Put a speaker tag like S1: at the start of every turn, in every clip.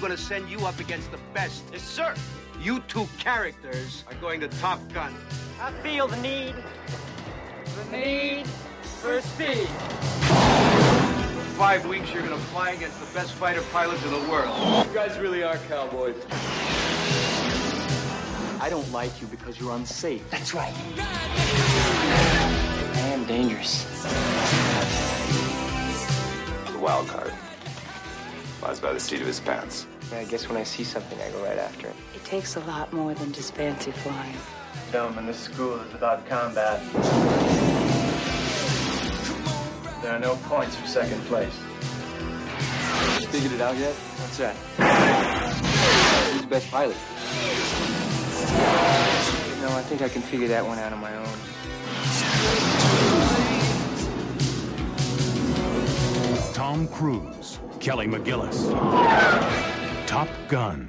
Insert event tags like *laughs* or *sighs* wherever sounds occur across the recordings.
S1: gonna send you up against the best.
S2: Yes, sir.
S1: You two characters are going to Top Gun.
S2: I feel the need, the need for speed.
S1: For five weeks, you're gonna fly against the best fighter pilots in the world.
S3: You guys really are cowboys.
S4: I don't like you because you're unsafe.
S5: That's right.
S4: I am dangerous.
S6: The wild card lies by the seat of his pants.
S4: I guess when I see something, I go right after it.
S7: It takes a lot more than just fancy flying.
S8: Film in this school is about combat. There are no points for second place.
S4: Figured it out yet? What's that? Who's the best pilot? No, I think I can figure that one out on my own.
S9: Tom Cruise, Kelly McGillis, Top Gun.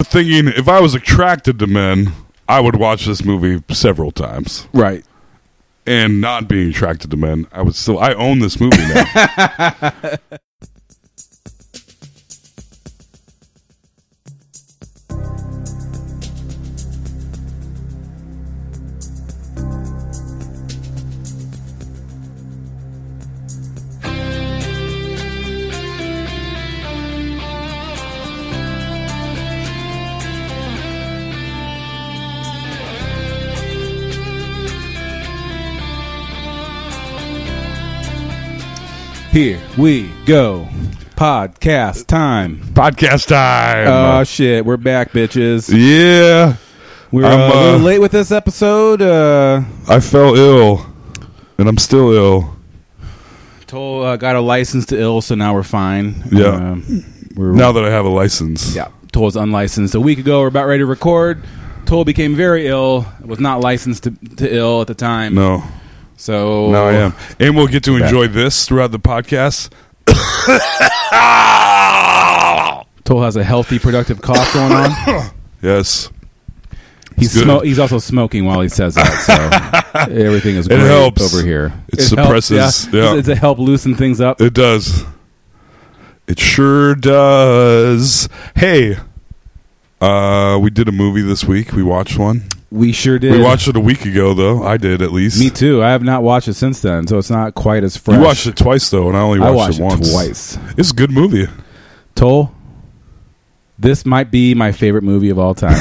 S10: Thinking if I was attracted to men, I would watch this movie several times.
S11: Right.
S10: And not being attracted to men, I would still I own this movie now.
S11: Here we go. Podcast time.
S10: Podcast time.
S11: Oh shit, we're back, bitches.
S10: Uh, yeah.
S11: We're uh,
S10: I'm,
S11: a little
S10: uh,
S11: late with this episode. Uh,
S10: I fell ill. And I'm still ill.
S11: told uh, got a license to ill, so now we're fine.
S10: Yeah.
S11: Um, we're
S10: Now that I have a license.
S11: yeah. Toll's unlicensed. A week ago, we're about ready to record. Toll became very ill. Was not licensed to, to ill at the time.
S10: No.
S11: So
S10: Now I am. And we'll get to enjoy this throughout the podcast.
S11: Toll has a healthy, productive cough going
S10: *laughs*
S11: on.
S10: Yes.
S11: He's
S10: good.
S11: smo- he's also smoking while he says that.
S10: *laughs*
S11: So everything is
S10: It
S11: great
S10: helps.
S11: over here.
S10: It
S11: helps,
S10: suppresses-
S11: yeah.
S10: yeah.
S11: It's, it's to help loosen things up.
S10: It does. It sure does. Hey, uh, we did a movie this week. We watched one.
S11: we sure did.
S10: We watched it a week ago, though. I did at least.
S11: Me too. I have not watched it since then, so it's not quite as fresh.
S10: You watched it twice though, and I only
S11: I
S10: watched,
S11: watched
S10: it once.
S11: twice.
S10: It's a good movie.
S11: Toll, this might be my favorite movie of all
S10: *laughs*
S11: time,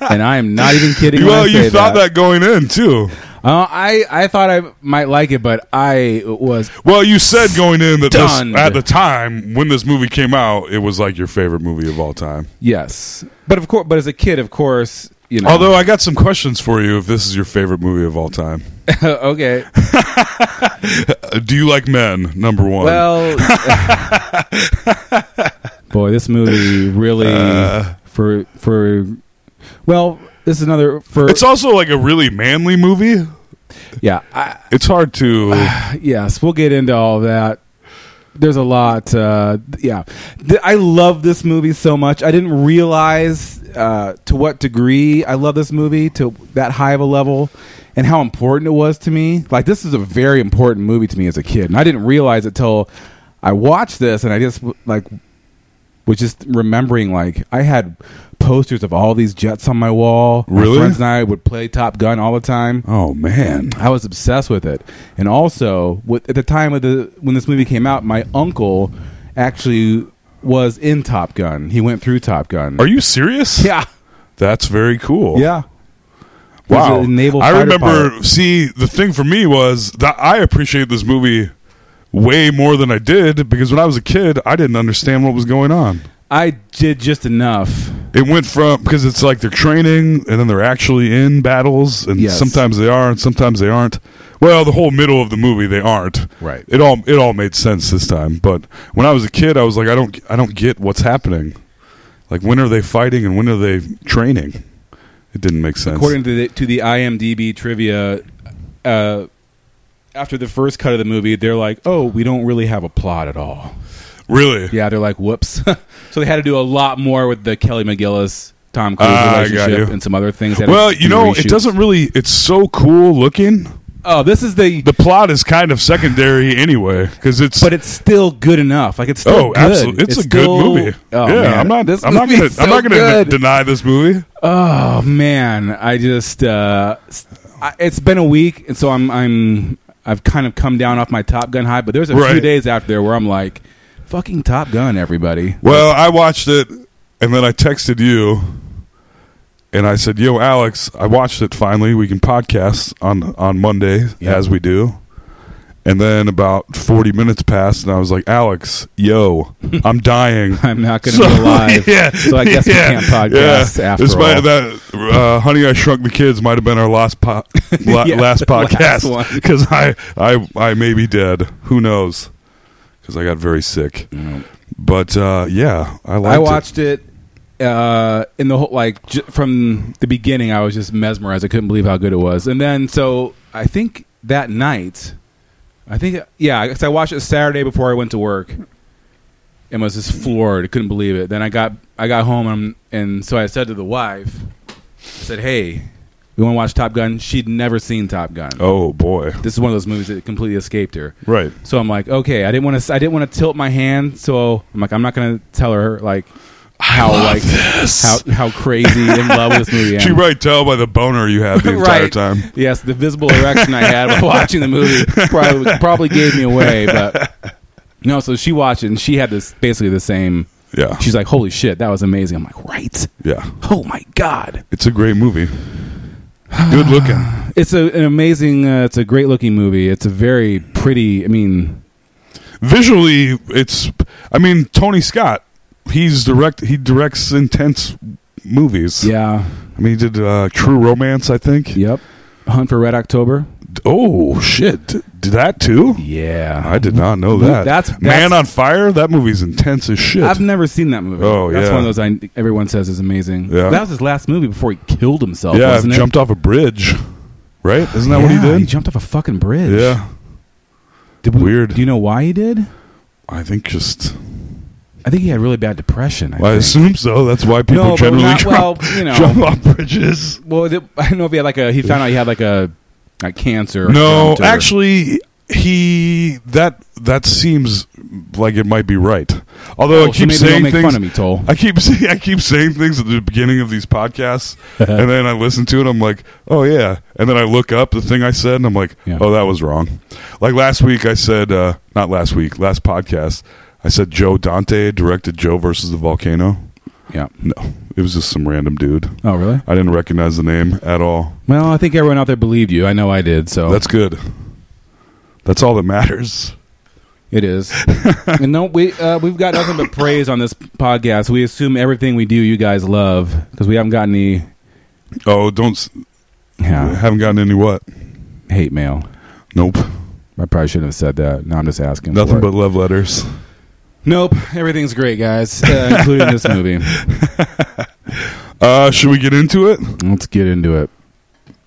S11: and I am not even kidding. when I
S10: well,
S11: say
S10: you thought that. going in too.
S11: Uh, I I thought I might like it, but I was
S10: Well, you said going in that this,
S11: Stunned.
S10: at the time when this movie came out, it was like your favorite movie of all time.
S11: yes. But of course, but as a kid, of course, you know.
S10: *laughs* Although I got some questions for you, if this is your favorite movie of all time,
S11: okay,
S10: Uh, do you like men? Number one.
S11: Well,
S10: *laughs*
S11: boy, this movie really
S10: Uh,
S11: for for well, this is another for
S10: it's also like a really manly movie.
S11: yeah I,
S10: It's hard to.
S11: *sighs* yes. We'll get into all of that. There's a lot. Uh, yeah, Th- I love this movie so much. I didn't realize uh, to what degree I love this movie to that high of a level. And how important it was to me. Like this is a very important movie to me as a kid, and I didn't realize it till I watched this, and I just like was just remembering like I had posters of all these jets on my wall. My
S10: Really?
S11: friends and I would play Top Gun all the time.
S10: oh man,
S11: I was obsessed with it, and also with, at the time of the when this movie came out, my uncle actually was in Top Gun. He went through Top Gun.
S10: are you
S11: *laughs*
S10: serious?
S11: yeah,
S10: that's very cool.
S11: yeah. He was
S10: Wow.
S11: a naval
S10: I
S11: fighter
S10: remember,
S11: pilot.
S10: see, the thing for me was that I appreciate this movie way more than I did because when I was a kid, I didn't understand what was going on.
S11: I did just enough.
S10: It went from because it's like they're training and then they're actually in battles, and
S11: Yes.
S10: sometimes they are and sometimes they aren't. Well, the whole middle of the movie they aren't.
S11: Right.
S10: It all it all made sense this time. But when I was a kid, I was like, I don't I don't get what's happening. Like when are they fighting and when are they training? It didn't make sense.
S11: According to the, to the IMDb trivia, uh, after the first cut of the movie, they're like, "Oh, we don't really have a plot at all."
S10: really?
S11: Yeah, they're like, "Whoops!" *laughs* so they had to do a lot more with the Kelly McGillis, Tom Cruise
S10: Ah, I got
S11: relationship,
S10: you.
S11: and some other things. They had to
S10: Well, you
S11: do
S10: know,
S11: reshoots.
S10: it doesn't really. It's so cool looking
S11: Oh, this is the,
S10: The plot is kind of secondary anyway because it's.
S11: but it's still good enough. Like it's still
S10: oh,
S11: good.
S10: absolutely, it's, a good
S11: still-
S10: movie.
S11: Oh,
S10: yeah,
S11: man.
S10: I'm not.
S11: This
S10: I'm not
S11: movie
S10: gonna.
S11: is
S10: I'm
S11: so
S10: not gonna de-
S11: good.
S10: deny this movie.
S11: Oh man, I just uh, s- I- it's been a week, and so I'm I'm I've kind of come down off my Top Gun high. But there's a few
S10: Right.
S11: days after there where I'm like, fucking Top Gun, everybody.
S10: Well, I watched it, and then I texted you, and I said, "Yo, Alex, I watched it. Finally, we can podcast on on Monday
S11: Yeah.
S10: as we do." And then about forty minutes passed, and I was like, "Alex,
S11: *laughs*
S10: yo, I'm dying.
S11: *laughs* I'm not going to
S10: *laughs*
S11: be alive, so I guess
S10: yeah,
S11: we can't podcast
S10: yeah.
S11: after
S10: This might-
S11: all.
S10: that, uh, Honey, I Shrunk the Kids might have been our
S11: *laughs*
S10: last po- la-
S11: Yeah, last
S10: last
S11: one.
S10: podcast because I, I I may be dead. Who knows? Because I got very sick. But uh, yeah, I liked
S11: I
S10: it.
S11: watched it. uh, in the whole like j- from the beginning, I was just mesmerized. I couldn't believe how good it was. And then so I think that night, I think yeah, I, 'cause I watched it Saturday before I went to work, and was just floored. I couldn't believe it. Then I got I got home and, and so I said to the wife, I said, "Hey, we want to watch Top Gun." She'd never seen Top Gun.
S10: Oh boy!
S11: This is one of those movies that completely escaped her.
S10: Right.
S11: So I'm like, okay, I didn't want to. I didn't want to tilt my hand. So I'm like, I'm not gonna tell her like how like how how crazy in love with this movie. I
S10: *laughs* She
S11: am.
S10: right tell by the boner
S11: *laughs*
S10: you had the entire
S11: Right.
S10: time.
S11: Yes, the visible erection I had while watching the movie probably probably gave me away. But no, so she watched it and she had this basically the same.
S10: Yeah.
S11: She's like, holy shit, that was amazing. I'm like, right.
S10: Yeah,
S11: Oh my god.
S10: it's a great movie. Good looking.
S11: It's a, an amazing. Uh, it's a great looking movie. It's a very pretty. I mean,
S10: Visually, it's. I mean, Tony Scott. He's direct. He directs intense movies.
S11: yeah.
S10: I mean, he did uh, True Romance, I think.
S11: Yep. Hunt for Red October.
S10: Oh shit! Did that too?
S11: Yeah.
S10: I did not know
S11: Well,
S10: that.
S11: that's- that's-
S10: Man on Fire. That movie's intense as shit.
S11: I've never seen that movie.
S10: Oh,
S11: that's
S10: yeah.
S11: one of those I, everyone says is amazing.
S10: Yeah.
S11: That was his last movie before he killed himself.
S10: yeah,
S11: wasn't
S10: jumped off a bridge. Right? Isn't that what he
S11: Yeah,
S10: did?
S11: He jumped off a fucking bridge.
S10: yeah,
S11: Did we-
S10: Weird.
S11: Do you know why he did?
S10: I think just.
S11: I think he had really bad depression. I
S10: I
S11: think.
S10: assume so. That's why people
S11: No, but
S10: generally *laughs*
S11: not-
S10: jump,
S11: well, you know.
S10: jump off bridges.
S11: well, th- I don't know if he had like a. He found out he had like a, like cancer. or
S10: No,
S11: something, or-
S10: actually, he that that seems like it might be right. Although
S11: Oh,
S10: I
S11: so
S10: keep
S11: maybe
S10: saying
S11: don't make
S10: things.
S11: fun of me, Toll.
S10: I keep *laughs* saying I keep saying things at the beginning of
S11: *laughs*
S10: these podcasts, and then I listen to it. I'm like, oh yeah, and then I look up the thing I said, and I'm like,
S11: Yeah.
S10: oh that was wrong. Like last week, I said uh, not last week, last podcast, I said Joe Dante directed Joe versus the volcano.
S11: yeah.
S10: No, it was just some random dude.
S11: Oh, really?
S10: I didn't recognize the name at all.
S11: Well, I think everyone out there believed you. I know I did. So
S10: That's good. That's all that matters.
S11: It
S10: *laughs*
S11: is. and no, we uh, we've got nothing but praise on this podcast. We assume everything we do, you guys love because we haven't gotten any
S10: Oh, don't. s
S11: yeah,
S10: Haven't gotten any what?
S11: hate mail.
S10: Nope.
S11: I probably shouldn't have said that. No, I'm just asking.
S10: Nothing
S11: for it.
S10: but love letters.
S11: nope. Everything's great, guys, *laughs* uh, including this movie.
S10: Uh, should we get into it?
S11: Let's get into it.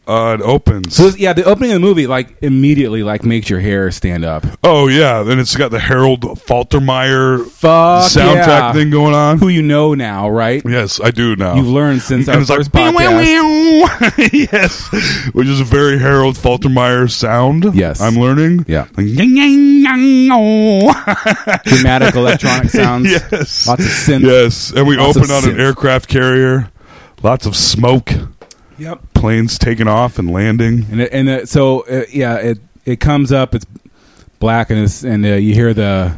S10: Uh, it opens.
S11: So this- yeah, the opening of the movie like immediately like makes your hair stand up.
S10: Oh yeah, then it's got the Harold Faltermeyer
S11: Fuck
S10: soundtrack
S11: yeah.
S10: thing going on.
S11: Who you know now, right?
S10: yes, I do now.
S11: You've learned since
S10: And
S11: our
S10: it's like, *laughs*
S11: first
S10: "Meow, meow,
S11: podcast.
S10: meow." *laughs* yes, which is a very Harold Faltermeyer sound.
S11: Yes.
S10: I'm learning.
S11: Yeah.
S10: Like, "Yang, yang, yang, oh."
S11: *laughs* Dramatic
S10: *laughs*
S11: electronic sounds.
S10: yes,
S11: Lots of synth.
S10: Yes, and we
S11: Lots of
S10: open on
S11: synth.
S10: an aircraft carrier. Lots of smoke.
S11: Yep.
S10: Planes taking off and landing.
S11: and it, and it, so uh, yeah, it it comes up. It's black and it's, and uh, you hear the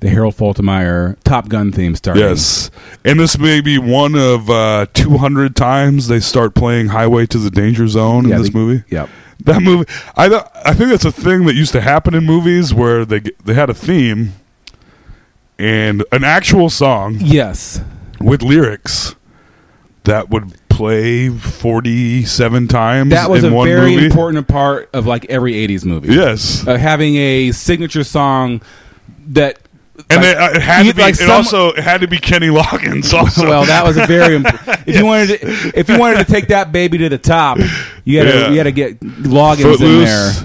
S11: the Harold Faltermeyer Top Gun theme starting.
S10: Yes, and this may be one of uh, 200 times they start playing "Highway to the Danger Zone"
S11: Yeah,
S10: in this
S11: the-
S10: movie.
S11: Yep.
S10: That movie, I th- I think that's a thing that used to happen in movies where they g- they had a theme and an actual song
S11: Yes.
S10: with lyrics that would play 47 times.
S11: That was
S10: in
S11: a
S10: one
S11: very
S10: movie.
S11: important part of like every '80s movie.
S10: Yes,
S11: Uh, having a signature song that.
S10: and
S11: like,
S10: they, uh, it had
S11: you-
S10: to be.
S11: like
S10: it
S11: some-
S10: also it had to be Kenny
S11: *laughs*
S10: Loggins. Also,
S11: well, that was a very. Imp- if you wanted to, if you wanted to take that baby to the top, you had
S10: Yeah.
S11: to you had to get Loggins in there.
S10: Footloose.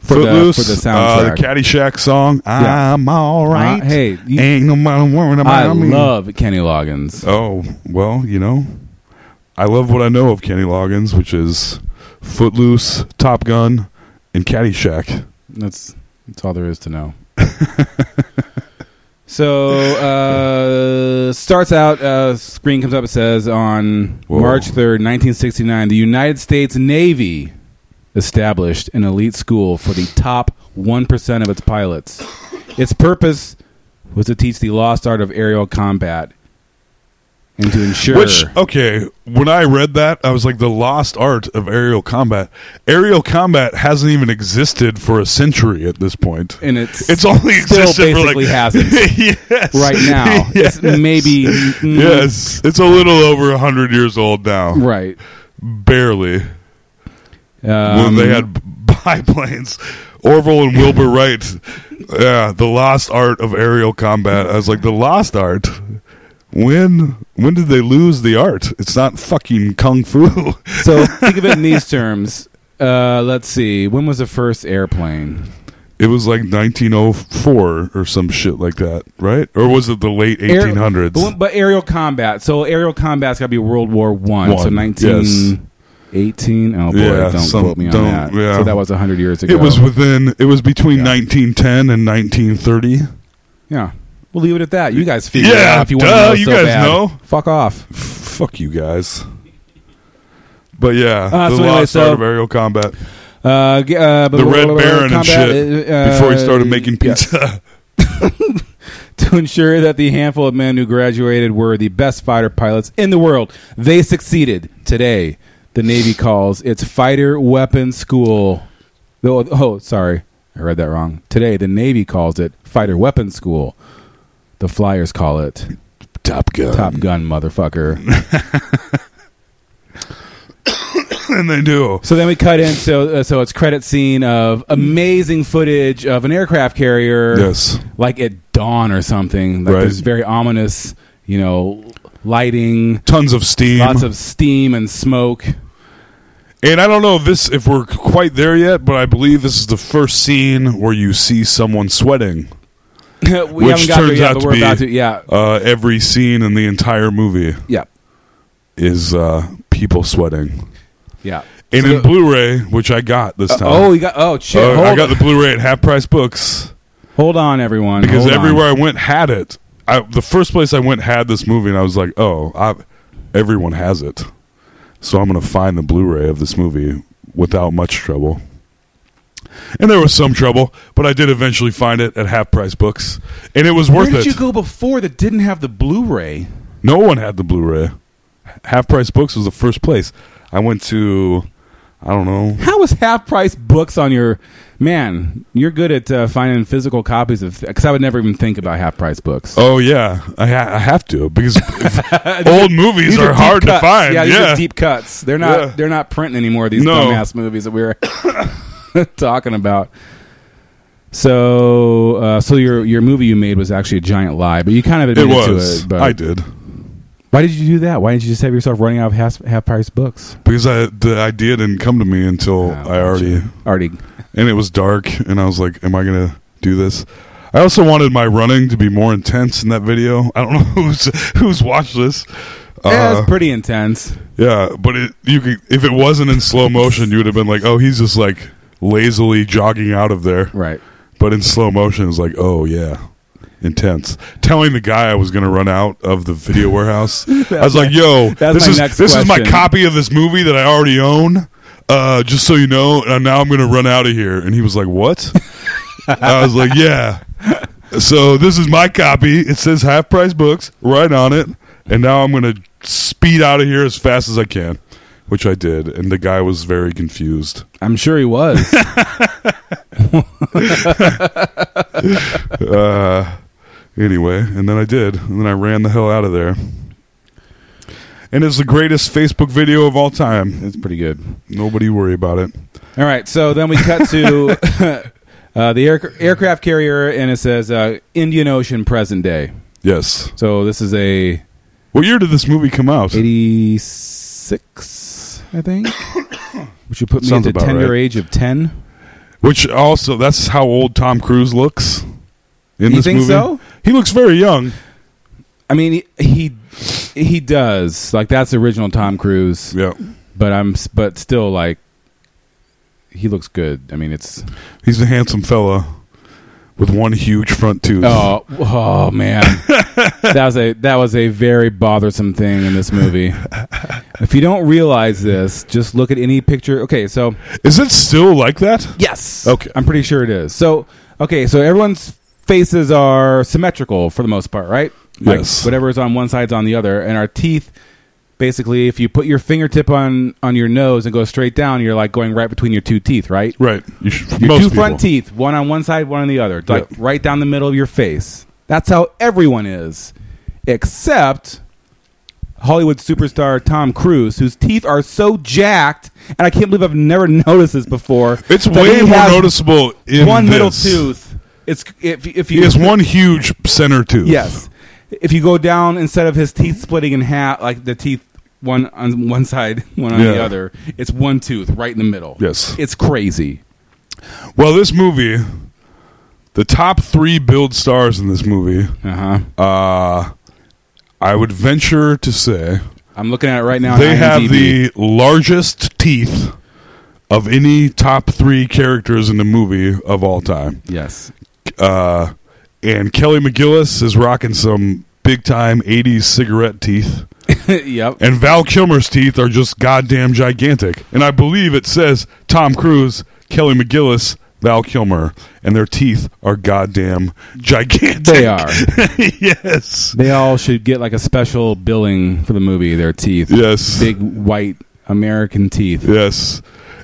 S11: for the-
S10: Footloose,
S11: for the
S10: Uh,
S11: soundtrack.
S10: the Caddyshack song.
S11: Yeah.
S10: I'm all right.
S11: Uh, hey, you-
S10: ain't no matter worrying
S11: I
S10: about me.
S11: love Kenny Loggins.
S10: Oh well, you know, I love what I know of Kenny Loggins, which is Footloose, Top Gun, in Caddyshack.
S11: That's that's all there is to
S10: *laughs*
S11: know. so uh, starts out. Uh, screen comes up. It says on
S10: Whoa.
S11: March third, nineteen sixty nine, the United States Navy established an elite school for the top one percent of its pilots. Its purpose was to teach the lost art of aerial combat and to ensure
S10: Which uh, okay, when I read that, I was like the lost art of aerial combat. Aerial combat hasn't even existed for a century at this point.
S11: and it's
S10: It's only
S11: still
S10: existed
S11: basically
S10: for like
S11: hasn't
S10: *laughs* yes.
S11: right now. It's maybe mm,
S10: Yes, it's a little over a hundred years old now.
S11: right.
S10: Barely.
S11: Um,
S10: when they had *laughs* b- biplanes. Orville and Wilbur Wright. Yeah, the lost art of aerial combat. I was like, the lost art. When when did they lose the art? It's not fucking kung fu. *laughs*
S11: so think of it in these terms. Uh, let's see. When was the first airplane?
S10: It was like 1904 or some shit like that, right? Or was it the late
S11: Aer-
S10: 1800s?
S11: but, when- but aerial combat. So aerial combat's got to be World War One. So
S10: One, yes.
S11: nineteen eighteen. Oh boy,
S10: Yeah,
S11: don't
S10: some-
S11: quote me on
S10: don't-
S11: that.
S10: yeah.
S11: So that was hundred years ago.
S10: it was within. It was between
S11: Yeah.
S10: 1910 and 1930.
S11: yeah. We'll leave it at that. You guys figure it
S10: Yeah,
S11: out if you want
S10: duh,
S11: to know.
S10: you
S11: so
S10: guys
S11: bad.
S10: know.
S11: Fuck off.
S10: Fuck you guys. But yeah,
S11: Uh,
S10: the
S11: so anyway,
S10: lost
S11: so-
S10: art of aerial combat.
S11: Uh, g- uh,
S10: the Red Baron and shit before he started
S11: *laughs*
S10: making pizza.
S11: to ensure that the handful of men who graduated were the best fighter pilots in the world. They succeeded. Today, the Navy calls its Fighter Weapons School. Oh, oh, sorry. I read that wrong. Today, the Navy calls it Fighter Weapons School. The Flyers call it
S10: Top Gun.
S11: Top Gun, motherfucker.
S10: *laughs* And they do.
S11: so then we cut in. So, uh, so it's credit scene of amazing footage of an aircraft carrier.
S10: Yes.
S11: like at dawn or something. Like
S10: Right.
S11: there's very ominous, you know, lighting,
S10: Tons of steam.
S11: lots of steam and
S10: *laughs*
S11: smoke.
S10: and I don't know if this if we're quite there yet, but I believe this is the first scene where you see someone sweating.
S11: we
S10: Which turns out
S11: but
S10: to
S11: we're
S10: be-
S11: about to. Yeah,
S10: Uh, every scene in the entire movie
S11: yeah,
S10: is uh, people sweating.
S11: yeah.
S10: And
S11: So
S10: in
S11: the-
S10: Blu-ray, which I got this time.
S11: oh, you got oh shit.
S10: Uh,
S11: hold,
S10: I got
S11: on.
S10: the Blu-ray at Half Price Books
S11: hold on, everyone.
S10: because
S11: Hold on.
S10: everywhere I went had it. I, the first place I went had this movie, and I was like, "Oh, I, everyone has it." So I'm going to find the Blu-ray of this movie without much trouble. And there was some trouble, but I did eventually find it at Half Price Books, and it was
S11: Where
S10: worth
S11: did
S10: it.
S11: you go before that didn't have the Blu-ray?
S10: No one had the Blu-ray. Half Price Books was the first place I went to. I don't know.
S11: How was half-price books on your? Man, you're good at uh, finding physical copies of. Because I would never even think about half-price books.
S10: Oh yeah, I, ha- I have to
S11: *laughs*
S10: because old movies
S11: These
S10: are,
S11: deep
S10: hard to
S11: cuts.
S10: find.
S11: Yeah,
S10: Yeah,
S11: these are deep cuts. They're not.
S10: Yeah.
S11: They're not printing anymore. of These
S10: No.
S11: dumbass movies that we were *coughs* talking about. So, uh, so your your movie you made was actually a giant lie, but you kind of
S10: it
S11: admitted
S10: was.
S11: to it. But
S10: I did.
S11: Why did you do that? Why didn't you just have yourself running out of half half price books?
S10: because I the idea didn't come to me until
S11: Ah,
S10: I already Uh-huh.
S11: Already,
S10: and it was dark and I was like, am I gonna do this? I also wanted my running to be more intense in that video. I don't know *laughs* who's who's watched this.
S11: yeah,
S10: Uh,
S11: it's pretty intense.
S10: yeah, but it you could if it wasn't in slow motion, you would have been like, oh, he's just like lazily jogging out of there.
S11: Right.
S10: But in slow motion, it's like, oh yeah, intense. Telling the guy I was going to run out of
S11: *laughs*
S10: the video warehouse, I was like, yo,
S11: that's
S10: this
S11: my
S10: is
S11: next
S10: this is my
S11: question.
S10: copy of this movie that I already own. Uh, just so you know, and now I'm going to run out of here. And he was like, what? I was like, yeah. So this is my copy. It says half price books right on it, and now I'm going to speed out of here as fast as I can. Which I did, and the guy was very confused.
S11: I'm sure he
S10: *laughs*
S11: was.
S10: uh, anyway, and then I did, and then I ran the hell out of there. And it's the greatest Facebook video of all time.
S11: it's pretty good.
S10: Nobody worry about it.
S11: All right, so then we cut to *laughs* uh, the air, aircraft carrier, and it says uh, Indian Ocean present day.
S10: Yes.
S11: So this is a
S10: What year did this movie come out?
S11: 86, I
S10: *coughs*
S11: think. Which would put me
S10: Sounds
S11: at the
S10: about
S11: tender
S10: right.
S11: age of 10.
S10: Which also, that's how old Tom Cruise looks
S11: You
S10: in this
S11: think
S10: movie.
S11: so?
S10: He looks very young.
S11: I mean, he he, he does. Like that's original Tom Cruise,
S10: Yeah.
S11: but I'm s- but still like he looks good. I mean, it's
S10: He's a handsome fella with one huge front tooth.
S11: oh oh
S10: *laughs*
S11: man, that was a that was a very bothersome thing in this movie. If you don't realize this, just look at any picture. Okay, so
S10: Is it still like that?
S11: yes,
S10: Okay.
S11: I'm pretty sure it is. So okay, so everyone's faces are symmetrical for the most part, right?
S10: Yes.
S11: Whatever is on one side's on the other, and our teeth. Basically, if you put your fingertip on on your nose and go straight down, you're like going right between your two teeth, right?
S10: Right. You should,
S11: Your
S10: most
S11: two
S10: people.
S11: front teeth, one on one side, one on the other, like
S10: Yep.
S11: right down the middle of your face. That's how everyone is, except Hollywood superstar Tom Cruise, whose teeth are so jacked, and I can't believe I've never *laughs* noticed this before.
S10: It's
S11: that
S10: way
S11: he
S10: more
S11: has
S10: noticeable in
S11: One middle
S10: this.
S11: tooth. It's if if
S10: He
S11: you
S10: has one huge center
S11: *laughs*
S10: tooth.
S11: Yes, if you go down instead of his teeth splitting in half, like the teeth one on one side, *laughs* one on the
S10: Yeah.
S11: other, it's one tooth right in the middle.
S10: Yes.
S11: it's crazy.
S10: Well, this movie, the top three build stars in this movie,
S11: Uh huh.
S10: uh, I would venture to say
S11: I'm looking at it right now. on
S10: they have
S11: IMDb.
S10: the largest teeth of any top three characters in the movie of all time.
S11: yes. *laughs*
S10: Uh, and Kelly McGillis is rocking some big time 80s cigarette teeth.
S11: yep.
S10: And Val Kilmer's teeth are just goddamn gigantic. And I believe it says Tom Cruise, Kelly McGillis, Val Kilmer, and their teeth are goddamn gigantic.
S11: They are.
S10: *laughs* yes.
S11: They all should get like a special billing for the movie. Their teeth.
S10: Yes.
S11: Big white American teeth.
S10: Yes.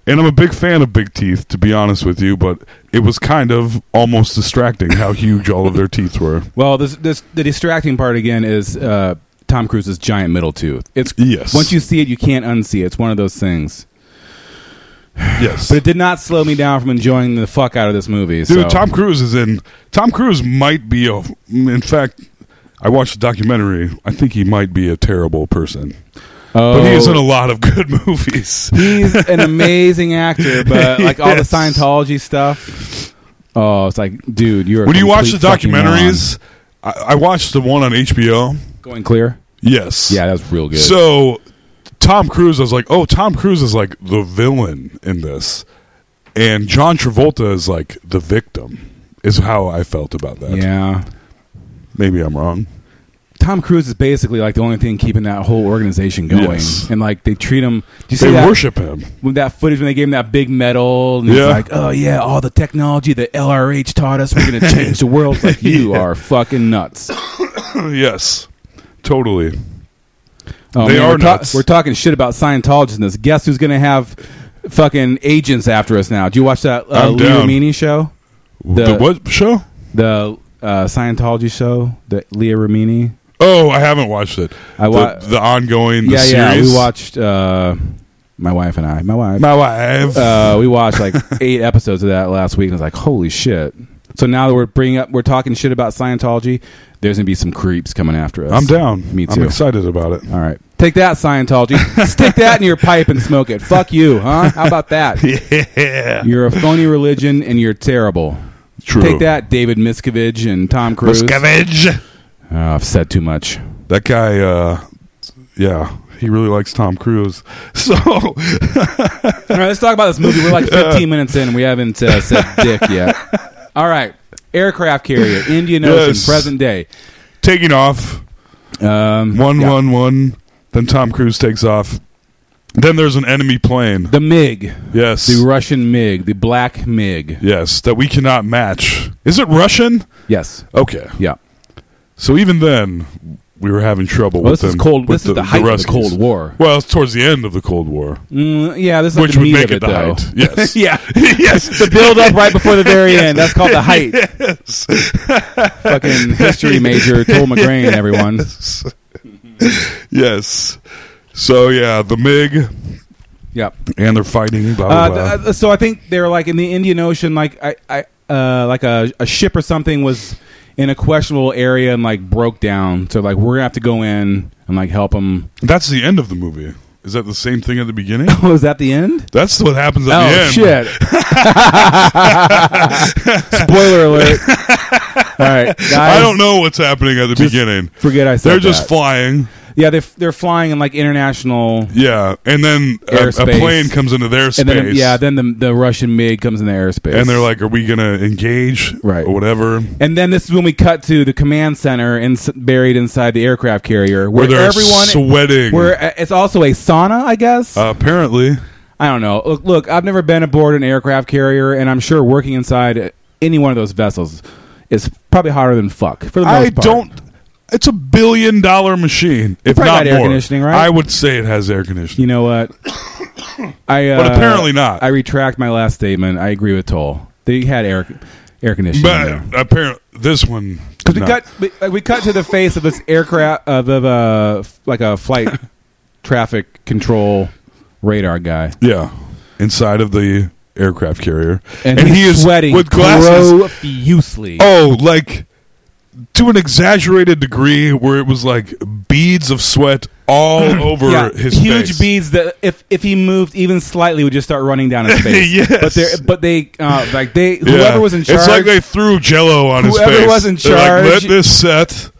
S10: And I'm a big fan of big teeth, to be honest with you, but it was kind of almost distracting how huge all of their teeth were.
S11: Well, this, this the distracting part again is uh, Tom Cruise's giant middle tooth. It's
S10: Yes.
S11: Once you see it, you can't unsee it. It's one of those things.
S10: Yes.
S11: But it did not slow me down from enjoying the fuck out of this movie.
S10: Dude,
S11: so-
S10: Tom Cruise is in. Tom Cruise might be a. In fact, I watched a documentary. I think he might be a terrible person,
S11: Oh,
S10: but he is in a lot of good *laughs* movies.
S11: he's
S10: *laughs*
S11: an amazing actor, but like all the
S10: Yes.
S11: Scientology stuff. Oh, it's like, dude, you're. a
S10: When you watch the
S11: complete fucking moron.
S10: documentaries, I, I watched the one on HBO.
S11: going clear.
S10: Yes.
S11: Yeah, that was real good.
S10: So Tom Cruise, I was like, oh, Tom Cruise is like the villain in this, and John Travolta is like the victim. Is how I felt about that.
S11: yeah,
S10: Maybe I'm wrong.
S11: Tom Cruise is basically like the only thing keeping that whole organization going,
S10: Yes.
S11: and like they treat him. Do you see
S10: They
S11: that,
S10: worship him. *laughs*
S11: when that footage when they gave him that big medal? And
S10: Yeah.
S11: yeah, like oh yeah, all the technology that LRH taught us, we're
S10: *laughs*
S11: gonna change the world. It's Like you are fucking nuts.
S10: yes. Totally.
S11: Oh,
S10: They are
S11: we're, ta-
S10: nuts.
S11: we're talking shit about Scientologists. in this. Guess who's gonna have fucking agents after us now? Do you watch that uh,
S10: I'm
S11: Leo
S10: down.
S11: Meany show?
S10: The, what show?
S11: The uh, Scientology show, the Leah Ramini.
S10: Oh, I haven't watched it.
S11: I wa-
S10: the, the ongoing the
S11: yeah, yeah.
S10: series.
S11: We watched uh, my wife and I. My wife.
S10: my wife.
S11: uh, we watched like *laughs* eight episodes of that last week, and I was like, "Holy shit!" So now that we're bringing up, we're talking shit about Scientology. There's gonna be some creeps coming after us.
S10: I'm down.
S11: Me too.
S10: I'm excited
S11: *laughs*
S10: about it.
S11: All right, take that
S10: *laughs*
S11: Scientology. Stick that in your pipe and smoke it. Fuck you, huh? How about that?
S10: *laughs* Yeah,
S11: You're a phony religion, and you're terrible.
S10: true.
S11: Take that, David Miscavige and Tom Cruise.
S10: Miscavige.
S11: Oh, I've said too much.
S10: That guy. Uh, yeah, he really likes Tom Cruise. *laughs* So
S11: All right, let's talk about this movie. We're like 15 minutes in, and we haven't uh,
S10: *laughs*
S11: said dick yet. All right, aircraft carrier, Indian Ocean,
S10: Yes.
S11: present day.
S10: taking off
S11: Um,
S10: one
S11: yeah.
S10: one one. Then Tom Cruise takes off. Then there's an enemy plane.
S11: The MiG,
S10: yes.
S11: the Russian MiG, the black MiG.
S10: yes, that we cannot match. Is it Russian?
S11: Yes.
S10: Okay.
S11: Yeah.
S10: So even then, we were having trouble
S11: Well,
S10: with
S11: this is
S10: them-
S11: cold.
S10: with
S11: This is the height of the
S10: Ruskies.
S11: Cold War.
S10: Well, it's towards the end of the Cold War,
S11: Mm, yeah, this is
S10: which
S11: like the
S10: would
S11: meat
S10: make
S11: of
S10: it, the
S11: though. *laughs*
S10: height. Yes.
S11: yeah,
S10: *laughs* yes.
S11: the build up right before the very end. That's called the
S10: *laughs*
S11: height. Fucking history major,
S10: *laughs*
S11: Toll McGrain, everyone.
S10: Yes. So yeah, the MiG
S11: Yep.
S10: and they're fighting. Blah blah.
S11: Uh,
S10: blah.
S11: th- uh, so I think they're like in the Indian Ocean, like I, I uh, like a, a ship or something was in a questionable area and like broke down. So like we're gonna have to go in and like help *laughs* them.
S10: That's the end of the movie. Is that the same thing at the beginning?
S11: Was Oh, that the end?
S10: That's what happens at
S11: oh
S10: the end. *laughs*
S11: shit! Spoiler
S10: *laughs*
S11: alert! All right, guys,
S10: I don't know what's happening at the
S11: just
S10: beginning.
S11: Forget I said
S10: They're just
S11: that.
S10: flying.
S11: Yeah, they f- they're flying in like international,
S10: Yeah, and then a, a
S11: Airspace.
S10: plane comes into their space.
S11: and then yeah, then the the Russian MiG comes in the airspace,
S10: and they're like, "Are we gonna engage?
S11: Right.
S10: or whatever?"
S11: And then this is when we cut to the command center and buried inside the aircraft carrier,
S10: Where
S11: where,
S10: they're
S11: everyone,
S10: sweating.
S11: where uh, it's also a sauna, I guess.
S10: uh, apparently,
S11: I don't know. Look, look, I've never been aboard an aircraft carrier, and I'm sure working inside any one of those vessels is probably harder than fuck. For the most
S10: I
S11: part.
S10: don't. It's a billion dollar machine, if
S11: probably
S10: not
S11: got air
S10: more.
S11: conditioning, right?
S10: I would say it has air
S11: You
S10: conditioning.
S11: know
S10: *coughs*
S11: what? I uh,
S10: But apparently not.
S11: I retract my last statement. I agree with Toll. They had air air conditioning. in there.
S10: but apparently, this one
S11: Because we
S10: no.
S11: cut we, like, we cut to the face of this aircraft of, of uh, f- like a
S10: *laughs*
S11: flight traffic control radar guy.
S10: Yeah, inside of the aircraft carrier,
S11: And, he's
S10: he is
S11: sweating
S10: with glasses.
S11: profusely.
S10: Oh, like to an exaggerated degree, where it was like beads of sweat
S11: *clears throat*
S10: all over
S11: Yeah,
S10: his
S11: huge
S10: face.
S11: beads that if if he moved even slightly would just start running down
S10: *laughs*
S11: his face.
S10: Yes.
S11: But they but they uh, like they
S10: Yeah.
S11: whoever was in charge
S10: It's like they threw Jello on his face.
S11: Whoever was in
S10: They're like,
S11: charge-
S10: Let this set.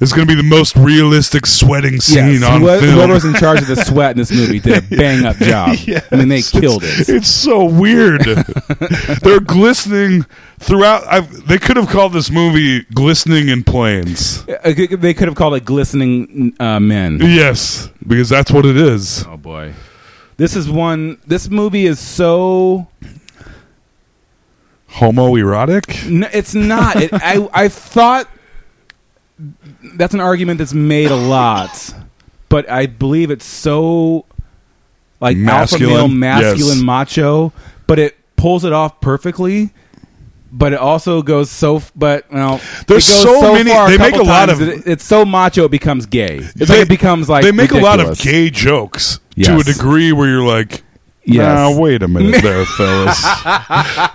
S10: It's going to be the most realistic sweating scene
S11: Yes,
S10: on
S11: whoever,
S10: film.
S11: whoever was in charge of the sweat in this movie
S10: *laughs*
S11: did a bang up job. I mean, they killed it.
S10: It's so
S11: *laughs*
S10: weird. They're glistening throughout. I've, they could have called this movie "Glistening in Plains."
S11: Uh, They could have called it glistening uh, men.
S10: Yes, because that's what it is.
S11: Oh boy. This is one this movie is so
S10: Homoerotic.
S11: n- it's not it, I I thought that's an argument that's made a lot, but I believe it's so like alpha male
S10: Masculine?
S11: masculine
S10: Yes.
S11: macho, but it pulls it off perfectly. But it also goes so, f- but well,
S10: There's
S11: it goes
S10: so many-
S11: far a
S10: they make
S11: couple
S10: a lot
S11: times
S10: of-
S11: that it- it's so macho it becomes gay. It's like it becomes like
S10: they make a lot of
S11: ridiculous.
S10: gay jokes to a
S11: Yes.
S10: degree where you're like, yeah,
S11: Yes.
S10: wait
S11: *laughs*
S10: a minute there, fellas.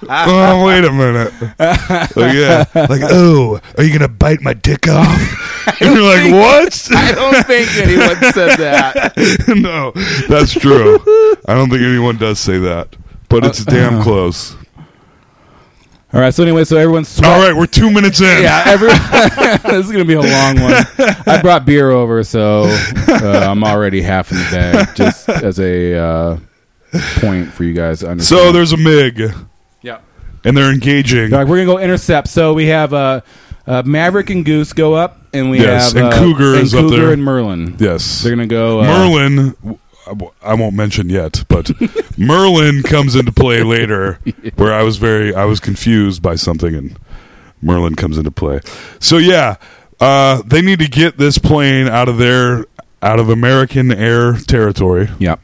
S10: oh, wait a minute. Like,
S11: *laughs*
S10: yeah, like, oh, are you gonna bite my dick off? And you're
S11: I
S10: like, what?
S11: don't think anyone said that.
S10: *laughs* no, that's true. I don't think anyone does say that, but it's
S11: Uh,
S10: damn close.
S11: All right. So anyway, so everyone's sweating.
S10: All right, we're two minutes in.
S11: Yeah, every- *laughs* this is gonna be a long one. I brought beer over, so uh, I'm already half in the bag. Just as a uh, point for you guys. To understand.
S10: So there's a mig,
S11: yeah,
S10: and they're engaging.
S11: All right, we're gonna go intercept. So we have uh, uh, Maverick and Goose go up, and we
S10: Yes,
S11: have
S10: and
S11: uh,
S10: Cougar
S11: and
S10: is up
S11: Cougar
S10: there.
S11: and Merlin.
S10: Yes,
S11: they're gonna go. Uh,
S10: Merlin, I w- I won't mention yet,
S11: *laughs*
S10: but Merlin comes into play later, where I was very, I was confused by something, and Merlin comes into play. So yeah, uh, they need to get this plane out of their, out of American air territory,
S11: Yeah,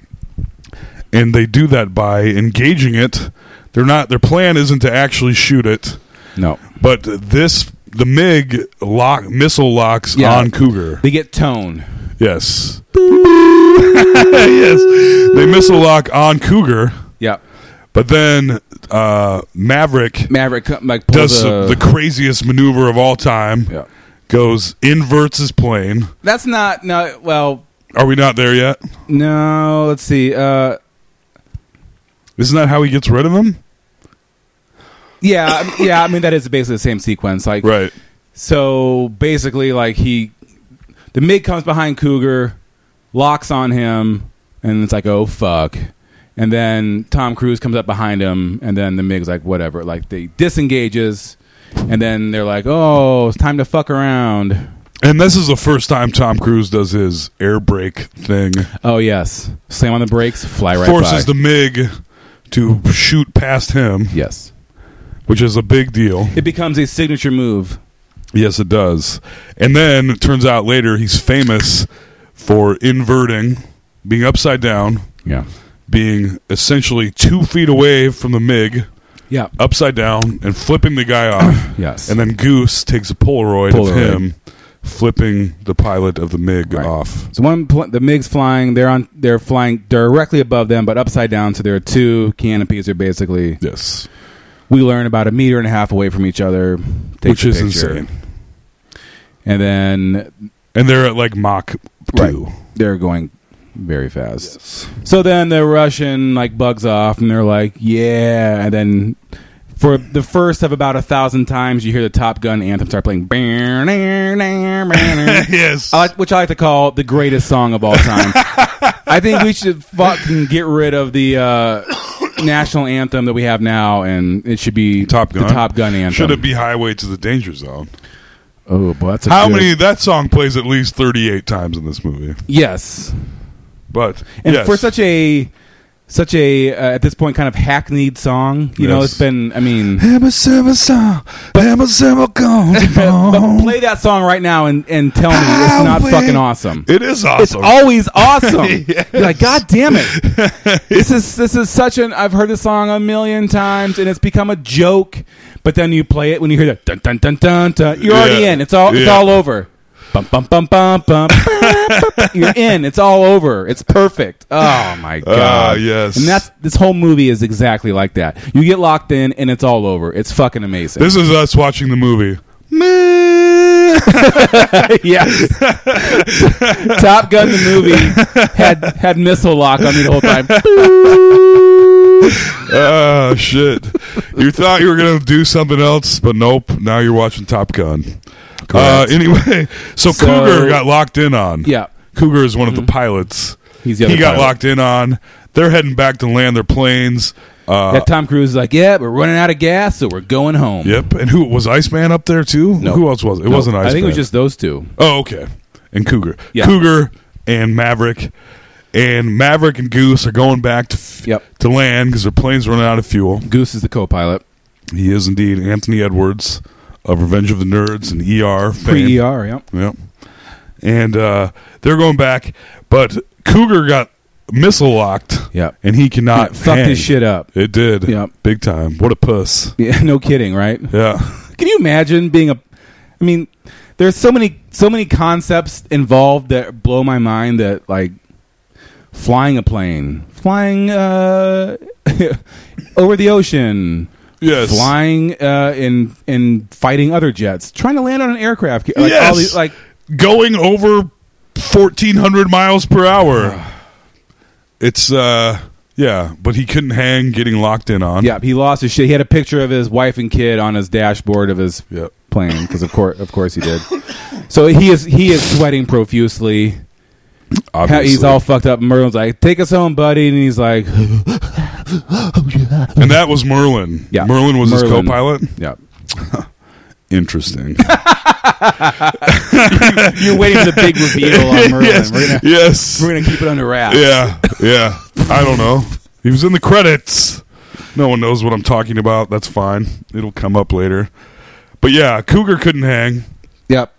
S10: and they do that by engaging it. They're not. Their plan isn't to actually shoot it,
S11: no,
S10: but this the MiG lock missile locks
S11: Yeah.
S10: on Cougar.
S11: they get tone.
S10: Yes. *laughs* yes. They miss a lock on Cougar,
S11: Yeah,
S10: but then uh, Maverick
S11: Maverick co- like pulls
S10: does
S11: a-
S10: the craziest maneuver of all time.
S11: Yeah.
S10: Goes inverts his plane.
S11: That's not no. Well,
S10: Are we not there yet?
S11: no. Let's see. Uh,
S10: Isn't that how he gets rid of him?
S11: yeah, I mean- yeah. I mean, that is basically the same sequence. Like,
S10: Right.
S11: So basically, like he, the mid comes behind Cougar, locks on him, and it's like, oh fuck. And then Tom Cruise comes up behind him, and then the MIG's like, whatever. Like they disengages, and then they're like, oh, it's time to fuck around.
S10: And this is the first time Tom Cruise does his air brake thing.
S11: Oh yes, slam on the brakes, fly right
S10: Forces
S11: by.
S10: the MiG to shoot past him,
S11: yes,
S10: which is a big deal.
S11: it becomes a signature move.
S10: Yes, it does. And then it turns out later he's famous for inverting, being upside down,
S11: Yeah,
S10: being essentially two feet away from the MiG,
S11: yeah,
S10: upside down, and flipping the guy off.
S11: yes,
S10: and then Goose takes a Polaroid, of
S11: Polaroid.
S10: him flipping the pilot of the MiG
S11: Right.
S10: off.
S11: So one, pl- the MIG's flying. They're on. They're flying directly above them, but upside down. So there are two canopies. Are basically
S10: Yes.
S11: we learn about a meter and a half away from each other, take
S10: Which
S11: the
S10: is
S11: picture.
S10: insane.
S11: And then
S10: And they're at like Mach 2.
S11: right, they're going very fast. So then the Russian like bugs off, and they're like, "Yeah!" And then For the first of about a thousand times, you hear the Top Gun anthem start
S10: *laughs*
S11: playing, I
S10: yes.
S11: like, which I like to call the greatest song of all *laughs* time. I think we should fucking get rid of the uh, national anthem that we have now, and it should be
S10: Top Gun.
S11: The Top Gun anthem.
S10: Should it be Highway to the Danger Zone?
S11: Oh, boy, that's a
S10: How
S11: good-
S10: many? That song plays at least 38 times in this movie.
S11: Yes,
S10: But
S11: and
S10: yes.
S11: for such a such a uh, at this point kind of hackneyed song, you know,
S10: Yes.
S11: it's been. I mean.
S10: Hammer, simmer, song. Hammer, simmer,
S11: *laughs*
S10: comes
S11: But
S10: along.
S11: play that song right now and, and tell me it's not
S10: Highway.
S11: fucking awesome.
S10: It is awesome.
S11: It's always awesome.
S10: *laughs* Yes.
S11: You're like, God damn it.
S10: *laughs*
S11: this is this is such an I've heard this song a million times and it's become a joke. But then you play it when you hear that dun dun dun dun dun. You're already
S10: Yeah.
S11: in. It's all it's
S10: Yeah.
S11: all over. Bum bum bum bum
S10: *laughs*
S11: bum. You're in. It's all over. It's perfect. Oh my
S10: Ah,
S11: god.
S10: yes.
S11: And that's this whole movie is exactly like that. You get locked in and it's all over. It's fucking amazing.
S10: This is us watching the movie.
S11: *laughs*
S10: *laughs*
S11: yes. Top Gun the movie had had missile lock on me the whole time.
S10: Oh shit! You thought you were gonna do something else, but nope. Now you're watching Top Gun. Uh,
S11: Correct.
S10: anyway, so,
S11: So-
S10: Cougar got locked in on.
S11: Yeah.
S10: Cougar is one of the pilots.
S11: Mm-hmm. He's the other
S10: he got
S11: pilot.
S10: locked in on. They're heading back to land their planes. Uh,
S11: That Tom Cruise is like, yeah, we're running out of gas, so we're going home.
S10: yep. And who was Iceman up there too?
S11: No.
S10: Who else was it? It
S11: No,
S10: wasn't Iceman.
S11: I think it was just those two.
S10: Oh, okay. And Cougar.
S11: Yeah.
S10: Cougar and Maverick. And Maverick and Goose are going back to f-
S11: Yep.
S10: to land because their plane's running out of fuel.
S11: Goose is the co-pilot.
S10: He is indeed Anthony Edwards of Revenge of the Nerds and ER. fame.
S11: Pre-ER, yeah.
S10: Yep. And uh, they're going back, but Cougar got missile locked.
S11: Yep.
S10: And he
S11: Yeah,
S10: cannot
S11: fucked
S10: hang.
S11: his shit up.
S10: It did.
S11: Yep.
S10: Big time. What a puss.
S11: Yeah, *laughs* no kidding, right?
S10: Yeah.
S11: Can you imagine being a? I mean, there's so many so many concepts involved that blow my mind. That like flying a plane, flying uh, *laughs* over the ocean,
S10: Yes.
S11: flying uh, in in fighting other jets, trying to land on an aircraft. Like,
S10: yes.
S11: all these, like
S10: going over fourteen hundred miles per hour.
S11: *sighs*
S10: it's uh yeah, but he couldn't hang getting locked in on.
S11: yeah, he lost his shit. He had a picture of his wife and kid on his dashboard of his
S10: Yep.
S11: plane because of course of course he did. So he is he is sweating profusely. How-
S10: Obviously.
S11: he's all fucked up. Merlin's like, "Take us home, buddy," and he's like, *laughs*
S10: and that was Merlin.
S11: Yeah.
S10: Merlin was his co
S11: Merlin.
S10: pilot.
S11: "Yeah." *laughs*
S10: Interesting.
S11: You're waiting for the big reveal *laughs* on Merlin.
S10: yes.
S11: We're gonna
S10: yes.
S11: we're gonna keep it under wraps.
S10: yeah. Yeah. I don't know. He was in the credits. No one knows what I'm talking about. That's fine. It'll come up later. But yeah, Cougar couldn't hang.
S11: Yep.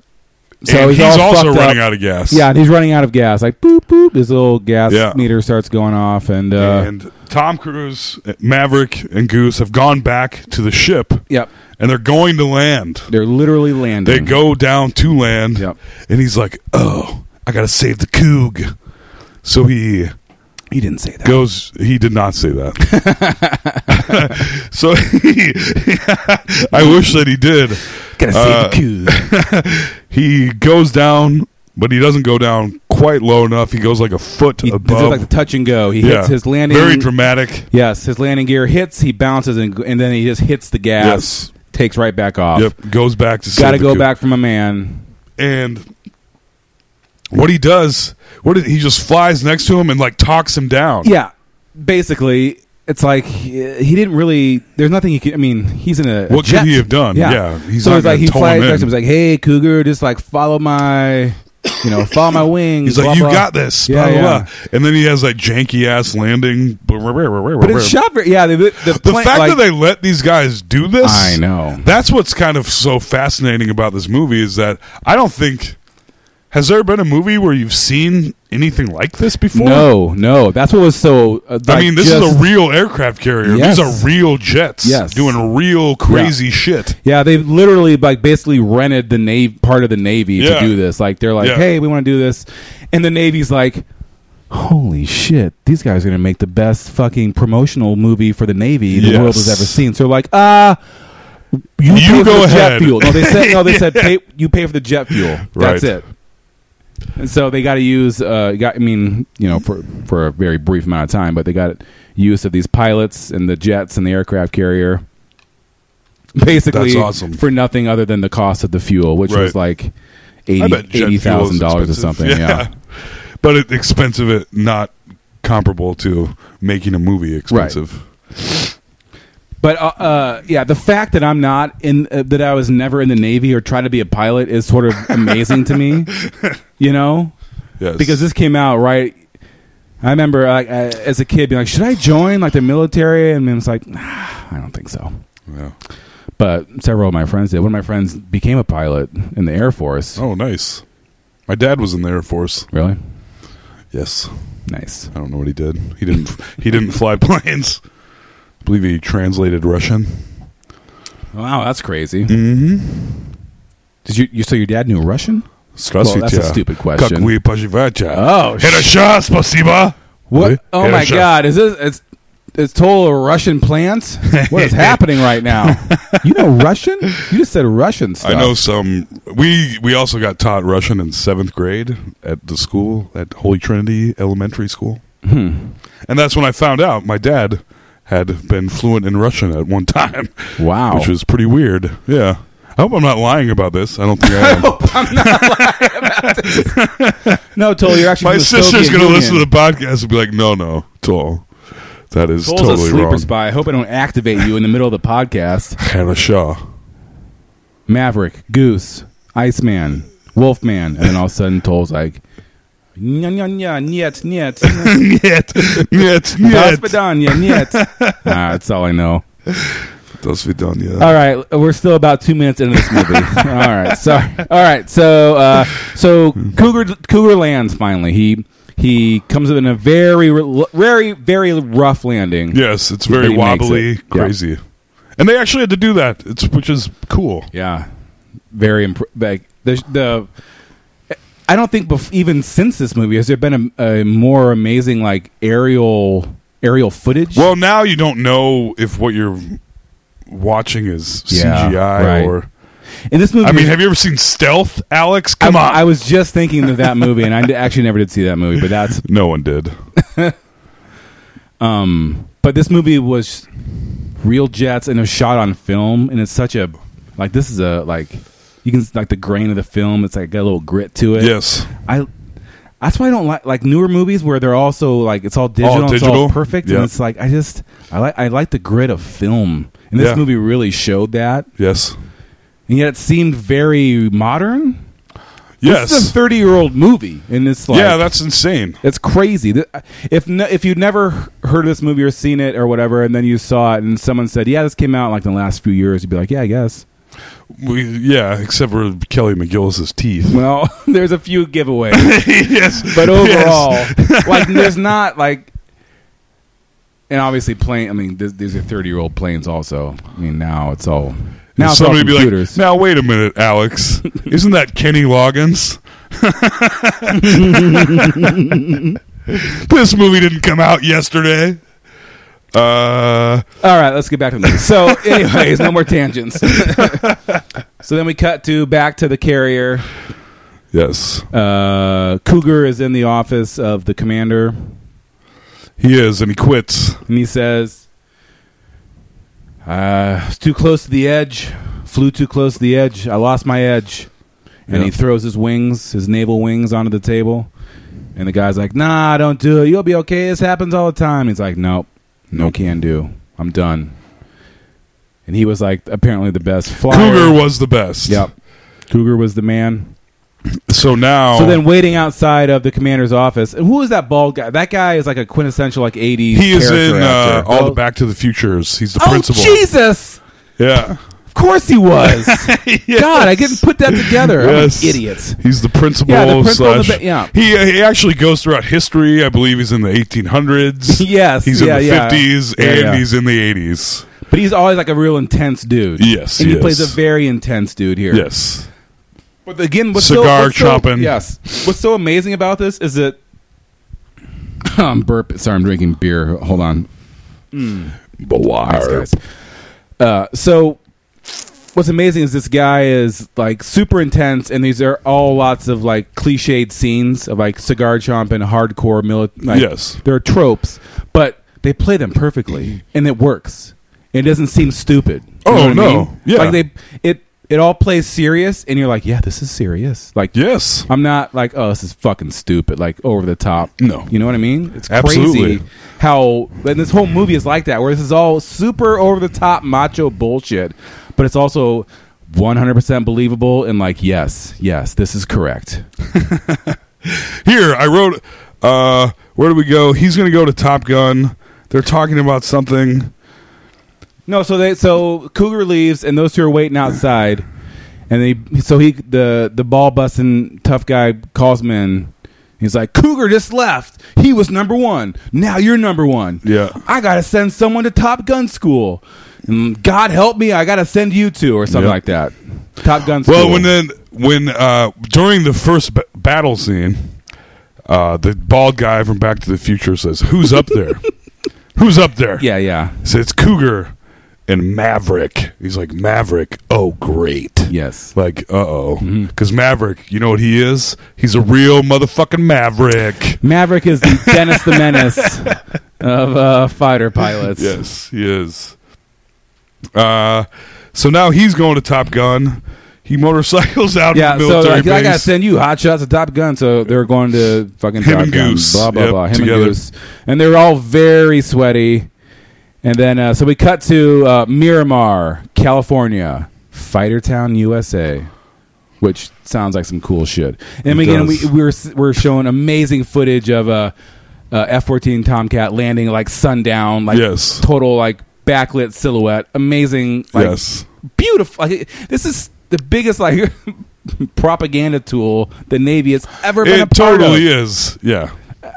S10: and he's,
S11: all
S10: also
S11: fucked
S10: running
S11: up.
S10: out of gas.
S11: Yeah, and he's running out of gas. Like boop boop, his little gas
S10: Yeah.
S11: meter starts going off, and, uh,
S10: and Tom Cruise, Maverick, and Goose have gone back to the ship,
S11: yep,
S10: and they're going to land.
S11: they're literally landing.
S10: They go down to land,
S11: Mm. Yep.
S10: and he's like, "Oh, I gotta save the Coog." So he
S11: He didn't say that.
S10: goes. He did not say
S11: *laughs*
S10: that. so *laughs* he, I wish that he did.
S11: Gotta save
S10: uh,
S11: the coup.
S10: He goes down, but he doesn't go down quite low enough. He goes like a foot
S11: He, it's
S10: above.
S11: like the touch and go. He
S10: yeah,
S11: hits his landing.
S10: Very dramatic.
S11: Yes, his landing gear hits. He bounces and, and then he just hits the gas.
S10: Yes.
S11: Takes right back off.
S10: Yep, goes back to. save
S11: Got to
S10: the
S11: go
S10: Coog.
S11: back from a man.
S10: and what he does, what did, he just flies next to him and like talks him down.
S11: Yeah, basically, it's like he he didn't really. There's nothing he could. I mean, he's in a. a
S10: What could
S11: jet.
S10: he have done? Yeah, he's
S11: so
S10: not
S11: it's like
S10: gonna
S11: he
S10: tow him
S11: flies
S10: in.
S11: back to him. He's like, "Hey, Cougar, just like follow my, you know, follow my wings."
S10: He's like,
S11: blah,
S10: you
S11: blah."
S10: got this.
S11: Yeah,
S10: blah, blah,
S11: yeah.
S10: blah. And then he has that janky ass landing.
S11: But it's shot very. Yeah, the, the,
S10: The
S11: plane-
S10: fact
S11: like-
S10: that they let these guys do this,
S11: I know.
S10: That's what's kind of so fascinating about this movie is that I don't think has there been a movie where you've seen anything like this before.
S11: No, no, that's what was so. Uh,
S10: I
S11: like,
S10: mean, this
S11: just-
S10: is a real aircraft carrier.
S11: Yes.
S10: These are real jets
S11: Yes.
S10: doing real crazy shit.
S11: Yeah, they literally like basically rented the navy part of the navy to
S10: Yeah.
S11: do this. Like they're like,
S10: Yeah.
S11: "Hey, we want to do this," and the navy's like, "Holy shit, these guys are gonna make the best fucking promotional movie for the navy the world has
S10: Yes.
S11: ever seen." So they're like, "Ah." You,
S10: You
S11: pay
S10: go
S11: for the jet
S10: ahead." *laughs*
S11: fuel. No, they said no. They said pay, you pay for the jet fuel. That's
S10: Right.
S11: it. And so they got to use. Uh, got I mean, you know, for for a very brief amount of time, but they got use of these pilots and the jets and the aircraft carrier basically
S10: That's awesome.
S11: for nothing other than the cost of the fuel, which was
S10: Right.
S11: like
S10: I bet jet
S11: eighty
S10: fuel
S11: thousand
S10: is
S11: dollars or
S10: expensive.
S11: something. Yeah.
S10: but it, expensive, it not comparable to making a movie expensive.
S11: But uh, uh, yeah, the fact that I'm not in uh, that I was never in the Navy or tried to be a pilot is sort of amazing to me.
S10: *laughs*
S11: You know,
S10: Yes,
S11: because this came out right. I remember uh, as a kid being like, "Should I join like the military?" And I was like, "Nah, "I don't think so."
S10: Yeah.
S11: But several of my friends did. One of my friends became a pilot in the Air Force.
S10: Oh, nice. My dad was in the Air Force.
S11: Really?
S10: Yes,
S11: Nice.
S10: I don't know what he did. He didn't. he didn't fly *laughs* planes. I believe he translated Russian.
S11: Wow, that's crazy. Mm-hmm. Did you, you? So your dad knew Russian?
S10: Здравствуйте.
S11: that's a stupid question.
S10: Как вы поживаете?
S11: Oh, sh-
S10: Хорошо, спасибо. Really?
S11: What? Oh my
S10: Хорошо.
S11: God! Is this it's it's total Russian
S10: *laughs*
S11: plants? What is happening right now? You know Russian? You just said Russian stuff.
S10: *laughs* I know some. We we also got taught Russian in seventh grade at the school at Holy Trinity Elementary School,
S11: Hmm.
S10: and that's when I found out my dad had been fluent in Russian at one *laughs* time.
S11: Wow.
S10: which was pretty weird. Yeah, I hope I'm not lying about this. I don't think I am.
S11: No, Toll, you're actually
S10: my
S11: from the
S10: sister's
S11: Soviet
S10: gonna
S11: Union.
S10: listen to the podcast and be like, "No, no, Toll, that is
S11: Toll's a
S10: totally
S11: sleeper
S10: wrong."
S11: spy. I hope I don't activate you in the middle of the podcast. *laughs*
S10: Хорошо.
S11: Maverick, Goose, Iceman, Wolfman, and then all of a sudden Toll's like, "Nya nya nya, niet niet,
S10: нет, *laughs* нет,
S11: Das
S10: нет.
S11: bedanya,
S10: *laughs*
S11: niet." Ah, that's all I know.
S10: До свидания.
S11: All right, we're still about two minutes into this *laughs* movie. all right, so all right, so uh, so Cougar Cougar lands finally. He he comes up in a very r- very very rough landing.
S10: Yes, it's
S11: But
S10: very
S11: he makes
S10: wobbly,
S11: it. Yeah.
S10: crazy, and they actually had to do that, it's, which is cool.
S11: Yeah, very impr- like the the. I don't think bef- even since this movie has there been a, a more amazing like aerial aerial footage.
S10: Well, now you don't know if what you're watching is
S11: Yeah,
S10: CGI
S11: right.
S10: or.
S11: in this movie,
S10: I mean, have you ever seen Stealth, Alex?
S11: I-
S10: Come on,
S11: I was just thinking of that movie, and I d- actually never did see that movie, but that's
S10: no one
S11: *laughs*
S10: did.
S11: Um, but this movie was real jets and it was shot on film, and it's such a like this is a like you can like the grain of the film. It's like got a little grit to it.
S10: yes,
S11: I. That's why I don't like like newer movies where they're also like it's all digital, and it's all
S10: digital?
S11: perfect,
S10: Yeah.
S11: and it's like I just I like I like the grit of film, and this
S10: Yeah.
S11: movie really showed that,
S10: yes,
S11: and yet it seemed very modern.
S10: yes.
S11: This is a thirty year old movie, and it's like
S10: yeah, that's insane.
S11: it's crazy. Th- If no, if you'd never heard of this movie or seen it or whatever, and then you saw it and someone said, "Yeah, this came out like in the last few years," you'd be like, "Yeah, I guess."
S10: We, yeah, except for Kelly McGillis's teeth.
S11: Well, *laughs* there's a few giveaways,
S10: *laughs* yes,
S11: but overall,
S10: *laughs* Yes.
S11: like there's not like, and obviously plane. I mean, th- these are thirty year old planes. Also, I mean, now it's all now it's all
S10: somebody be
S11: computers.
S10: like, now wait a
S11: *laughs*
S10: minute, Alex, isn't that Kenny Loggins? this movie didn't come out yesterday. Uh,
S11: All right, let's get back to the movie.
S10: *laughs*
S11: So, anyways, no more tangents. so then we cut to back to the carrier.
S10: yes,
S11: Uh, Cougar is in the office of the commander,
S10: he is, and he quits.
S11: and he E says, uh, "It's too close to the edge. Flew too close to the edge. I lost my edge." And he
S10: Yeah.
S11: throws his wings, his naval wings, onto the table. And the guy's like, "Nah, don't do it. You'll be okay. This happens all the time." He's like, "Nope, no can do. I'm done." And he was like, apparently the best flyer.
S10: Cougar was the best.
S11: Yep. Cougar was the man.
S10: So now,
S11: So then, waiting outside of the commander's office, and who is that bald guy? That guy is like a quintessential like '80s.
S10: he is
S11: character
S10: in uh,
S11: actor.
S10: all
S11: Oh,
S10: the Back to the Futures. He's the
S11: Oh
S10: principal.
S11: Jesus!
S10: Yeah.
S11: Of course he
S10: *laughs*
S11: was. God, I didn't put that together.
S10: Yes.
S11: I'm an idiot.
S10: He's the principal.
S11: Yeah, the principal of the
S10: slash,
S11: ba- yeah.
S10: He he actually goes throughout history. I believe he's in the 1800s.
S11: *laughs* Yes,
S10: He's
S11: yeah,
S10: in the
S11: yeah.
S10: 50s
S11: Yeah,
S10: and
S11: yeah.
S10: he's in the 80s.
S11: But he's always like a real intense dude.
S10: Yes,
S11: and he
S10: yes.
S11: plays a very intense dude here.
S10: Yes.
S11: But again, what's so,
S10: Cigar
S11: what's
S10: chomping.
S11: So, yes. What's so amazing about this is that. *coughs* I'm burp. Sorry, I'm drinking beer. Hold on. Thanks,
S10: Blar.
S11: guys. Uh, so what's amazing is this guy is like super intense, and these are all lots of like cliched scenes of like cigar chomping, hardcore military. Like,
S10: Yes.
S11: there are tropes, but they play them perfectly, and it works. It doesn't seem stupid. You know
S10: Oh,
S11: what I
S10: no.
S11: mean?
S10: Yeah.
S11: like they it it all plays serious, and you're like, yeah, this is serious. Like,
S10: Yes.
S11: I'm not like, oh, this is fucking stupid, like over the top.
S10: No.
S11: you know what I mean? It's
S10: Absolutely.
S11: crazy how and this whole movie is like that, where this is all super over the top macho bullshit, but it's also 100 percent believable and like, yes, yes, this is correct.
S10: Here, I wrote. Uh, where do we go? He's going to go to Top Gun. They're talking about something.
S11: No, so they so Cougar leaves, and those two are waiting outside, and they so he the the ball busting tough guy calls him in. He's like, Cougar just left. He was number one. Now you're number one.
S10: Yeah.
S11: I gotta send someone to Top Gun school. Mm, God help me, I gotta send you two or something
S10: Yep.
S11: like that. Top Gun school.
S10: Well, when then when uh, during the first b- battle scene, uh, the bald guy from Back to the Future says, "Who's up
S11: *laughs*
S10: there? Who's up there?"
S11: yeah, yeah,
S10: So it's Cougar and Maverick. He's like, Maverick, oh, great.
S11: yes.
S10: Like, uh oh.
S11: Mm-hmm.
S10: Because Maverick, you know what he is? He's a real motherfucking Maverick.
S11: Maverick is the Dennis the
S10: *laughs*
S11: Menace of uh, fighter pilots.
S10: Yes, he is. Uh, so now he's going to Top Gun. He motorcycles out
S11: Yeah,
S10: of the
S11: so
S10: military
S11: like, I gotta
S10: base.
S11: send you hot shots of Top Gun. So they're going to fucking
S10: Him
S11: Top
S10: and
S11: Gun,
S10: Goose.
S11: blah blah
S10: Yep,
S11: blah. Him
S10: together.
S11: and Goose, and they're all very sweaty. And then uh, so we cut to uh, Miramar, California, Fighter Town, USA, which sounds like some cool shit. And
S10: It
S11: again,
S10: does.
S11: we we're we're showing amazing footage of a F fourteen Tomcat landing like sundown, like
S10: Yes.
S11: total like backlit silhouette, amazing, like,
S10: yes.
S11: beautiful. Like, this is the biggest like *laughs* propaganda tool the Navy has ever been a
S10: It
S11: part
S10: totally
S11: of.
S10: is. Yeah.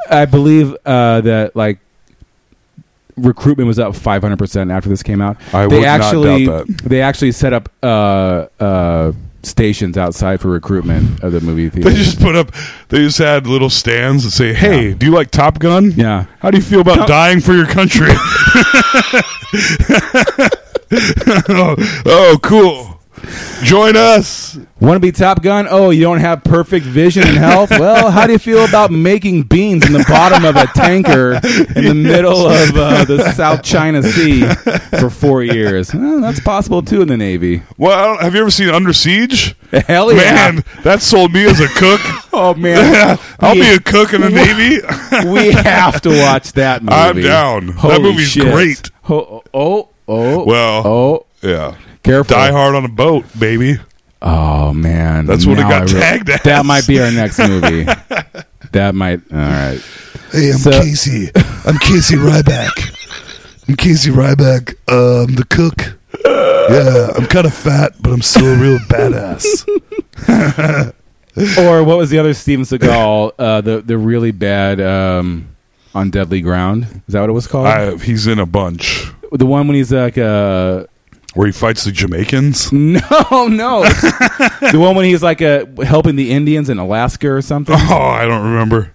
S11: I believe uh, that like recruitment was up 500 percent after this came out.
S10: I
S11: they
S10: would not
S11: actually
S10: doubt that.
S11: they actually set up uh, uh, stations outside for recruitment of the movie theater.
S10: They just put up, they just had little stands that say, hey, do you like Top Gun?
S11: yeah.
S10: How do you feel about dying for your country? *laughs* oh, oh, cool. Join us.
S11: Want to be Top Gun? Oh, you don't have perfect vision and
S10: *laughs*
S11: health? Well, how do you feel about making beans in the bottom of a tanker in the middle of uh, the South China Sea for four years? Well, that's possible too in the Navy.
S10: Well, I don't, have you ever seen Under Siege?
S11: Hell yeah.
S10: Man, that sold me as a cook.
S11: Oh, man.
S10: *laughs* I'll
S11: we,
S10: be a cook in the Navy.
S11: *laughs*
S10: *laughs*
S11: we have to watch that movie.
S10: I'm down. That
S11: Holy
S10: movie's
S11: shit.
S10: great.
S11: Oh, oh, oh.
S10: Well.
S11: Oh,
S10: yeah.
S11: careful.
S10: Die Hard on a boat, baby.
S11: Oh man,
S10: That's what it
S11: Now
S10: got
S11: I re-
S10: tagged as.
S11: That might be our next
S10: *laughs*
S11: movie. that might. All right.
S10: Hey, I'm
S11: So-
S10: Casey. I'm Casey Ryback. I'm Casey Ryback. Uh, I'm the cook. Yeah, I'm kind of fat, but I'm still a real badass.
S11: Or what was the other Steven Seagal? Uh, the the really bad um, on Deadly Ground. Is that what it was called?
S10: I, he's in a bunch
S11: the one when he's like, uh, *laughs*
S10: where he fights the Jamaicans. *laughs*
S11: no, no. It's- the one when he's like uh, helping the Indians in Alaska or
S10: *laughs*
S11: something,
S10: Oh, I don't remember.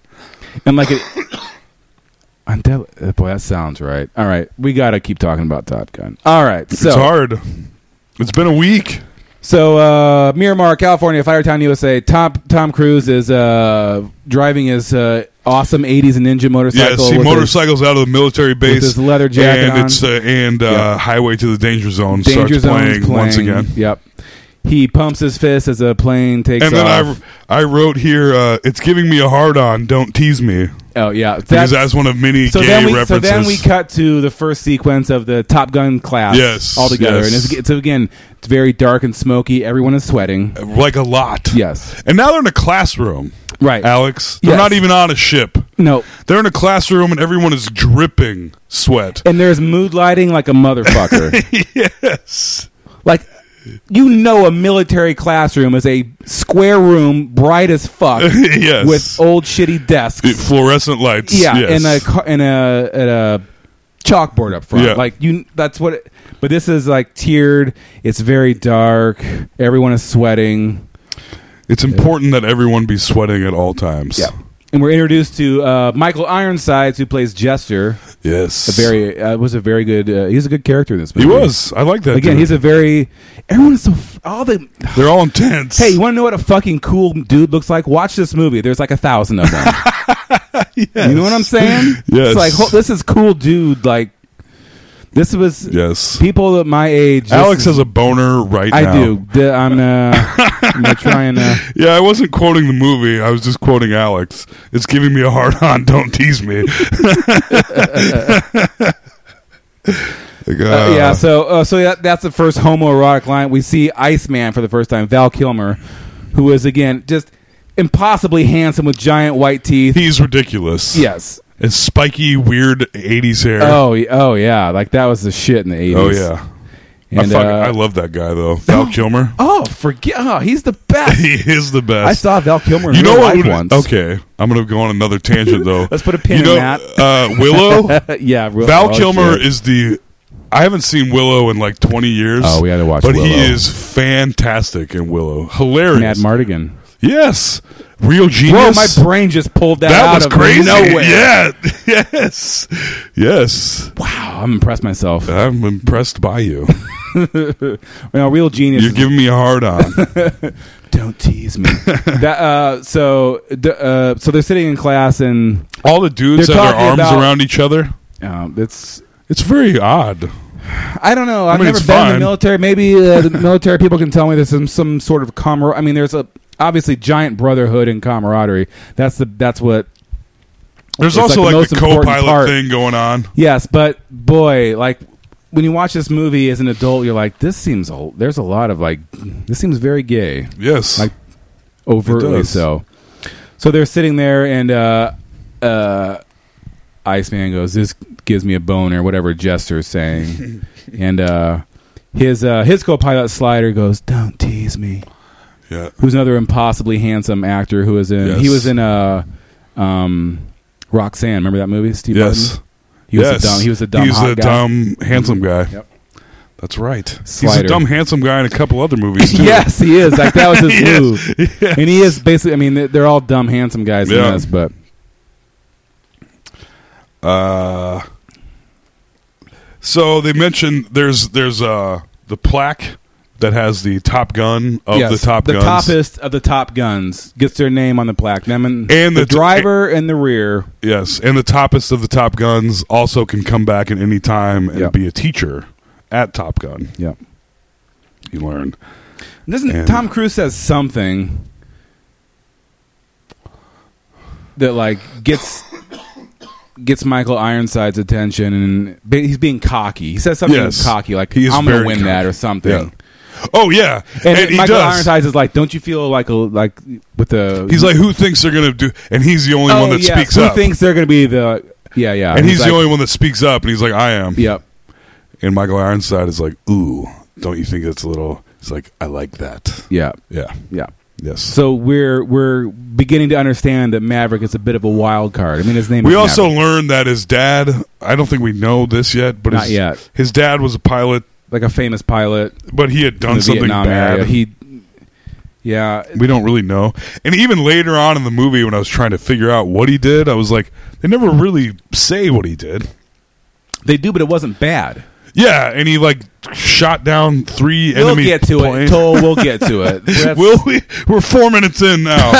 S11: and like it. On Deadly, uh, boy, that sounds right. All right, we gotta keep talking about Top Gun. All right, so
S10: it's hard. It's been a week.
S11: So uh, Miramar, California, Firetown, USA. Tom Tom Cruise is uh, driving his uh, awesome '80s ninja motorcycle.
S10: yeah, see,
S11: with his
S10: motorcycles out of the military base.
S11: his leather jacket
S10: and
S11: on.
S10: it's uh, and uh,
S11: Yeah.
S10: Highway to the Danger Zone
S11: danger
S10: starts
S11: zone's
S10: playing, once
S11: playing.
S10: again.
S11: Yep. He pumps his fist as a plane takes
S10: And then
S11: off.
S10: I, I wrote here, uh, it's giving me a hard on. Don't tease me
S11: oh yeah,
S10: because that's one of many
S11: so
S10: gay
S11: then we
S10: references.
S11: so then we cut to the first sequence of the Top Gun class.
S10: Yes,
S11: all together,
S10: yes.
S11: and it's, it's again it's very dark and smoky. Everyone is sweating.
S10: like a lot.
S11: Yes,
S10: And now they're in a classroom,
S11: right.
S10: Alex. They're
S11: Yes.
S10: not even on a ship.
S11: No,
S10: They're in a classroom and everyone is dripping sweat.
S11: and there's mood lighting like a motherfucker.
S10: *laughs* yes.
S11: Like, you know, a military classroom is a square room, bright as fuck,
S10: *laughs* yes.
S11: with old shitty desks.
S10: It- fluorescent lights.
S11: yeah,
S10: Yes.
S11: and a ca- and a, and a chalkboard up front.
S10: Yeah.
S11: Like you, that's what. It, but this is like tiered. It's very dark. Everyone is sweating.
S10: it's important that everyone be sweating at all times.
S11: And we're introduced to uh, Michael Ironsides, who plays Jester.
S10: Yes.
S11: A very uh, was a very good. Uh, he's a good character in this
S10: He
S11: movie.
S10: was. I like that.
S11: Again,
S10: dude.
S11: he's a very. Everyone is so. f- All the
S10: They're all intense.
S11: Hey, you want to know what a fucking cool dude looks like? Watch this movie. There's like a thousand of
S10: *laughs*
S11: them. You know what I'm saying? It's
S10: Yes.
S11: like ho- this is cool dude. Like This was
S10: Yes.
S11: people at my age. this
S10: Alex
S11: is-
S10: has a boner right
S11: I
S10: now.
S11: do. D- I'm uh,
S10: *laughs*
S11: I'm gonna try and uh,
S10: Yeah, I wasn't quoting the movie. I was just quoting Alex. It's giving me a hard on. *laughs* Don't
S11: *laughs*
S10: tease me. Like,
S11: Uh,
S10: uh,
S11: yeah, so uh, so that, that's the first homoerotic line. We see Iceman for the first time, Val Kilmer, who is again just impossibly handsome with giant white teeth.
S10: he's ridiculous.
S11: yes.
S10: and spiky, weird '80s hair.
S11: Oh, y- oh yeah, like that was the shit in the eighties.
S10: Oh, yeah.
S11: and,
S10: I, fuck,
S11: uh,
S10: I love that
S11: *laughs*
S10: guy though, Val Kilmer.
S11: oh forget. Oh, he's the best.
S10: *laughs* he is the best.
S11: I saw Val Kilmer. In
S10: you know
S11: real
S10: what?
S11: life
S10: would-
S11: once.
S10: Okay, I'm gonna go on another tangent though.
S11: *laughs* Let's put a pin
S10: you
S11: in
S10: know,
S11: that.
S10: Uh,
S11: *laughs*
S10: Willow.
S11: yeah, real,
S10: Val
S11: oh,
S10: Kilmer
S11: shit.
S10: is the. I haven't seen Willow in like 20 years.
S11: Oh, we had to watch
S10: But he
S11: Willow.
S10: is fantastic in Willow. Hilarious.
S11: Mad Mardigan.
S10: Yes. Real
S11: Whoa,
S10: genius.
S11: my brain just pulled that,
S10: that
S11: out
S10: was
S11: of
S10: crazy.
S11: nowhere.
S10: Yeah. *laughs* Yes. Yes.
S11: Wow, I'm impressed myself.
S10: I'm impressed by you.
S11: Now, real genius.
S10: You're
S11: is-
S10: giving me a hard on.
S11: *laughs* Don't tease
S10: *laughs*
S11: me. that uh, so d- uh, so they're sitting in class and
S10: All the dudes
S11: They're
S10: have their
S11: talking
S10: arms
S11: about-
S10: around each other.
S11: um, it's
S10: It's very odd.
S11: I don't know. I've
S10: mean,
S11: never
S10: it's
S11: been in
S10: fine.
S11: the military. Maybe uh,
S10: *laughs*
S11: the military people can tell me there's some, some sort of camar. I mean, there's a obviously giant brotherhood and camaraderie. That's the that's what.
S10: There's
S11: It's
S10: also
S11: like
S10: like,
S11: the
S10: the
S11: most important
S10: co-pilot
S11: part.
S10: thing going on.
S11: Yes, but boy, like when you watch this movie as an adult, you're like, this seems a, there's a lot of like this seems very gay.
S10: Yes.
S11: Like- overtly
S10: does.
S11: so. So they're sitting there, and uh, uh, Iceman goes, "This gives me a bone," or whatever Jester's
S10: *laughs*
S11: saying, and uh, his uh, his co-pilot Slider goes, "Don't tease me."
S10: yeah.
S11: Who's another impossibly handsome actor who was in? He
S10: Yes.
S11: was in uh, um, Roxanne. Remember that movie? Steve
S10: Yes.
S11: Martin? He was
S10: yes.
S11: a dumb. He was a dumb.
S10: He's
S11: hot
S10: a
S11: guy. *laughs* Mm-hmm.
S10: dumb, handsome guy.
S11: Yep.
S10: That's right. He's a
S11: Slider.
S10: dumb, handsome guy in a couple other movies too.
S11: Yes, he is. Like that was his
S10: *laughs* Yes,
S11: move,
S10: yes.
S11: and he is basically. I mean, they're- they're all dumb, handsome guys
S10: Yeah.
S11: in this, but
S10: Uh, so they mentioned there's there's uh the plaque that has the Top Gun of
S11: Yes,
S10: the Top
S11: the
S10: Guns.
S11: toppest of the top guns gets their name on the plaque. Them and,
S10: And
S11: the,
S10: the t-
S11: driver in the rear.
S10: yes, and the toppest of the Top Guns also can come back at any time and
S11: Yeah.
S10: be a teacher at Top Gun.
S11: Yeah.
S10: You learn.
S11: Doesn't
S10: And-
S11: Tom Cruise says something that like gets gets Michael Ironside's attention, and but he's being cocky. He says something
S10: Yes.
S11: cocky, like
S10: He is
S11: I'm gonna
S10: very
S11: win
S10: cocky.
S11: that or something.
S10: Yeah. Oh yeah,
S11: And,
S10: he
S11: Michael
S10: does.
S11: Ironsides is like, "Don't you feel like a like with the
S10: He's like, who thinks they're gonna do? And he's the only one
S11: oh,
S10: that
S11: yes,
S10: speaks
S11: who
S10: up.
S11: thinks they're gonna be the yeah yeah?"
S10: and he's,
S11: like,
S10: the only one that speaks up. And he's like, I am.
S11: Yep.
S10: And Michael Ironside is like, ooh, don't you think that's a little? He's like, I like that.
S11: Yeah.
S10: Yeah.
S11: Yeah.
S10: Yes.
S11: So we're we're beginning to understand that Maverick is a bit of a wild card. I mean, his name.
S10: we
S11: is
S10: also
S11: Maverick.
S10: learned that his dad. I don't think we know this yet, but
S11: Not
S10: his,
S11: yet.
S10: his dad was a pilot,
S11: like a famous pilot
S10: but he had
S11: in
S10: done
S11: the
S10: something
S11: Vietnam
S10: bad.
S11: area. He, yeah,
S10: we don't really know. And even later on in the movie, when I was trying to figure out what he did, I was like, they never really say what he did.
S11: they do, but it wasn't bad.
S10: Yeah, and he like shot down three
S11: We'll
S10: enemy
S11: get to it.
S10: planes.
S11: Toll, we'll get to
S10: *laughs*
S11: it. That's-
S10: Will we? We're four minutes
S11: *laughs*
S10: in now.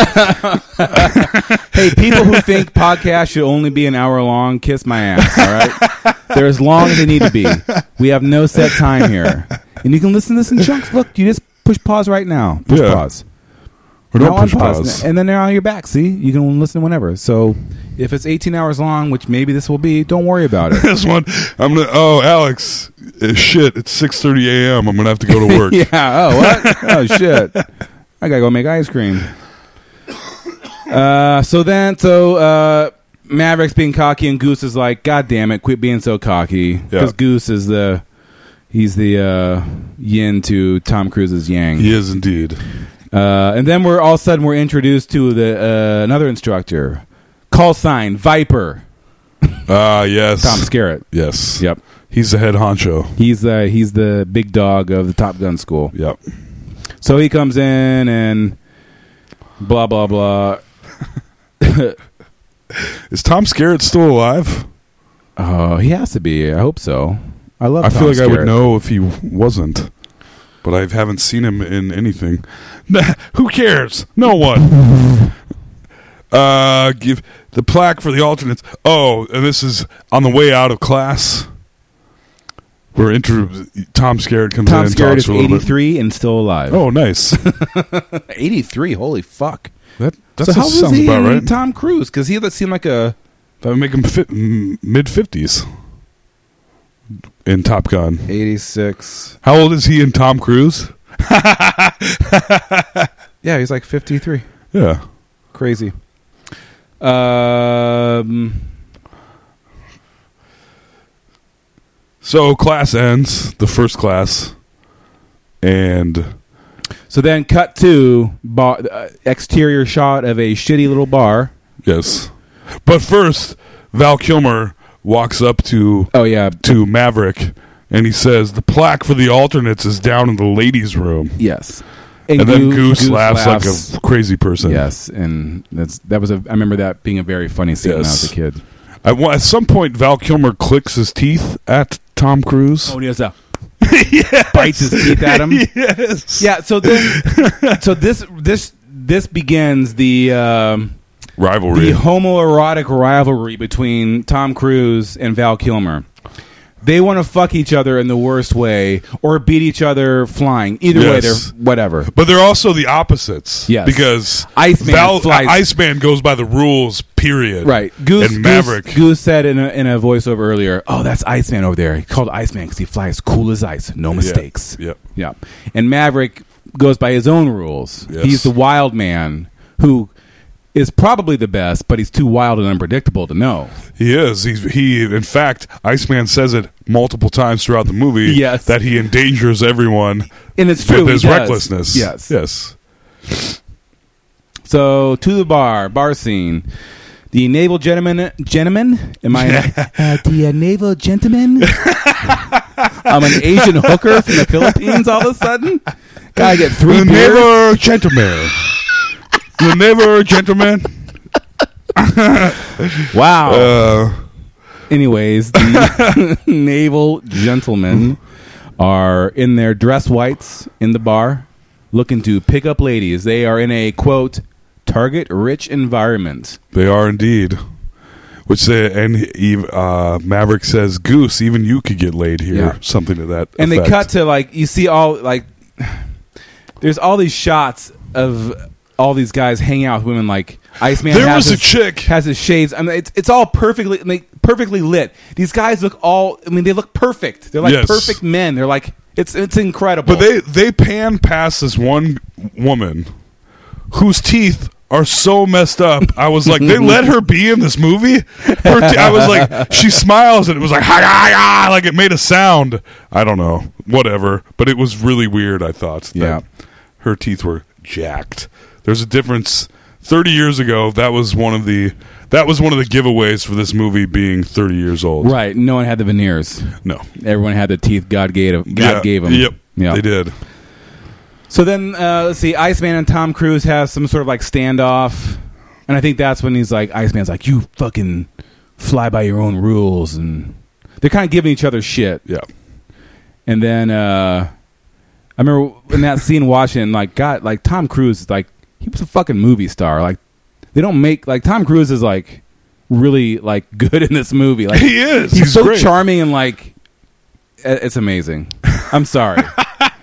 S11: hey, people who think podcasts should only be an hour long, kiss my ass. All right, they're as long as they need to be. We have no set time here, and you can listen to this in chunks. Look, you just push pause right now. Push
S10: Yeah.
S11: pause.
S10: Or
S11: Now
S10: don't
S11: on
S10: push
S11: pause.
S10: pause.
S11: And then they're on your back. See, you can listen whenever. So if it's 18 hours long, which maybe this will be, don't worry about
S10: *laughs*
S11: it.
S10: this one, I'm gonna. Oh, Alex, eh, shit! It's 6:30 a.m. I'm gonna have to go to
S11: *laughs*
S10: work.
S11: yeah. Oh, what? *laughs* oh, shit. I gotta go make ice cream. *coughs* Uh, so then, so uh, Maverick's being cocky, and Goose is like, "God damn it, quit being so cocky." Because
S10: Yeah.
S11: Goose is the he's the uh, yin to Tom Cruise's yang.
S10: He is indeed.
S11: Uh, and then we're all of a sudden we're introduced to the uh, another instructor, call sign Viper.
S10: Ah, yes.
S11: Tom Skerritt.
S10: Yes.
S11: Yep.
S10: He's the head honcho.
S11: He's the he's the big dog of the Top Gun school.
S10: Yep.
S11: So he comes in and blah blah blah.
S10: Is Tom Skerritt still alive?
S11: Oh, he has to be. I hope so. I love.
S10: I
S11: Tom
S10: feel like I would
S11: Skerritt.
S10: know if he wasn't, but I haven't seen him in anything. *laughs* Nah, Who cares? No one.
S11: *laughs*
S10: Uh, give the plaque for the alternates. Oh, and this is on the way out of class. Where intro Tom Skerritt comes
S11: Tom
S10: in and
S11: Skerritt
S10: talks
S11: is
S10: for a little bit.
S11: 83 and still alive.
S10: Oh, nice. *laughs*
S11: 83. Holy fuck.
S10: That that
S11: so how was
S10: sounds
S11: he
S10: about
S11: and
S10: right.
S11: Tom Cruise? Because he that seemed like a
S10: That would make him fit mid fifties in Top Gun.
S11: 86.
S10: How old is he in Tom Cruise?
S11: Yeah, he's like 53.
S10: Yeah,
S11: Crazy. Um,
S10: So class ends, the first class, and
S11: so then cut to bar, uh, exterior shot of a shitty little bar.
S10: yes. But first, Val Kilmer walks up to
S11: Oh yeah,
S10: to Maverick and he says, The plaque for the alternates is down in the ladies' room.
S11: yes.
S10: And then
S11: Goo-
S10: Goose, laughs, like a crazy person.
S11: yes, and that's that was a. I remember that being a very funny scene when I was
S10: Yes.
S11: a kid.
S10: At, one- at some point, Val Kilmer clicks his teeth at Tom Cruise.
S11: he
S10: *laughs*
S11: does that. Bites his teeth at him.
S10: yes.
S11: Yeah. So
S10: *laughs*
S11: then, so this this this begins the um, the
S10: Rivalry.
S11: homoerotic rivalry between Tom Cruise and Val Kilmer. They want to fuck each other in the worst way, or beat each other flying. Either way,
S10: Yes.
S11: they're whatever.
S10: But they're also the opposites.
S11: Yes.
S10: Because
S11: Iceman flies-
S10: Iceman goes by the rules, period.
S11: Right, Goose.
S10: and Maverick.
S11: Goose, Goose said in a, in a voiceover earlier, "Oh, that's Iceman over there. He called Iceman because he flies cool as ice, no mistakes."
S10: Yep.
S11: Yeah. And Maverick goes by his own rules.
S10: Yes.
S11: He's the wild man who is probably the best, but he's too wild and unpredictable to know.
S10: He is. He's, he, in fact, Iceman says it multiple times throughout the movie
S11: Yes.
S10: that he endangers everyone
S11: And it's true.
S10: with
S11: he
S10: his
S11: does.
S10: recklessness.
S11: Yes.
S10: Yes.
S11: So to the bar, bar scene. The naval gentleman, gentleman. Am *laughs* I uh, the uh, naval gentleman? I'm an Asian hooker from the Philippines. All of a sudden, gotta get three
S10: The
S11: beers.
S10: neighbor gentleman. the neighbor
S11: *laughs*
S10: gentleman.
S11: Wow.
S10: Uh,
S11: Anyways, *laughs* the naval gentlemen are in their dress whites in the bar looking to pick up ladies. They are in a quote target rich environment.
S10: they are indeed. Which they, and he, uh, Maverick says, "Goose, even you could get laid here."
S11: Yeah.
S10: Something to that.
S11: And they
S10: effect.
S11: cut to like you see all like *sighs* there's all these shots of all these guys hanging out with women like Iceman
S10: There
S11: has
S10: was a
S11: his-
S10: chick.
S11: has his shades. I mean it's it's all perfectly like, perfectly lit. These guys look all I mean they look perfect. They're like
S10: Yes.
S11: perfect men. They're like it's it's incredible.
S10: But they they pan past this one woman whose teeth are so messed up. I was like, they let her be in this movie. Her te- I was like, she smiles and it was like, hi, hi, hi, like it made a sound. I don't know, whatever. But it was really weird. I thought. that
S11: Yeah.
S10: her teeth were jacked. There's a difference. Thirty years ago, that was one of the that was one of the giveaways for this movie being thirty years old.
S11: Right. No one had the veneers.
S10: No.
S11: Everyone had the teeth God gave. God
S10: Yeah.
S11: gave them.
S10: Yep.
S11: Yeah.
S10: They did.
S11: So then, uh, let's see. Iceman and Tom Cruise have some sort of like standoff, and I think that's when he's like, Iceman's like, "You fucking fly by your own rules," and they're kind of giving each other shit.
S10: Yeah.
S11: And then uh, I remember in that scene watching, like, God, like Tom Cruise, is like he was a fucking movie star. Like, they don't make like Tom Cruise is like really like *laughs* good in this movie.
S10: *laughs*
S11: Like,
S10: He is.
S11: he's,
S10: He's
S11: so
S10: great.
S11: charming and like i- it's amazing. I'm sorry. *laughs*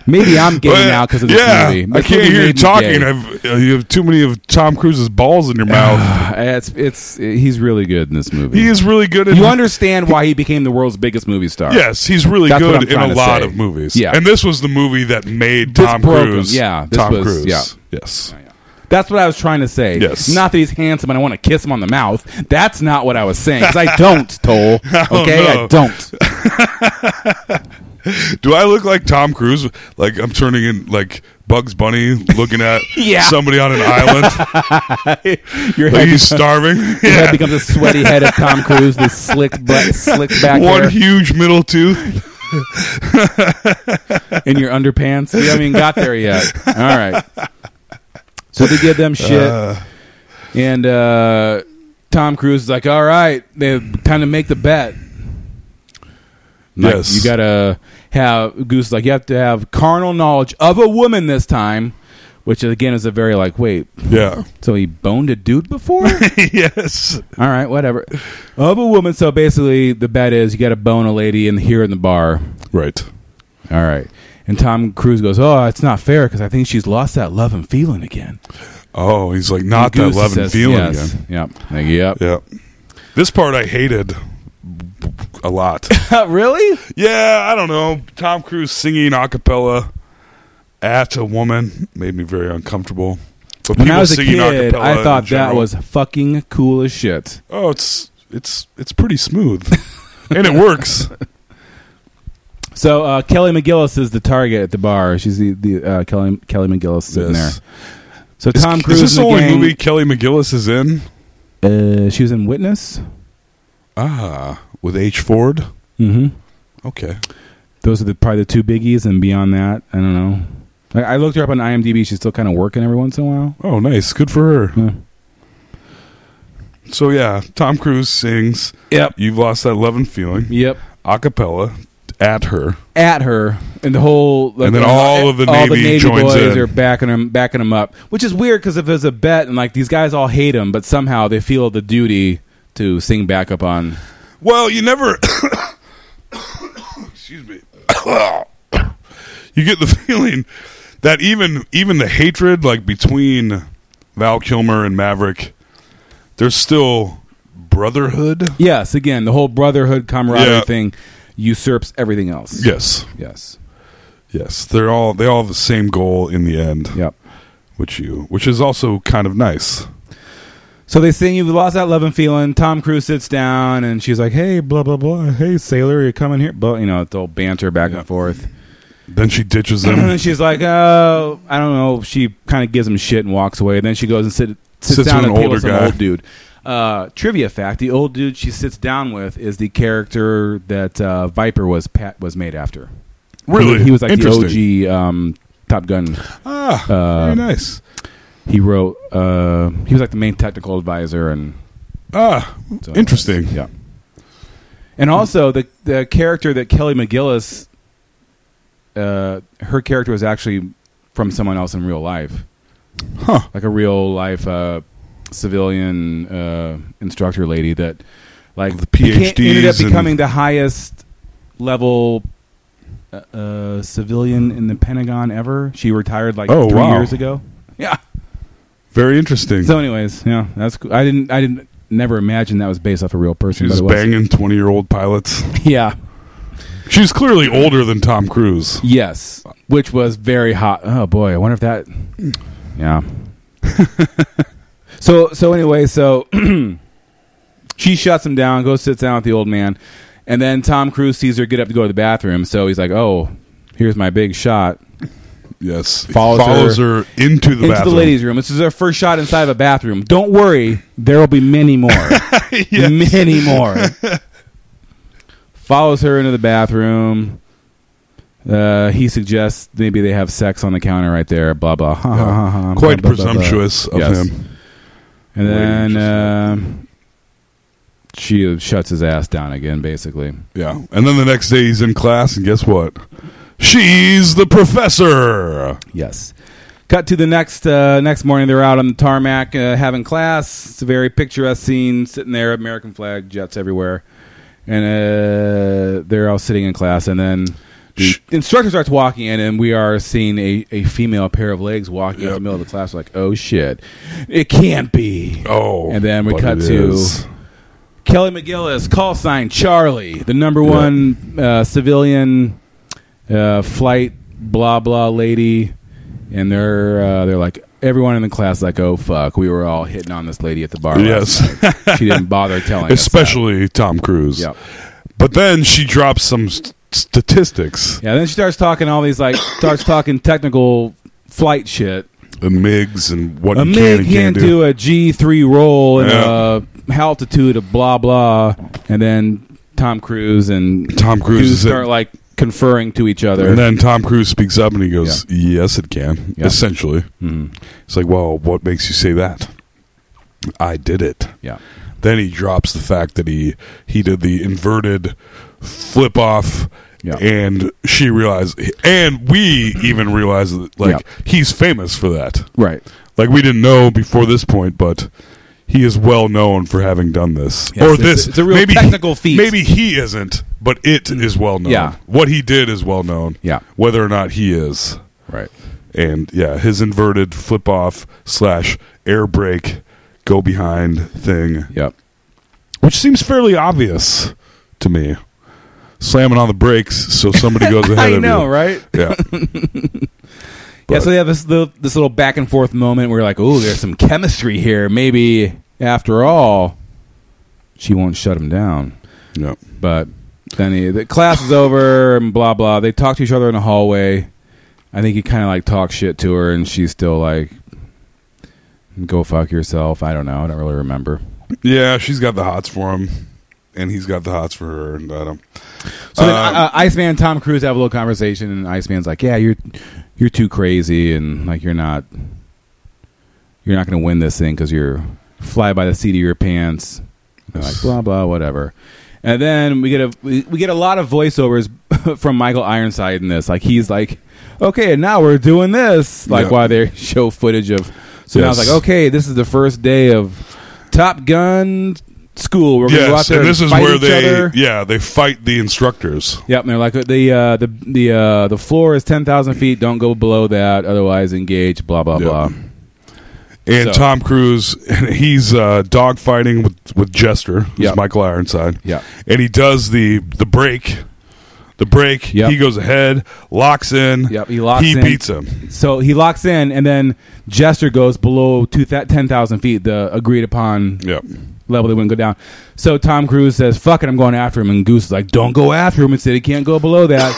S11: Maybe I'm gay
S10: Well,
S11: now because of this
S10: yeah,
S11: movie.
S10: I
S11: This
S10: can't
S11: movie
S10: hear you
S11: made me
S10: talking.
S11: gay.
S10: I've, uh, you have too many of Tom Cruise's balls
S11: *sighs*
S10: in your mouth.
S11: Uh, it's it's he's really good in this movie.
S10: he is really good. In,
S11: you understand why he became the world's biggest movie star?
S10: Yes, he's really
S11: That's what I'm
S10: good in
S11: trying
S10: a
S11: to
S10: lot
S11: say.
S10: of movies.
S11: Yeah.
S10: and this was the movie that made
S11: This
S10: Tom
S11: broke him.
S10: Cruise.
S11: Yeah, this
S10: Tom
S11: was-
S10: Cruise.
S11: yeah.
S10: Yes,
S11: That's what I was trying to say.
S10: Yes.
S11: Not that he's handsome and I want to kiss him on the mouth. That's not what I was saying. Because I
S10: *laughs*
S11: don't, Toll. Okay? I
S10: no.
S11: don't.
S10: Do I look like Tom Cruise? Like I'm turning in like Bugs Bunny, looking at
S11: *laughs* Yeah.
S10: somebody on an island.
S11: *laughs* Your
S10: like
S11: head,
S10: he's starving.
S11: *laughs* your
S10: *laughs*
S11: head becomes a sweaty head of Tom Cruise, this slick, butt, slick back
S10: *laughs* One
S11: hair
S10: huge
S11: *laughs*
S10: middle tooth.
S11: in your underpants. You haven't even got there yet. All right. So they give them shit. and uh, Tom Cruise is like, all right, they time to make the bet. Like,
S10: Yes.
S11: You gotta have Goose is like you have to have carnal knowledge of a woman this time, which again is a very like wait.
S10: Yeah.
S11: So he boned a dude before?
S10: yes.
S11: All right, whatever. Of a woman. So basically, the bet is you got to bone a lady in here in the bar.
S10: Right.
S11: All right. And Tom Cruise goes, "Oh, it's not fair because I think she's lost that love and feeling again."
S10: Oh, he's like not that
S11: Goose
S10: love and
S11: says
S10: feeling
S11: yes.
S10: again.
S11: Yep. Like, yep.
S10: Yeah. This part I hated a lot.
S11: *laughs* really?
S10: *laughs* yeah, I don't know. Tom Cruise singing a cappella at a woman made me very uncomfortable. But
S11: When
S10: people
S11: I was a
S10: singing a
S11: kid,
S10: cappella
S11: I
S10: in
S11: thought that
S10: general-
S11: was fucking cool as shit.
S10: Oh, it's it's it's
S11: *laughs*
S10: pretty smooth. and it works.
S11: So uh, Kelly McGillis is the target at the bar. She's the, the uh, Kelly Kelly McGillis sitting
S10: Yes.
S11: there. So Tom
S10: is,
S11: Cruise
S10: Is this the
S11: and
S10: only
S11: gang-
S10: movie Kelly McGillis is in?
S11: Uh, she was in Witness.
S10: Ah, with H. Ford.
S11: hmm
S10: Okay.
S11: Those are the, probably the two biggies, and beyond that, I don't know. I, I looked her up on IMDb. She's still kind of working every once in a while.
S10: Oh, nice. Good for her.
S11: Yeah.
S10: So yeah, Tom Cruise sings.
S11: Yep.
S10: You've lost that love and feeling.
S11: Yep.
S10: A cappella at her.
S11: At her, and the whole like,
S10: And then all of the Navy joins
S11: boys
S10: in.
S11: are backing him, backing him up, which is weird because if there's a bet and like these guys all hate him, but somehow they feel the duty to sing back up on.
S10: Well, you never. *coughs* excuse me. *coughs* you get the *laughs* feeling that even even the hatred like between Val Kilmer and Maverick, there's still brotherhood.
S11: Yes, again, the whole brotherhood camaraderie
S10: Yeah.
S11: thing usurps everything else.
S10: Yes,
S11: Yes.
S10: yes. They're all they all have the same goal in the end.
S11: Yep.
S10: Which you, which is also kind of nice.
S11: So they sing "You've Lost That Love and Feeling." Tom Cruise sits down, and she's like, "Hey, blah blah blah. Hey, sailor, you're coming here." But you know, it's all banter back
S10: Yeah.
S11: and forth.
S10: Then she ditches
S11: and *coughs* then *clears throat*
S10: him.
S11: she's like, "Oh, I don't know." She kind of gives him shit and walks away. And then she goes and sit, sits,
S10: Sits with
S11: down
S10: an
S11: and tables
S10: older
S11: some
S10: guy.
S11: old dude. Uh, trivia fact: the old dude she sits down with is the character that uh, Viper was Pat was made after.
S10: really,
S11: he, he was like
S10: Interesting.
S11: the OG um, Top Gun.
S10: Ah,
S11: uh,
S10: very nice.
S11: He wrote. Uh, he was like the main technical advisor and.
S10: Ah,
S11: So
S10: interesting.
S11: anyways, yeah. And also the the character that Kelly McGillis, uh, her character was actually from someone else in real life,
S10: Huh.
S11: like a real life uh, civilian uh, instructor lady that, like
S10: The
S11: beca- ended up
S10: PhDs and-
S11: becoming the highest level. uh, Uh, civilian in the Pentagon ever. She retired like
S10: Oh,
S11: three
S10: wow.
S11: years ago. Yeah.
S10: Very interesting.
S11: So, anyways, yeah, that's cool. I didn't, I didn't, never imagine that was based off a real person.
S10: She's
S11: but it was.
S10: banging twenty-year-old pilots.
S11: *laughs* Yeah.
S10: She's clearly older than Tom Cruise.
S11: Yes. Which was very hot. Oh boy, I wonder if that. Yeah. so so anyway, so *clears throat* she shuts him down, goes sits down with the old man, and then Tom Cruise sees her get up to go to the bathroom. So he's like, "Oh, here's my big shot."
S10: Yes,
S11: Follows
S10: her, into the
S11: Into
S10: bathroom.
S11: the ladies' room. This is our first shot inside of a bathroom. Don't worry, there will be many
S10: *laughs*
S11: more. Many more. Follows her into the bathroom. Uh, he suggests maybe they have sex on the counter right there. Blah blah. Ha,
S10: Uh-huh,
S11: ha, ha, ha,
S10: Quite
S11: blah, blah, blah, blah.
S10: presumptuous of
S11: Yes.
S10: him.
S11: And
S10: Way
S11: then
S10: interesting.
S11: um she shuts his ass down again, basically.
S10: Yeah, and then the next day he's in class, and guess what? She's the professor.
S11: Yes. Cut to the next uh, next morning. They're out on the tarmac uh, having class. It's a very picturesque scene. Sitting there, American flag, jets everywhere, and uh, they're all sitting in class. And then the
S10: Shh.
S11: instructor starts walking in, and we are seeing a, a female pair of legs walking in the
S10: Yep.
S11: middle of the class. We're like, oh shit, it can't be.
S10: Oh,
S11: And then we
S10: but
S11: cut
S10: it
S11: to-
S10: is.
S11: Kelly McGillis, call sign Charlie, the number one uh, civilian uh, flight blah blah lady, and they're uh, they're like everyone in the class is like oh fuck we were all hitting on this lady at the bar. last
S10: Yes.
S11: night. she didn't bother telling us.
S10: especially Tom Cruise.
S11: Yep.
S10: But then she drops some st- statistics.
S11: that. yeah. Then she starts talking all these like starts talking technical flight shit.
S10: The MIGs and what
S11: A
S10: you can
S11: MiG
S10: and
S11: can
S10: can't do.
S11: do a G three roll in
S10: Yeah.
S11: a altitude of blah blah, and then Tom Cruise and
S10: Tom Cruise
S11: dudes
S10: is it.
S11: start like conferring to each other.
S10: And then Tom Cruise speaks up and he goes, "Yes, it can."
S11: Yeah. Hmm.
S10: Essentially, it's like, "Well, what makes you say that?" I did it.
S11: Yeah.
S10: Then he drops the fact that he he did the inverted flip off,
S11: Yeah.
S10: and she realized, and we even realized that like he's famous for that.
S11: Right.
S10: Like we didn't know before this point, but he is well known for having done this
S11: Yes,
S10: or
S11: it's-
S10: this.
S11: it's a real
S10: maybe
S11: technical feat.
S10: Maybe he isn't, but it is well known.
S11: Yeah.
S10: What he did is well known.
S11: Yeah.
S10: Whether or not he is.
S11: Right.
S10: And yeah, his inverted flip off slash air brake go behind thing,
S11: Yep.
S10: which seems fairly obvious to me. Slamming on the brakes so somebody
S11: *laughs*
S10: goes ahead
S11: I
S10: of
S11: know,
S10: you.
S11: right?
S10: Yeah.
S11: yeah.
S10: But-
S11: So they have this little, this little back and forth moment where you're like, "Oh, there's some chemistry here. Maybe after all, she won't shut him down."
S10: yeah.
S11: But then he, the class is over and blah blah. They talk to each other in the hallway. I think he kind of like talks shit to her, and she's still like, "Go fuck yourself." I don't know. I don't really remember.
S10: Yeah, she's got the hots for him, and he's got the hots for her, and I don't.
S11: So then,
S10: Um,
S11: uh, Iceman and Tom Cruise have a little conversation, and Iceman's like, "Yeah, you're you're too crazy, and like you're not you're not going to win this thing because you're fly by the seat of your pants." And they're like blah blah whatever, and then we get a we, we get a lot of voiceovers *laughs* from Michael Ironside in this. Like he's like, "Okay, and now we're doing this." Like
S10: Yeah.
S11: while they *laughs* show footage of, so now I was
S10: Yes.
S11: like, "Okay, this is the first day of Top Gun." School. We're gonna go out
S10: Yes,
S11: there
S10: and this is
S11: fight
S10: where
S11: each
S10: they
S11: other.
S10: yeah they fight the instructors.
S11: Yep, and they're like the uh, the the uh, the floor is ten thousand feet. Don't go below that, otherwise engage. Blah blah
S10: Yep.
S11: blah.
S10: And
S11: So-
S10: Tom Cruise, *laughs* and he's uh, dogfighting with with Jester, who's
S11: Yep.
S10: Michael Ironside.
S11: Yep.
S10: and he does the the break, the break.
S11: Yep.
S10: He goes ahead, locks in.
S11: Yep, he locks in.
S10: beats him.
S11: So he locks in, and then Jester goes below two th- ten thousand feet, the agreed upon
S10: Yep.
S11: level they wouldn't go down. So Tom Cruise says, "Fuck it, I'm going after him." And Goose is like, "Don't go after him." Instead, he can't go below that.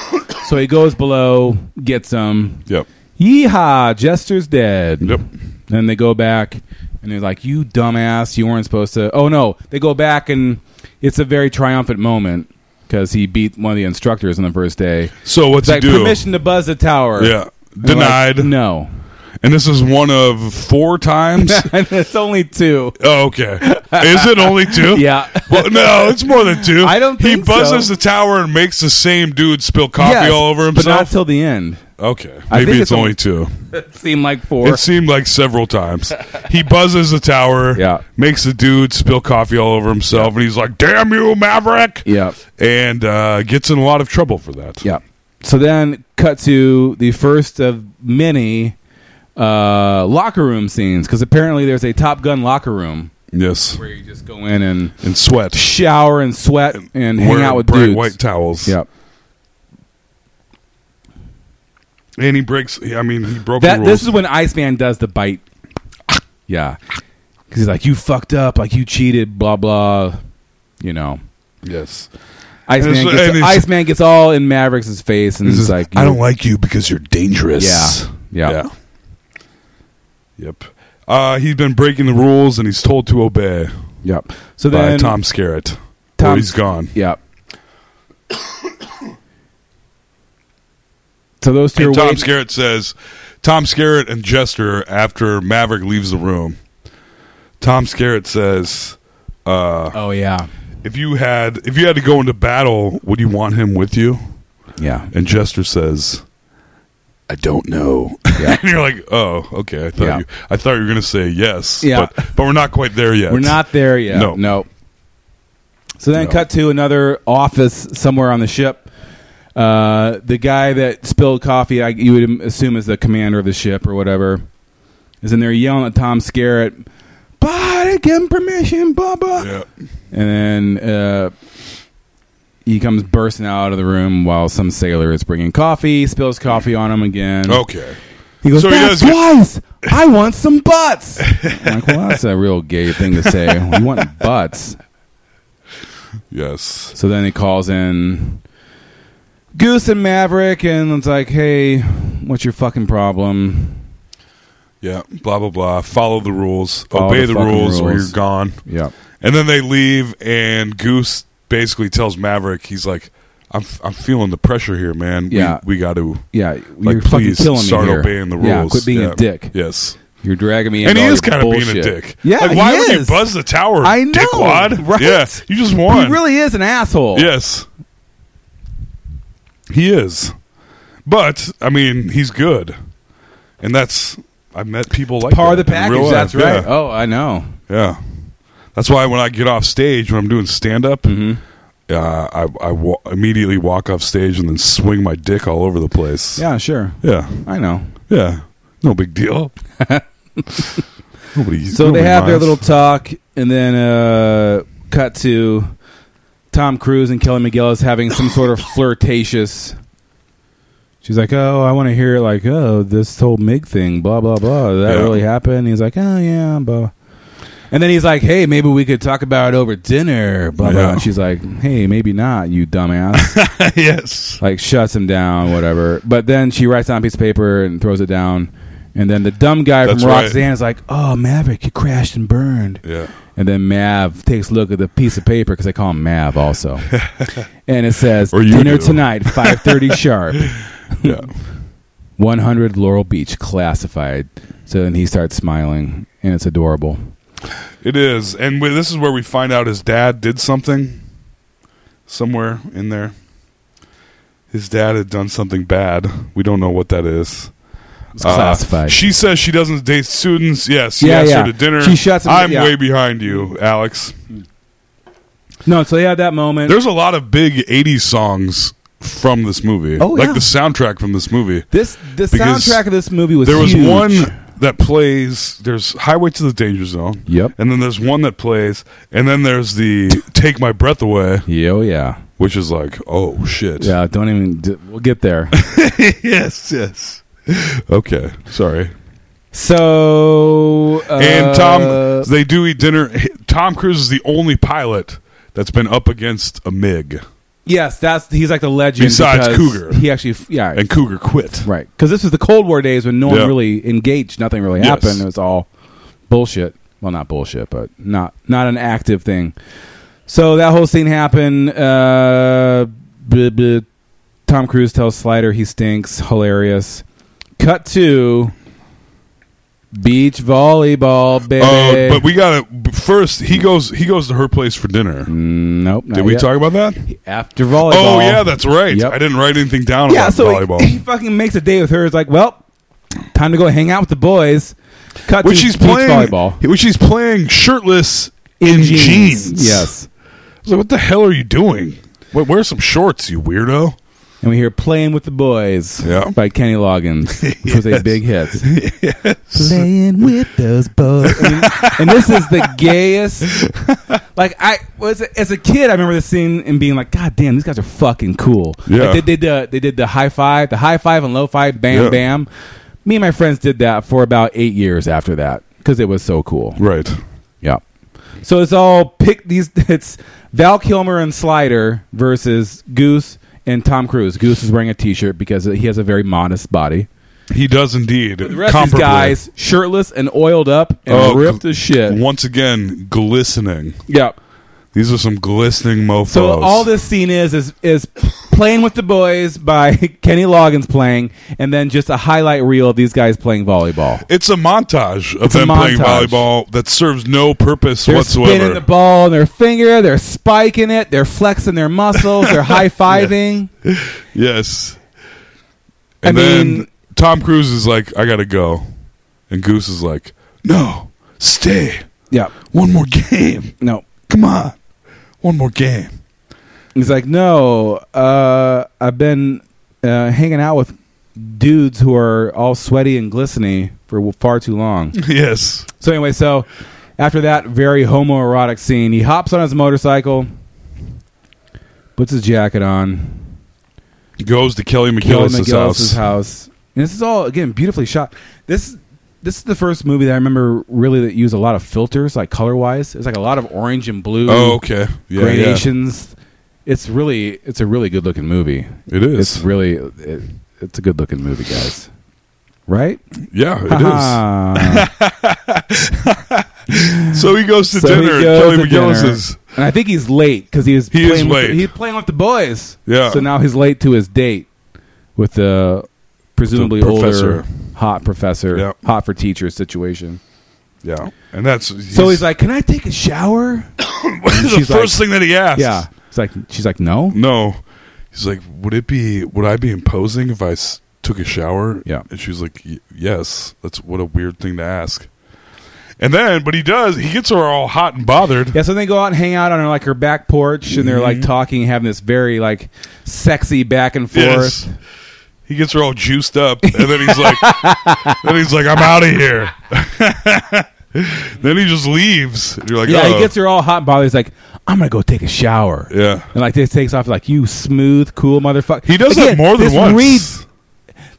S11: *coughs* so he goes below, gets him.
S10: Yep.
S11: Yeehaw! Jester's dead.
S10: Yep.
S11: Then they go back and they're like, "You dumbass! You weren't supposed to." Oh no! They go back and it's a very triumphant moment because he beat one of the instructors on the first day.
S10: So
S11: It's
S10: what's he
S11: like
S10: do?
S11: permission to buzz the tower.
S10: Yeah.
S11: And they're like,
S10: Denied. *laughs*
S11: no, *laughs*
S10: And this is one of four times.
S11: and it's only
S10: *laughs*
S11: two.
S10: Oh, okay. Is it only two?
S11: *laughs* Yeah.
S10: Well, no, it's more than
S11: *laughs*
S10: two.
S11: I don't
S10: He
S11: think
S10: buzzes
S11: so.
S10: the tower and makes the same dude spill coffee
S11: Yes,
S10: all over
S11: but not
S10: himself.
S11: till the end.
S10: okay,
S11: I
S10: maybe
S11: think
S10: it's,
S11: it's
S10: only
S11: only-
S10: two.
S11: It seemed like four.
S10: It seemed like several times.
S11: *laughs*
S10: He buzzes the tower.
S11: Yeah.
S10: Makes the dude spill coffee all over himself, and he's like, "Damn you, Maverick!"
S11: yeah,
S10: And uh, gets in a lot of trouble for that.
S11: yeah. So then, cut to the first of many uh, locker room scenes because apparently there's a Top Gun locker room
S10: Yes.
S11: where you just go in and
S10: And sweat.
S11: shower and sweat and hang
S10: Wearing
S11: out with
S10: bright
S11: dudes.
S10: white towels.
S11: Yep.
S10: And he breaks. I mean, he broke the
S11: That
S10: rules.
S11: this is when Iceman does the bite. Yeah, because he's like, "You fucked up. Like you cheated. Blah blah." You know,
S10: yes. And
S11: Iceman
S10: it's- and
S11: gets,
S10: it's-
S11: Iceman gets all in Maverick's face, and
S10: This
S11: he's
S10: is
S11: like,
S10: I
S11: you-
S10: don't like you because you're dangerous.
S11: Yeah. Yeah.
S10: Yep. Uh, he's been breaking the rules and he's told to obey
S11: Yep. So
S10: by
S11: then
S10: Tom Skerritt.
S11: Tom-
S10: Tom, he's gone.
S11: Yep. so those two are
S10: And Tom
S11: waiting-
S10: Skerritt says, Tom Skerritt and Jester after Maverick leaves the room. Tom Skerritt says,
S11: Oh yeah,
S10: "If you had, if you had to go into battle, would you want him with you?"
S11: yeah.
S10: And Jester says, "I don't know." *laughs* and you're like, "Oh, okay. I thought
S11: Yeah.
S10: you, I thought you were going to say yes,
S11: Yeah.
S10: but, but we're not quite there yet.
S11: We're not there yet.
S10: No.
S11: No. So then,
S10: No.
S11: cut to another office somewhere on the ship. Uh, the guy that spilled coffee, I, you would assume is the commander of the ship or whatever, is in there yelling at Tom Skerritt, "But I didn't give him permission, blah blah."
S10: Yeah.
S11: And then uh, he comes bursting out of the room while some sailor is bringing coffee, spills coffee on him again.
S10: Okay.
S11: He goes,
S10: Oh, So he
S11: that's
S10: does get-
S11: twice. I want some butts. I'm like, well, that's a real gay thing to say. *laughs* You want butts.
S10: Yes.
S11: So then he calls in Goose and Maverick, and it's like, hey, what's your fucking problem?
S10: Yeah. Blah blah blah. Follow the rules.
S11: Follow
S10: Obey
S11: the
S10: the,
S11: fucking
S10: rules, or
S11: rules.
S10: you're gone.
S11: Yeah.
S10: And then they leave, and Goose basically tells Maverick, he's like, "I'm I'm feeling the pressure here, man.
S11: Yeah.
S10: We, we got to
S11: Yeah.
S10: like
S11: you're fucking
S10: please
S11: killing me
S10: start
S11: here.
S10: obeying the rules.
S11: Yeah, quit being
S10: Yeah.
S11: a dick.
S10: Yes.
S11: You're dragging me
S10: and
S11: into
S10: he
S11: all
S10: is
S11: your
S10: kind of being a
S11: bullshit.
S10: dick.
S11: Yeah.
S10: Like, why
S11: he
S10: would you
S11: is.
S10: buzz the tower?
S11: I know,
S10: dickwad.
S11: right?
S10: Yeah, you just won.
S11: He really is an asshole.
S10: Yes, he is. But I mean, he's good, and that's I've met people like
S11: Par
S10: that
S11: the
S10: in real
S11: package.
S10: life.
S11: That's right.
S10: Yeah.
S11: Oh, I know. Mm-hmm.
S10: Yeah. That's why when I get off stage when I'm doing stand up, uh, I, I wa- immediately walk off stage and then swing my dick all over the place.
S11: Yeah, sure.
S10: Yeah.
S11: I know.
S10: Yeah. No
S11: *laughs*
S10: big deal. nobody.
S11: So
S10: nobody
S11: they have their
S10: minds.
S11: little talk, and then uh, cut to Tom Cruise and Kelly McGillis having some sort
S10: *laughs*
S11: of flirtatious. She's like, "Oh, I want to hear like, oh, this whole Mig thing, blah blah blah. Did that
S10: Yeah.
S11: really happened." He's like, "Oh yeah, blah." And then he's like, "Hey, maybe we could talk about it over dinner, blah blah."
S10: Yeah.
S11: And she's like, "Hey, maybe not, you dumbass."
S10: *laughs* yes.
S11: like shuts him down, whatever. But then she writes down a piece of paper and throws it down. And then the dumb guy
S10: That's
S11: from
S10: right.
S11: Roxanne is like, "Oh, Maverick, you crashed and burned."
S10: Yeah.
S11: And then Mav takes a look at the piece of paper because they call him Mav
S10: *laughs*
S11: also, and it says
S10: Or you
S11: dinner
S10: do. *laughs*
S11: tonight, five thirty sharp,
S10: Yeah.
S11: one hundred Laurel Beach, classified. So then he starts smiling, and it's adorable.
S10: It is, and we, this is where we find out his dad did something. Somewhere in there, his dad had done something bad. We don't know what that is.
S11: It's
S10: Uh,
S11: classified.
S10: She says she doesn't date students. Yes,
S11: Yeah,
S10: yeah, yes,
S11: yeah.
S10: her to dinner.
S11: She shuts him-
S10: I'm
S11: yeah.
S10: way behind you, Alex.
S11: no, so they had that moment.
S10: There's a lot of big '80s songs from this movie.
S11: Oh,
S10: like
S11: yeah.
S10: the soundtrack from this movie.
S11: this the
S10: Because
S11: soundtrack of this movie was
S10: there was
S11: huge.
S10: one that plays. There's Highway to the Danger Zone.
S11: Yep.
S10: And then there's one that plays, and then there's the Take My Breath Away.
S11: Yeah, oh yeah,
S10: which is like, oh shit.
S11: yeah. Don't even. d- We'll get there. *laughs*
S10: *laughs* yes, yes. Okay, sorry.
S11: So uh,
S10: and Tom, they do eat dinner. Tom Cruise is the only pilot that's been up against a MiG,
S11: yes, that's he's like the legend.
S10: Besides
S11: because
S10: Cougar.
S11: he actually yeah
S10: and Cougar quit.
S11: right because this was the Cold War days when no one
S10: Yeah.
S11: really engaged, nothing really
S10: Yes.
S11: happened. It was all bullshit. Well, not bullshit, but not not an active thing. So that whole scene happened. Uh, blah, blah. Tom Cruise tells Slider he stinks. Hilarious. Cut to beach volleyball, baby.
S10: Uh, but we got to first. He goes. He goes to her place for dinner.
S11: nope. Mm, not
S10: Did we
S11: yet.
S10: talk about that?
S11: after volleyball?
S10: Oh yeah, that's right.
S11: Yep.
S10: I didn't write anything down
S11: yeah,
S10: about
S11: so he-
S10: volleyball.
S11: He, *laughs* fucking makes a day with her. It's like, well, time to go hang out with the boys. Cut
S10: which
S11: to
S10: she's
S11: beach
S10: playing.
S11: volleyball
S10: Which she's playing shirtless in, jeans.
S11: Yes,
S10: I was like, what the hell are you doing? Wait, wear some shorts, you weirdo.
S11: and we hear "Playing with the Boys"
S10: Yeah.
S11: by Kenny
S10: *laughs*
S11: Loggins, which was a big hit. Playing with those boys, I mean, and this is the gayest. Like I was as a kid, I remember this scene and being like, "God damn, these guys are fucking cool."
S10: Yeah.
S11: Like, they did the they did the high five, the high five and low five, bam,
S10: Yeah.
S11: bam. Me and my friends did that for about eight years after that because it was so cool.
S10: Right.
S11: Yeah. So it's all pick these. *laughs* It's Val Kilmer and Slider versus Goose and Tom Cruise. Goose is wearing a T-shirt because he has a very modest body.
S10: He does indeed.
S11: The rest of these
S10: Comparably.
S11: guys shirtless and oiled up and
S10: Oh,
S11: ripped
S10: gl-
S11: as shit.
S10: Once again, glistening.
S11: yeah.
S10: These are some glistening mofos.
S11: So all this scene is is is playing with the boys by *laughs* Kenny Loggins playing, and then just a highlight reel of these guys playing volleyball.
S10: It's a montage of
S11: a
S10: them playing
S11: montage.
S10: volleyball that serves no purpose
S11: They're
S10: whatsoever.
S11: spinning the ball on their finger. They're spiking it. They're flexing their muscles.
S10: *laughs*
S11: They're high fiving.
S10: yes.
S11: I
S10: And then
S11: mean-
S10: Tom Cruise is like, I gotta go. And Goose is like, No, stay.
S11: Yeah.
S10: One more game.
S11: No.
S10: Come on. One more game. *laughs*
S11: He's like, no, uh, I've been uh, hanging out with dudes who are all sweaty and glistening for far too
S10: *laughs*
S11: long.
S10: yes.
S11: so anyway, so after that very homoerotic scene, he hops on his motorcycle, puts his jacket on,
S10: Goes to Kelly
S11: Kelly
S10: McGillis'
S11: McGillis's
S10: house.
S11: house. And this is all again beautifully shot. This this is the first movie that I remember really that used a lot of filters, like color wise. It's like a lot of orange and blue
S10: Oh, okay. Yeah, yeah.
S11: gradations. It's really it's a really good looking movie.
S10: It is.
S11: It's really it, it's a good looking movie, guys. Right?
S10: yeah, it is. *laughs*
S11: Ah.
S10: So he goes to
S11: So he
S10: dinner. at
S11: goes
S10: Kelly
S11: to dinner.
S10: McGillis's.
S11: And I think he's late because he was
S10: He is
S11: playing with the-
S10: late.
S11: he's playing with the boys.
S10: Yeah.
S11: So now he's late to his date with the presumably
S10: The
S11: older
S10: professor.
S11: hot professor,
S10: Yep.
S11: hot for teacher situation.
S10: Yeah, and that's
S11: so he's like, "Can I take a
S10: *coughs*
S11: shower?"
S10: *laughs* the
S11: she's
S10: first
S11: like-
S10: thing that he asks.
S11: yeah. It's like she's like, "No."
S10: no, he's like, would it be would I be imposing if I s- took a shower?
S11: Yeah.
S10: and she's like, y- yes, that's what a weird thing to ask. And then, but he does. He gets her all hot and bothered.
S11: Yeah, so they go out and hang out on her, like her back porch, and they're
S10: Mm-hmm.
S11: like talking, having this very like sexy back and forth.
S10: Yes. He gets her all juiced up, and then he's
S11: *laughs*
S10: like, then he's like, I'm out of here. *laughs* then he just leaves. And you're like,
S11: Yeah,
S10: "Oh."
S11: he gets her all hot and bothered. He's like, "I'm gonna go take a shower."
S10: Yeah.
S11: and like this takes off like you smooth, cool motherfucker.
S10: He does that more than
S11: this
S10: once.
S11: Reads,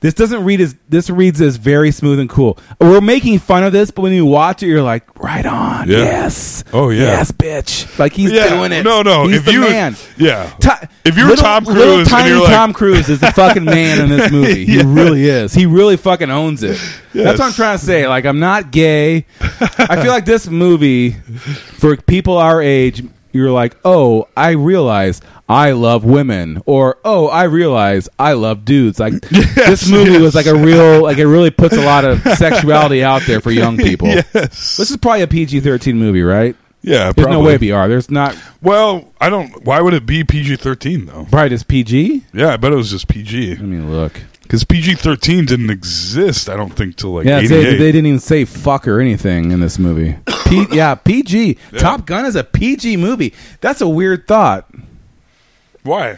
S11: this doesn't read as this reads as very smooth and cool. We're making fun of this, but when you watch it, you're like, "Right on,
S10: Yeah.
S11: yes,
S10: Oh, yeah.
S11: yes, bitch!" Like he's
S10: Yeah.
S11: doing it.
S10: No, no.
S11: he's
S10: if
S11: the
S10: you,
S11: man.
S10: yeah,
S11: Ti-
S10: if you're
S11: little-
S10: Tom Cruise,
S11: little
S10: and
S11: tiny
S10: you're like,
S11: Tom Cruise is the fucking man in
S10: *laughs*
S11: this movie. He
S10: Yeah.
S11: really is. He really fucking owns it. That's what I'm
S10: Yes.
S11: trying to say. Like, I'm not gay. I feel like this movie, for people our age, you're like, oh, I realize I love women, or oh, I realize I love dudes.
S10: *laughs*
S11: Like, this movie was like a real, like it really puts a lot of sexuality out there for young people.
S10: *laughs* yes,
S11: This is probably a PG-13 movie, right?
S10: yeah.
S11: There's no
S10: probably.
S11: way it'd be R. There's not
S10: Well, I don't. Why would it be PG thirteen though?
S11: probably just PG.
S10: Yeah, I bet it was just PG
S11: Let me look.
S10: because PG thirteen didn't exist. I don't think till like
S11: Yeah,
S10: eighty
S11: they,
S10: eight.
S11: they didn't even say fuck or anything in this movie.
S10: *coughs*
S11: P, yeah, PG. Top Gun is a PG movie. That's a weird thought.
S10: Why?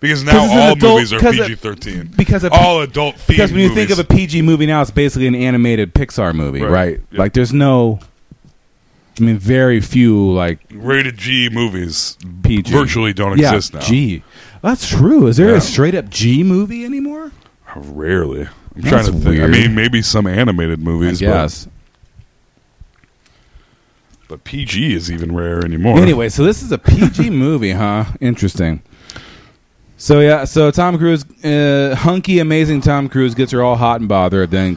S10: Because
S11: 'Cause
S10: now
S11: it's an
S10: all
S11: adult-
S10: movies are
S11: 'cause it-
S10: PG thirteen.
S11: because a-
S10: all adult themed
S11: Because when you think
S10: movies.
S11: of a PG movie now, it's basically an animated Pixar movie, right?
S10: Right. Yeah.
S11: Like there's no. I mean, very few like
S10: rated G movies,
S11: PG
S10: virtually don't
S11: yeah,
S10: exist now.
S11: G. That's true. Is there
S10: Yeah.
S11: a straight up G movie anymore?
S10: Rarely. I'm
S11: That's
S10: trying to think.
S11: weird.
S10: I mean, maybe some animated movies. but-
S11: Yes.
S10: But, PG is even rare anymore.
S11: Anyway, so this is a *laughs* PG movie, huh? Interesting. So yeah, so Tom Cruise, uh, hunky, amazing Tom Cruise gets her all hot and bothered. Then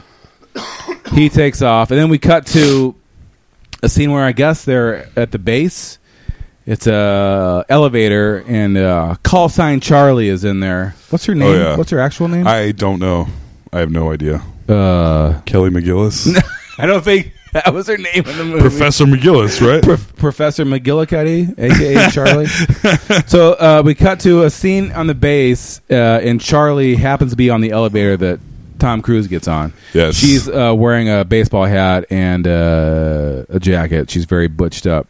S11: he takes off, and then we cut to a scene where I guess they're at the base. It's a elevator, and uh, call sign Charlie is in there. What's her name?
S10: yeah.
S11: What's her actual name?
S10: I don't know. I have no idea.
S11: uh, *laughs*
S10: Kelly McGillis,
S11: I don't think that was her name in the movie.
S10: Professor McGillis, right?
S11: Prof- *laughs* Professor McGillicuddy,
S10: *laughs*
S11: aka Charlie. so uh, we cut to a scene on the base, uh, and Charlie happens to be on the elevator that Tom Cruise gets on.
S10: Yes.
S11: she's uh, wearing a baseball hat and uh, a jacket. She's very butched up,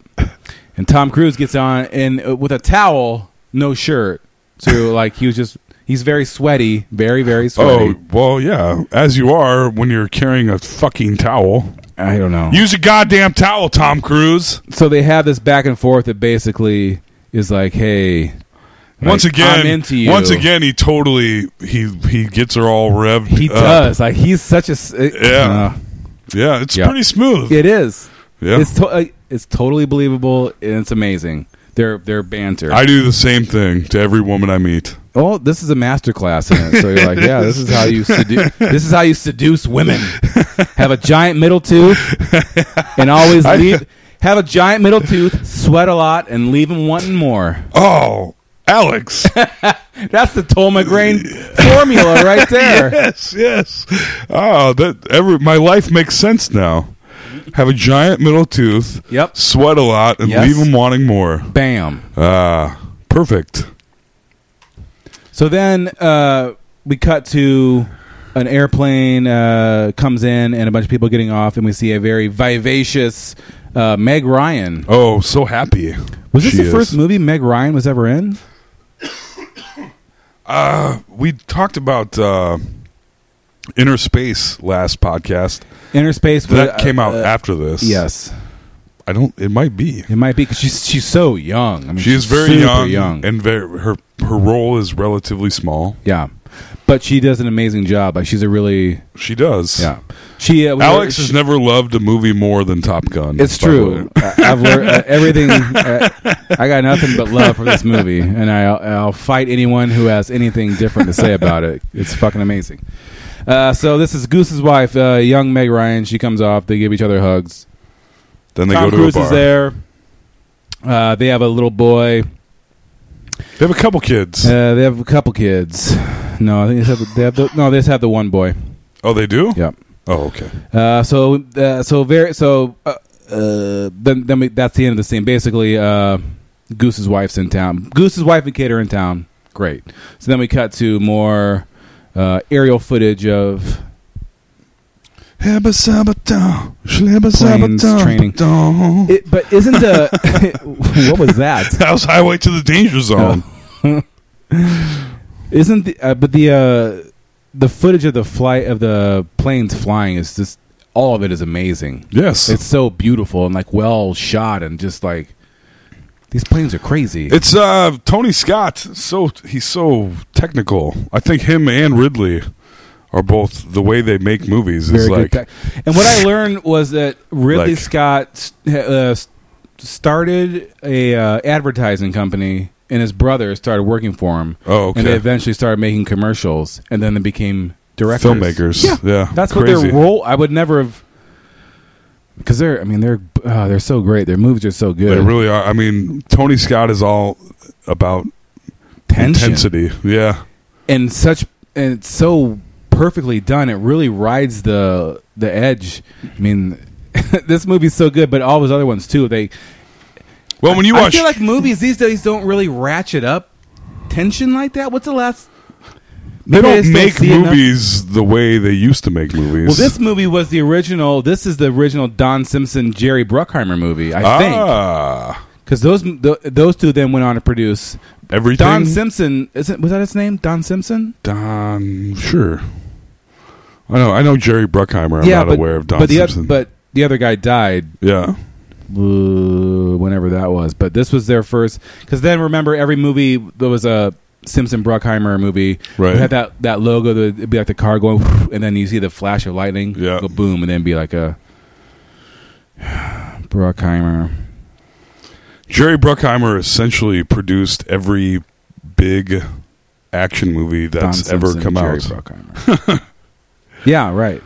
S11: and Tom Cruise gets on and uh, with a towel, no shirt. So like he was just. He's very sweaty, very very
S10: oh
S11: sweaty.
S10: well, yeah. As you are when you're carrying a fucking towel.
S11: I don't know.
S10: Use a goddamn towel, Tom Cruise.
S11: so they have this back and forth that basically is like, "Hey,
S10: once
S11: like,
S10: again,
S11: I'm into you.
S10: once again, he totally he he gets her all revved.
S11: He
S10: up.
S11: does. Like he's such a. s- uh,
S10: Uh, Yeah. Yeah, it's
S11: Yeah.
S10: pretty smooth.
S11: uh, it is.
S10: yeah.
S11: It's to- uh, it's totally believable and it's amazing. Their their banter.
S10: I do the same thing to every woman I meet.
S11: oh, this is a master class in it. So you're like, yeah, this is how you
S10: *laughs*
S11: seduce. this is how you seduce women. Have a giant middle tooth and always leave. Have a giant middle tooth, sweat a lot, and leave them wanting more.
S10: Oh,
S11: *laughs*
S10: Alex.
S11: That's the Tolmagrain formula right
S10: *laughs*
S11: there.
S10: yes, yes. Oh, that every my life makes sense now. Have a giant middle tooth.
S11: Yep.
S10: Sweat a lot and
S11: Yes.
S10: leave them wanting more.
S11: Bam.
S10: Ah, perfect.
S11: So then uh, we cut to an airplane uh, comes in and a bunch of people getting off, and we see a very vivacious uh, Meg Ryan.
S10: Oh, so happy.
S11: Was this
S10: she
S11: the
S10: is.
S11: first movie Meg Ryan was ever in?
S10: We talked about uh, inner space last podcast.
S11: Inner Space
S10: That
S11: was-
S10: came out
S11: uh,
S10: after this.
S11: Yes,
S10: I don't. It might be.
S11: it might be because she's she's so young. I mean,
S10: She
S11: she's
S10: is very
S11: super
S10: young, and very, her her role is relatively small.
S11: yeah, but she does an amazing job. Like she's a really
S10: She does.
S11: yeah. She uh, we
S10: Alex
S11: were-
S10: has never loved a movie more than Top Gun.
S11: It's
S10: by the
S11: true.
S10: way.
S11: *laughs* I- I've learned uh, everything. Uh, I got nothing but love for this movie, and I, I'll fight anyone who has anything different to say about it. It's fucking amazing. Uh, so this is Goose's wife, uh, young Meg Ryan. She comes off. They give each other hugs.
S10: Then they
S11: Tom
S10: go to
S11: Cruise
S10: a bar.
S11: is there. Uh, they have a little boy.
S10: They have a couple kids.
S11: Uh, they have a couple kids. No, I think they have, they have the, no. They just have the one boy.
S10: oh, they do.
S11: Yep.
S10: Oh, okay.
S11: Uh, so uh, so very so uh, uh, then then we, that's the end of the scene. Basically, uh, Goose's wife's in town. Goose's wife and kid are in town. Great. So then we cut to more uh, aerial footage of
S10: Habba sabba da, shlibba
S11: Planes training.
S10: sabba da, ba da.
S11: It, but isn't the *laughs* what was that?
S10: That was Highway to the Danger Zone.
S11: Isn't the uh, but the uh, the footage of the flight of the planes flying is just all of it is amazing.
S10: Yes.
S11: It's so beautiful and like well shot and just like these planes are crazy.
S10: It's uh Tony Scott. So he's so technical. I think him and Ridley are both the way they make movies is like
S11: tech. And what
S10: *laughs*
S11: I learned was that Ridley
S10: Like-
S11: Scott st- uh, s- started a uh, advertising company, and his brother started working for him.
S10: Oh,
S11: And
S10: okay.
S11: they eventually started making commercials, and then they became directors,
S10: filmmakers. Yeah,
S11: That's what
S10: crazy.
S11: their role. I would never have. Because they're, I mean, they're uh, they're so great. Their moves are so
S10: They
S11: good.
S10: really are. I mean, Tony Scott is all about
S11: Tension.
S10: intensity. Yeah,
S11: and such and it's so perfectly done. It really rides the the edge. I mean, *laughs* this movie's so good, but all his other ones too. They
S10: Well, when you
S11: I
S10: watch,
S11: feel like movies these days don't really ratchet up tension like that. What's the last?
S10: they
S11: maybe I
S10: don't
S11: just don't
S10: make
S11: see enough-
S10: movies the way they used to make movies.
S11: Well, this movie was the original. This is the original Don Simpson Jerry Bruckheimer movie, I think,
S10: ah,
S11: because those th- those two then went on to produce
S10: everything.
S11: Don Simpson. Isn't was that his name? Don Simpson.
S10: Don, sure. I know. I know Jerry Bruckheimer. I'm not aware of Don
S11: but the oth-
S10: Simpson.
S11: but the other guy died
S10: yeah,
S11: uh, whenever that was. But this was their first. Because then remember, every movie there was a Simpson Bruckheimer movie.
S10: Right.
S11: It had that that logo. That it'd be like the car going, *laughs* and then you see the flash of lightning.
S10: Yeah.
S11: Go boom, and then be like a *sighs* Bruckheimer.
S10: Jerry Bruckheimer essentially produced every big action movie that's
S11: Don
S10: ever
S11: Simpson,
S10: come
S11: Jerry
S10: out.
S11: Bruckheimer. *laughs* yeah. Right.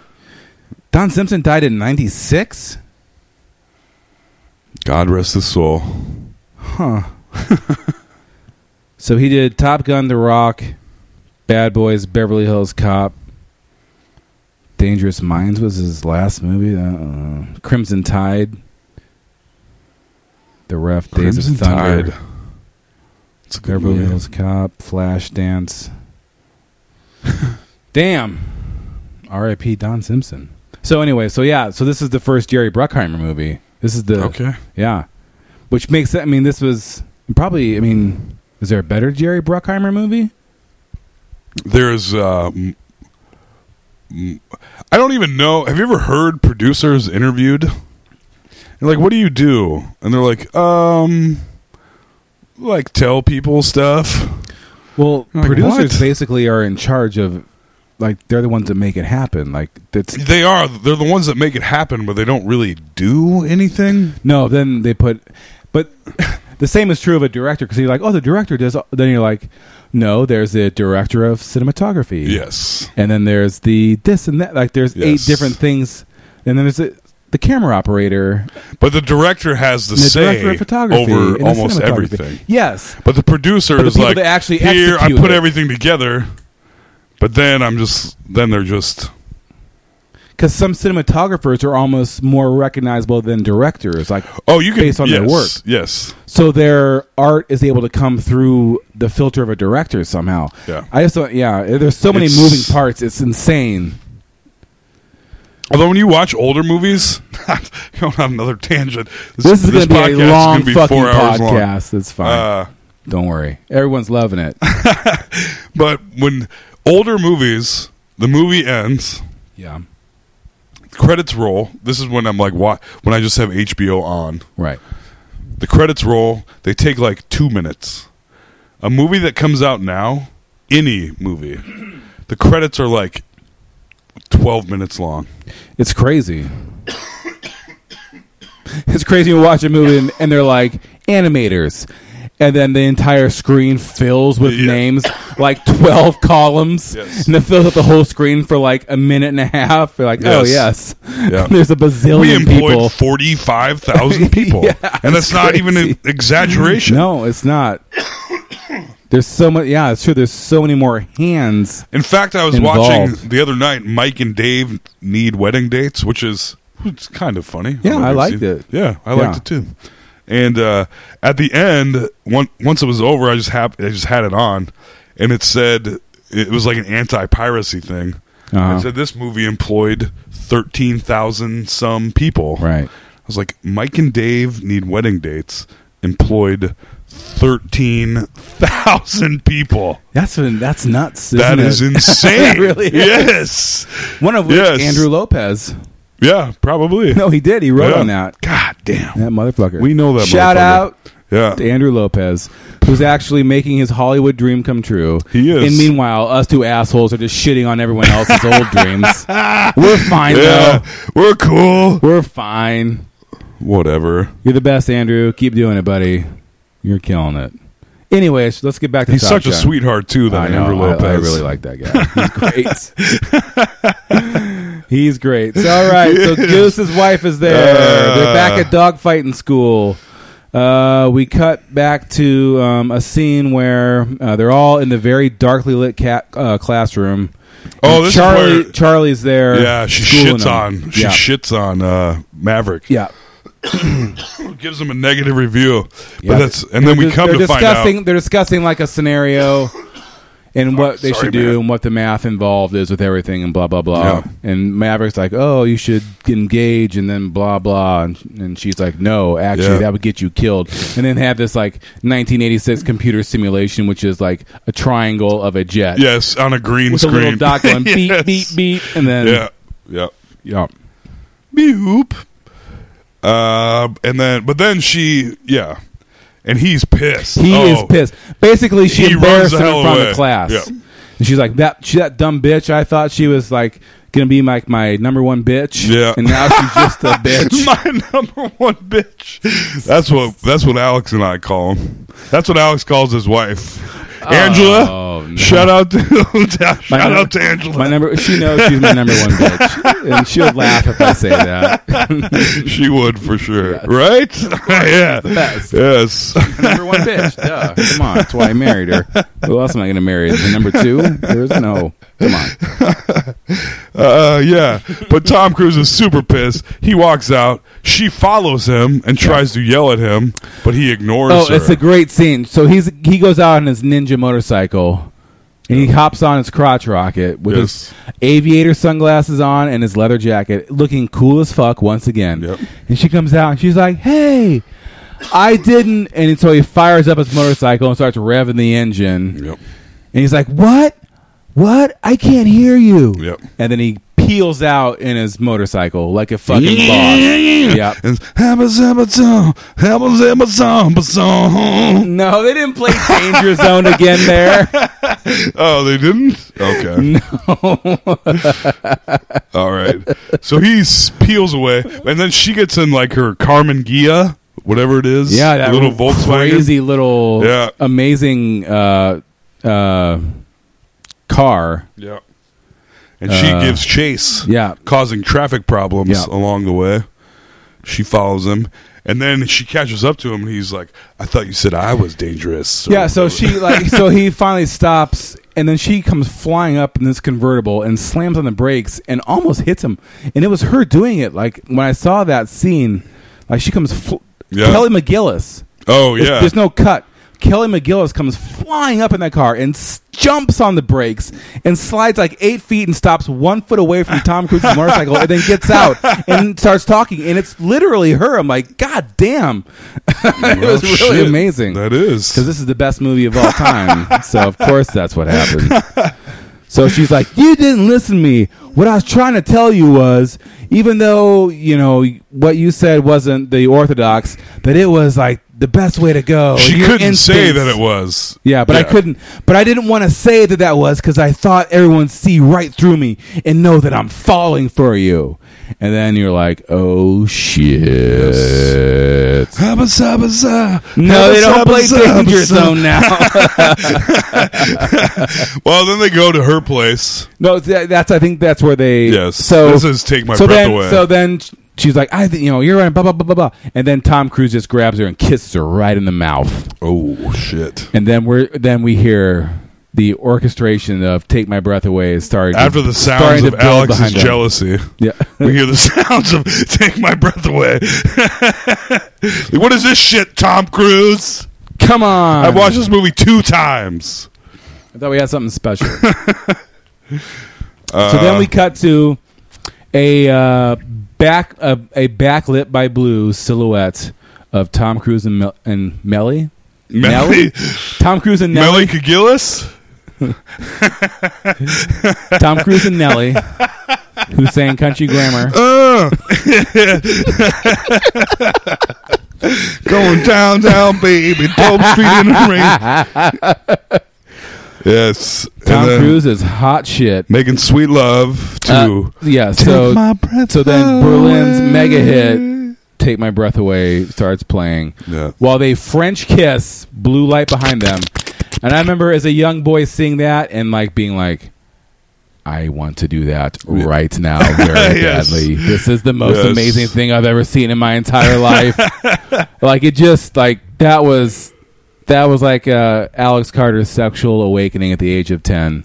S11: Don Simpson died in '96.
S10: God rest his soul.
S11: So he did Top Gun, The Rock, Bad Boys, Beverly Hills Cop, Dangerous Minds was his last movie. Uh, Crimson Tide, The Ref, Days
S10: Crimson
S11: of Thunder,
S10: Tide. It's a good
S11: Beverly
S10: movie.
S11: Hills Cop,
S10: *laughs*
S11: Flashdance. Damn, R.I.P. Don Simpson. So anyway, so yeah, so this is the first Jerry Bruckheimer movie. This is the
S10: Okay.
S11: yeah, which makes sense. I mean, this was probably. I mean, is there a better Jerry Bruckheimer movie?
S10: There's. Uh, m- m- I don't even know. Have you ever heard producers interviewed? And like, what do you do? And they're like, um, like tell people stuff.
S11: Well,
S10: Like,
S11: producers
S10: what?
S11: basically are in charge of, like, they're the ones that make it happen. Like, that's
S10: They are. They're the ones that make it happen, but they don't really do anything.
S11: no. Then they put, but *laughs* the same is true of a director because you're like, oh, the director does. all-" Then you're like, no, there's the director of cinematography.
S10: Yes.
S11: and then there's the this and that. Like, there's
S10: Yes.
S11: eight different things, and then there's the, the camera operator,
S10: But the director has the,
S11: and the
S10: say
S11: director of photography, and
S10: over
S11: the
S10: almost
S11: cinematography.
S10: everything.
S11: Yes,
S10: But the producer
S11: But the
S10: is
S11: people
S10: like,
S11: that actually
S10: here I
S11: execute
S10: put
S11: it."
S10: everything together. But then I'm just then they're just
S11: because some cinematographers are almost more recognizable than directors. Like,
S10: oh you can
S11: Based on their
S10: yes,
S11: work.
S10: Yes,
S11: so their art is able to come through the filter of a director somehow.
S10: Yeah.
S11: I just don't. Yeah, there's so many
S10: It's-
S11: moving parts. It's insane.
S10: although when you watch older movies, *laughs* going on another tangent.
S11: This is going to be
S10: podcast
S11: a long
S10: gonna be
S11: fucking
S10: four hours long.
S11: podcast. It's fine.
S10: Uh,
S11: don't worry. Everyone's loving
S10: *laughs*
S11: it.
S10: but when older movies, the movie ends,
S11: yeah.
S10: credits roll. This is when I'm like, why? When I just have HBO on,
S11: Right.
S10: the credits roll. They take like two minutes. A movie that comes out now, any movie, *clears throat* the credits are like twelve minutes long.
S11: It's crazy. it's crazy to watch a movie and, and they're like animators. And then the entire screen fills with
S10: Yeah.
S11: names, like 12 columns.
S10: Yes.
S11: And it fills up the whole screen for like a minute and a half. They're like, oh,
S10: Yes.
S11: yes.
S10: Yeah.
S11: *laughs* There's a
S10: We
S11: bazillion
S10: employed
S11: people.
S10: forty five thousand
S11: *laughs*
S10: people,
S11: Yeah,
S10: and that's
S11: it's
S10: not even
S11: crazy.
S10: an exaggeration.
S11: no, it's not. There's so much. Yeah, it's true. There's so many more hands.
S10: In fact, I was watching
S11: Involved.
S10: the other night. Mike and Dave need wedding dates, which is it's kind of funny.
S11: Yeah,
S10: I've
S11: I
S10: never
S11: liked
S10: seen-
S11: it.
S10: Yeah, I liked
S11: Yeah.
S10: it too. And uh, at the end, one, once it was over, I just hap- I just had it on, and it said it was like an anti piracy thing.
S11: Uh-huh.
S10: It said this movie employed thirteen thousand some people.
S11: Right.
S10: I was like, Mike and Dave need wedding dates. Employed thirteen thousand people.
S11: That's that's nuts.
S10: That
S11: isn't it?
S10: is
S11: *laughs*
S10: insane.
S11: That really is.
S10: Yes.
S11: One of which
S10: Yes.
S11: Andrew Lopez.
S10: Yeah, probably.
S11: No, he did. He wrote
S10: Yeah.
S11: on that.
S10: God damn.
S11: That motherfucker.
S10: We know that
S11: Shout
S10: motherfucker.
S11: out
S10: Yeah.
S11: to Andrew Lopez, who's actually making his Hollywood dream come true.
S10: He is.
S11: And meanwhile, us two assholes are just shitting on everyone else's old
S10: *laughs*
S11: dreams. We're fine
S10: Yeah.
S11: though.
S10: We're cool.
S11: We're fine.
S10: Whatever.
S11: You're the best, Andrew. Keep doing it, buddy. You're killing it. Anyways, let's get back to
S10: He's
S11: Top
S10: such a
S11: Gun.
S10: sweetheart too, that
S11: I know.
S10: Andrew
S11: I-
S10: Lopez.
S11: I, really like that guy. He's great.
S10: *laughs*
S11: He's great. So, all right. So Goose's wife is there.
S10: Uh.
S11: They're back at dogfighting school. Uh, we cut back to um, a scene where uh, they're all in the very darkly lit ca- uh, classroom.
S10: Oh,
S11: And
S10: this is
S11: Charlie.
S10: where-
S11: Charlie's there.
S10: Yeah, she
S11: schooling
S10: shits
S11: them.
S10: on she
S11: yeah.
S10: shits on uh, Maverick.
S11: yeah.
S10: Gives him a negative review.
S11: Yeah.
S10: But that's and then we
S11: They're-
S10: come
S11: they're
S10: to find out.
S11: discussing, They're discussing like a
S10: *laughs*
S11: scenario and what they
S6: sorry,
S11: should do
S6: man.
S11: and what the math involved is with everything and blah blah blah. And Maverick's like, "Oh, you should engage," and then blah blah, and, and she's like, "No, actually,
S10: Yeah.
S11: that would get you killed." And then have this like 1986 computer simulation, which is like a triangle of a jet
S10: Yes, on a green
S11: with
S10: screen.
S11: a little dot
S10: *laughs*
S11: going beep
S10: Yes.
S11: beep beep, and then
S10: Yeah. Yeah.
S11: yeah.
S10: Beep. Uh, and then but then she yeah. And he's pissed.
S11: He
S10: Oh.
S11: is pissed. Basically, she
S10: He
S11: embarrassed
S10: runs the
S11: him in
S10: hell
S11: front of
S10: away.
S11: the class,
S10: Yeah.
S11: and she's like that. She, that dumb bitch. I thought she was like gonna be like my number one bitch.
S10: Yeah.
S11: and now she's just
S10: *laughs*
S11: a bitch.
S10: *laughs* My number one bitch. That's what that's what Alex and I call him. That's what Alex calls his wife. Angela.
S11: no.
S10: Shout out to *laughs* shout
S11: Oh, My number-
S10: out to Angela.
S11: My number. She knows she's my number one bitch, and she'll laugh if I say that.
S10: she would for sure. Right? *laughs* yeah.
S11: best.
S10: Yes.
S11: *laughs* number one bitch. Duh. Come on. That's why I married her. Who else am I gonna marry? The number two? There is no. Come on.
S10: Uh, yeah. But Tom Cruise is super pissed. He walks out. She follows him and tries to yell at him, but he ignores
S11: Oh,
S10: her.
S11: it's a great scene. So he's he goes out on his ninja motorcycle, and he hops on his crotch rocket with
S10: Yes.
S11: his aviator sunglasses on and his leather jacket, looking cool as fuck once again.
S10: Yep.
S11: And she comes out and she's like, "Hey, I didn't." And so he fires up his motorcycle and starts revving the engine.
S10: Yep.
S11: And he's like, "What? What? I can't hear you."
S10: Yep.
S11: And then he peels out in his motorcycle like a fucking boss.
S10: *laughs*
S11: Yep.
S10: And it's, "Habba zabba zom, habba zabba zom, ba zom."
S11: No, they didn't play Danger Zone again there.
S10: Oh, they didn't? Okay.
S11: *laughs*
S10: No. *laughs* All right. So he s- peels away, and then she gets in like her Carmen Gia, whatever it is.
S11: Yeah, that
S10: little Volkswagen.
S11: crazy little
S10: Yeah.
S11: amazing uh, uh, car.
S10: Yeah. And she
S11: Uh,
S10: gives chase.
S11: yeah.
S10: Causing traffic problems
S11: Yeah.
S10: along the way. She follows him. And then she catches up to him, and he's like, I thought you said I was dangerous. or
S11: Yeah, so
S10: whatever.
S11: she *laughs* like so he finally stops and then she comes flying up in this convertible and slams on the brakes and almost hits him. And it was her doing it. Like when I saw that scene, like she comes fl-
S10: Yeah.
S11: Kelly McGillis.
S10: Oh,
S11: There's,
S10: yeah.
S11: there's no cut. Kelly McGillis comes flying up in that car and s- jumps on the brakes and slides like eight feet and stops one foot away from
S10: *laughs*
S11: Tom Cruise's motorcycle and then gets out and starts talking. And it's literally her. I'm like, God damn. *laughs* it
S10: Well,
S11: was really
S10: shit.
S11: amazing.
S10: That is.
S11: Because this is the best movie of all
S10: *laughs*
S11: time. so, of course, that's what happened. So she's like, You didn't listen to me. What I was trying to tell you was, even though, you know, what you said wasn't the orthodox, that it was like the best way to go.
S10: she
S11: Your
S10: couldn't say
S11: instincts-
S10: that it was.
S11: Yeah, but I couldn't. But I didn't want to say that that was because I thought everyone see right through me and know that I'm falling for you. And then you're like, oh
S10: *laughs*
S11: shit.
S10: Habba zabba za,
S11: No,
S10: habba
S11: they don't
S10: zabba
S11: play
S10: zabba
S11: Danger
S10: za.
S11: Zone
S10: *laughs*
S11: now.
S10: Well, then they go to her place.
S11: No, th- that's I think that's where they.
S10: Yes.
S11: So
S10: This is take my
S11: so
S10: breath
S11: then,
S10: away.
S11: So then sh- she's like, I think you know you're right. Blah blah blah blah blah. And then Tom Cruise just grabs her and kisses her right in the mouth.
S10: Oh, shit.
S11: And then we're then we hear the orchestration of "Take My Breath Away" is starting to-
S10: After the
S11: starting
S10: sounds
S11: to
S10: of
S11: build
S10: Alex's
S11: behind them.
S10: jealousy.
S11: Yeah.
S10: We hear the *laughs* sounds of "Take My Breath Away." *laughs* what is this shit, Tom Cruise?
S11: Come on.
S10: I've watched this movie two times. *laughs* Uh,
S11: I thought we had something special. so then we cut to a uh, back a, a backlit by blue silhouette of Tom Cruise and Mel- and Melly.
S10: Melly-
S11: Tom Cruise and Nelly.
S10: Melly Kagillis?
S11: Tom Cruise and Nelly, who sang "Country Grammar."
S10: Uh. Going downtown, baby. Dope street in the rain. *laughs* yes. And
S11: Tom
S10: then
S11: Cruise is hot shit.
S10: Making sweet love
S11: Uh,
S10: to.
S11: yeah.
S10: Take
S11: So
S10: my breath
S11: so then
S10: away.
S11: Berlin's mega hit "Take My Breath Away" starts playing
S10: Yeah.
S11: while they French kiss. Blue light behind them, and I remember as a young boy seeing that and like being like. I want to do that right now
S10: *laughs*
S11: very
S10: Yes.
S11: badly. This is the most
S10: Yes.
S11: amazing thing I've ever seen in my entire
S10: *laughs*
S11: life. like it just like that was that was like uh, Alex Carter's sexual awakening at the age of ten.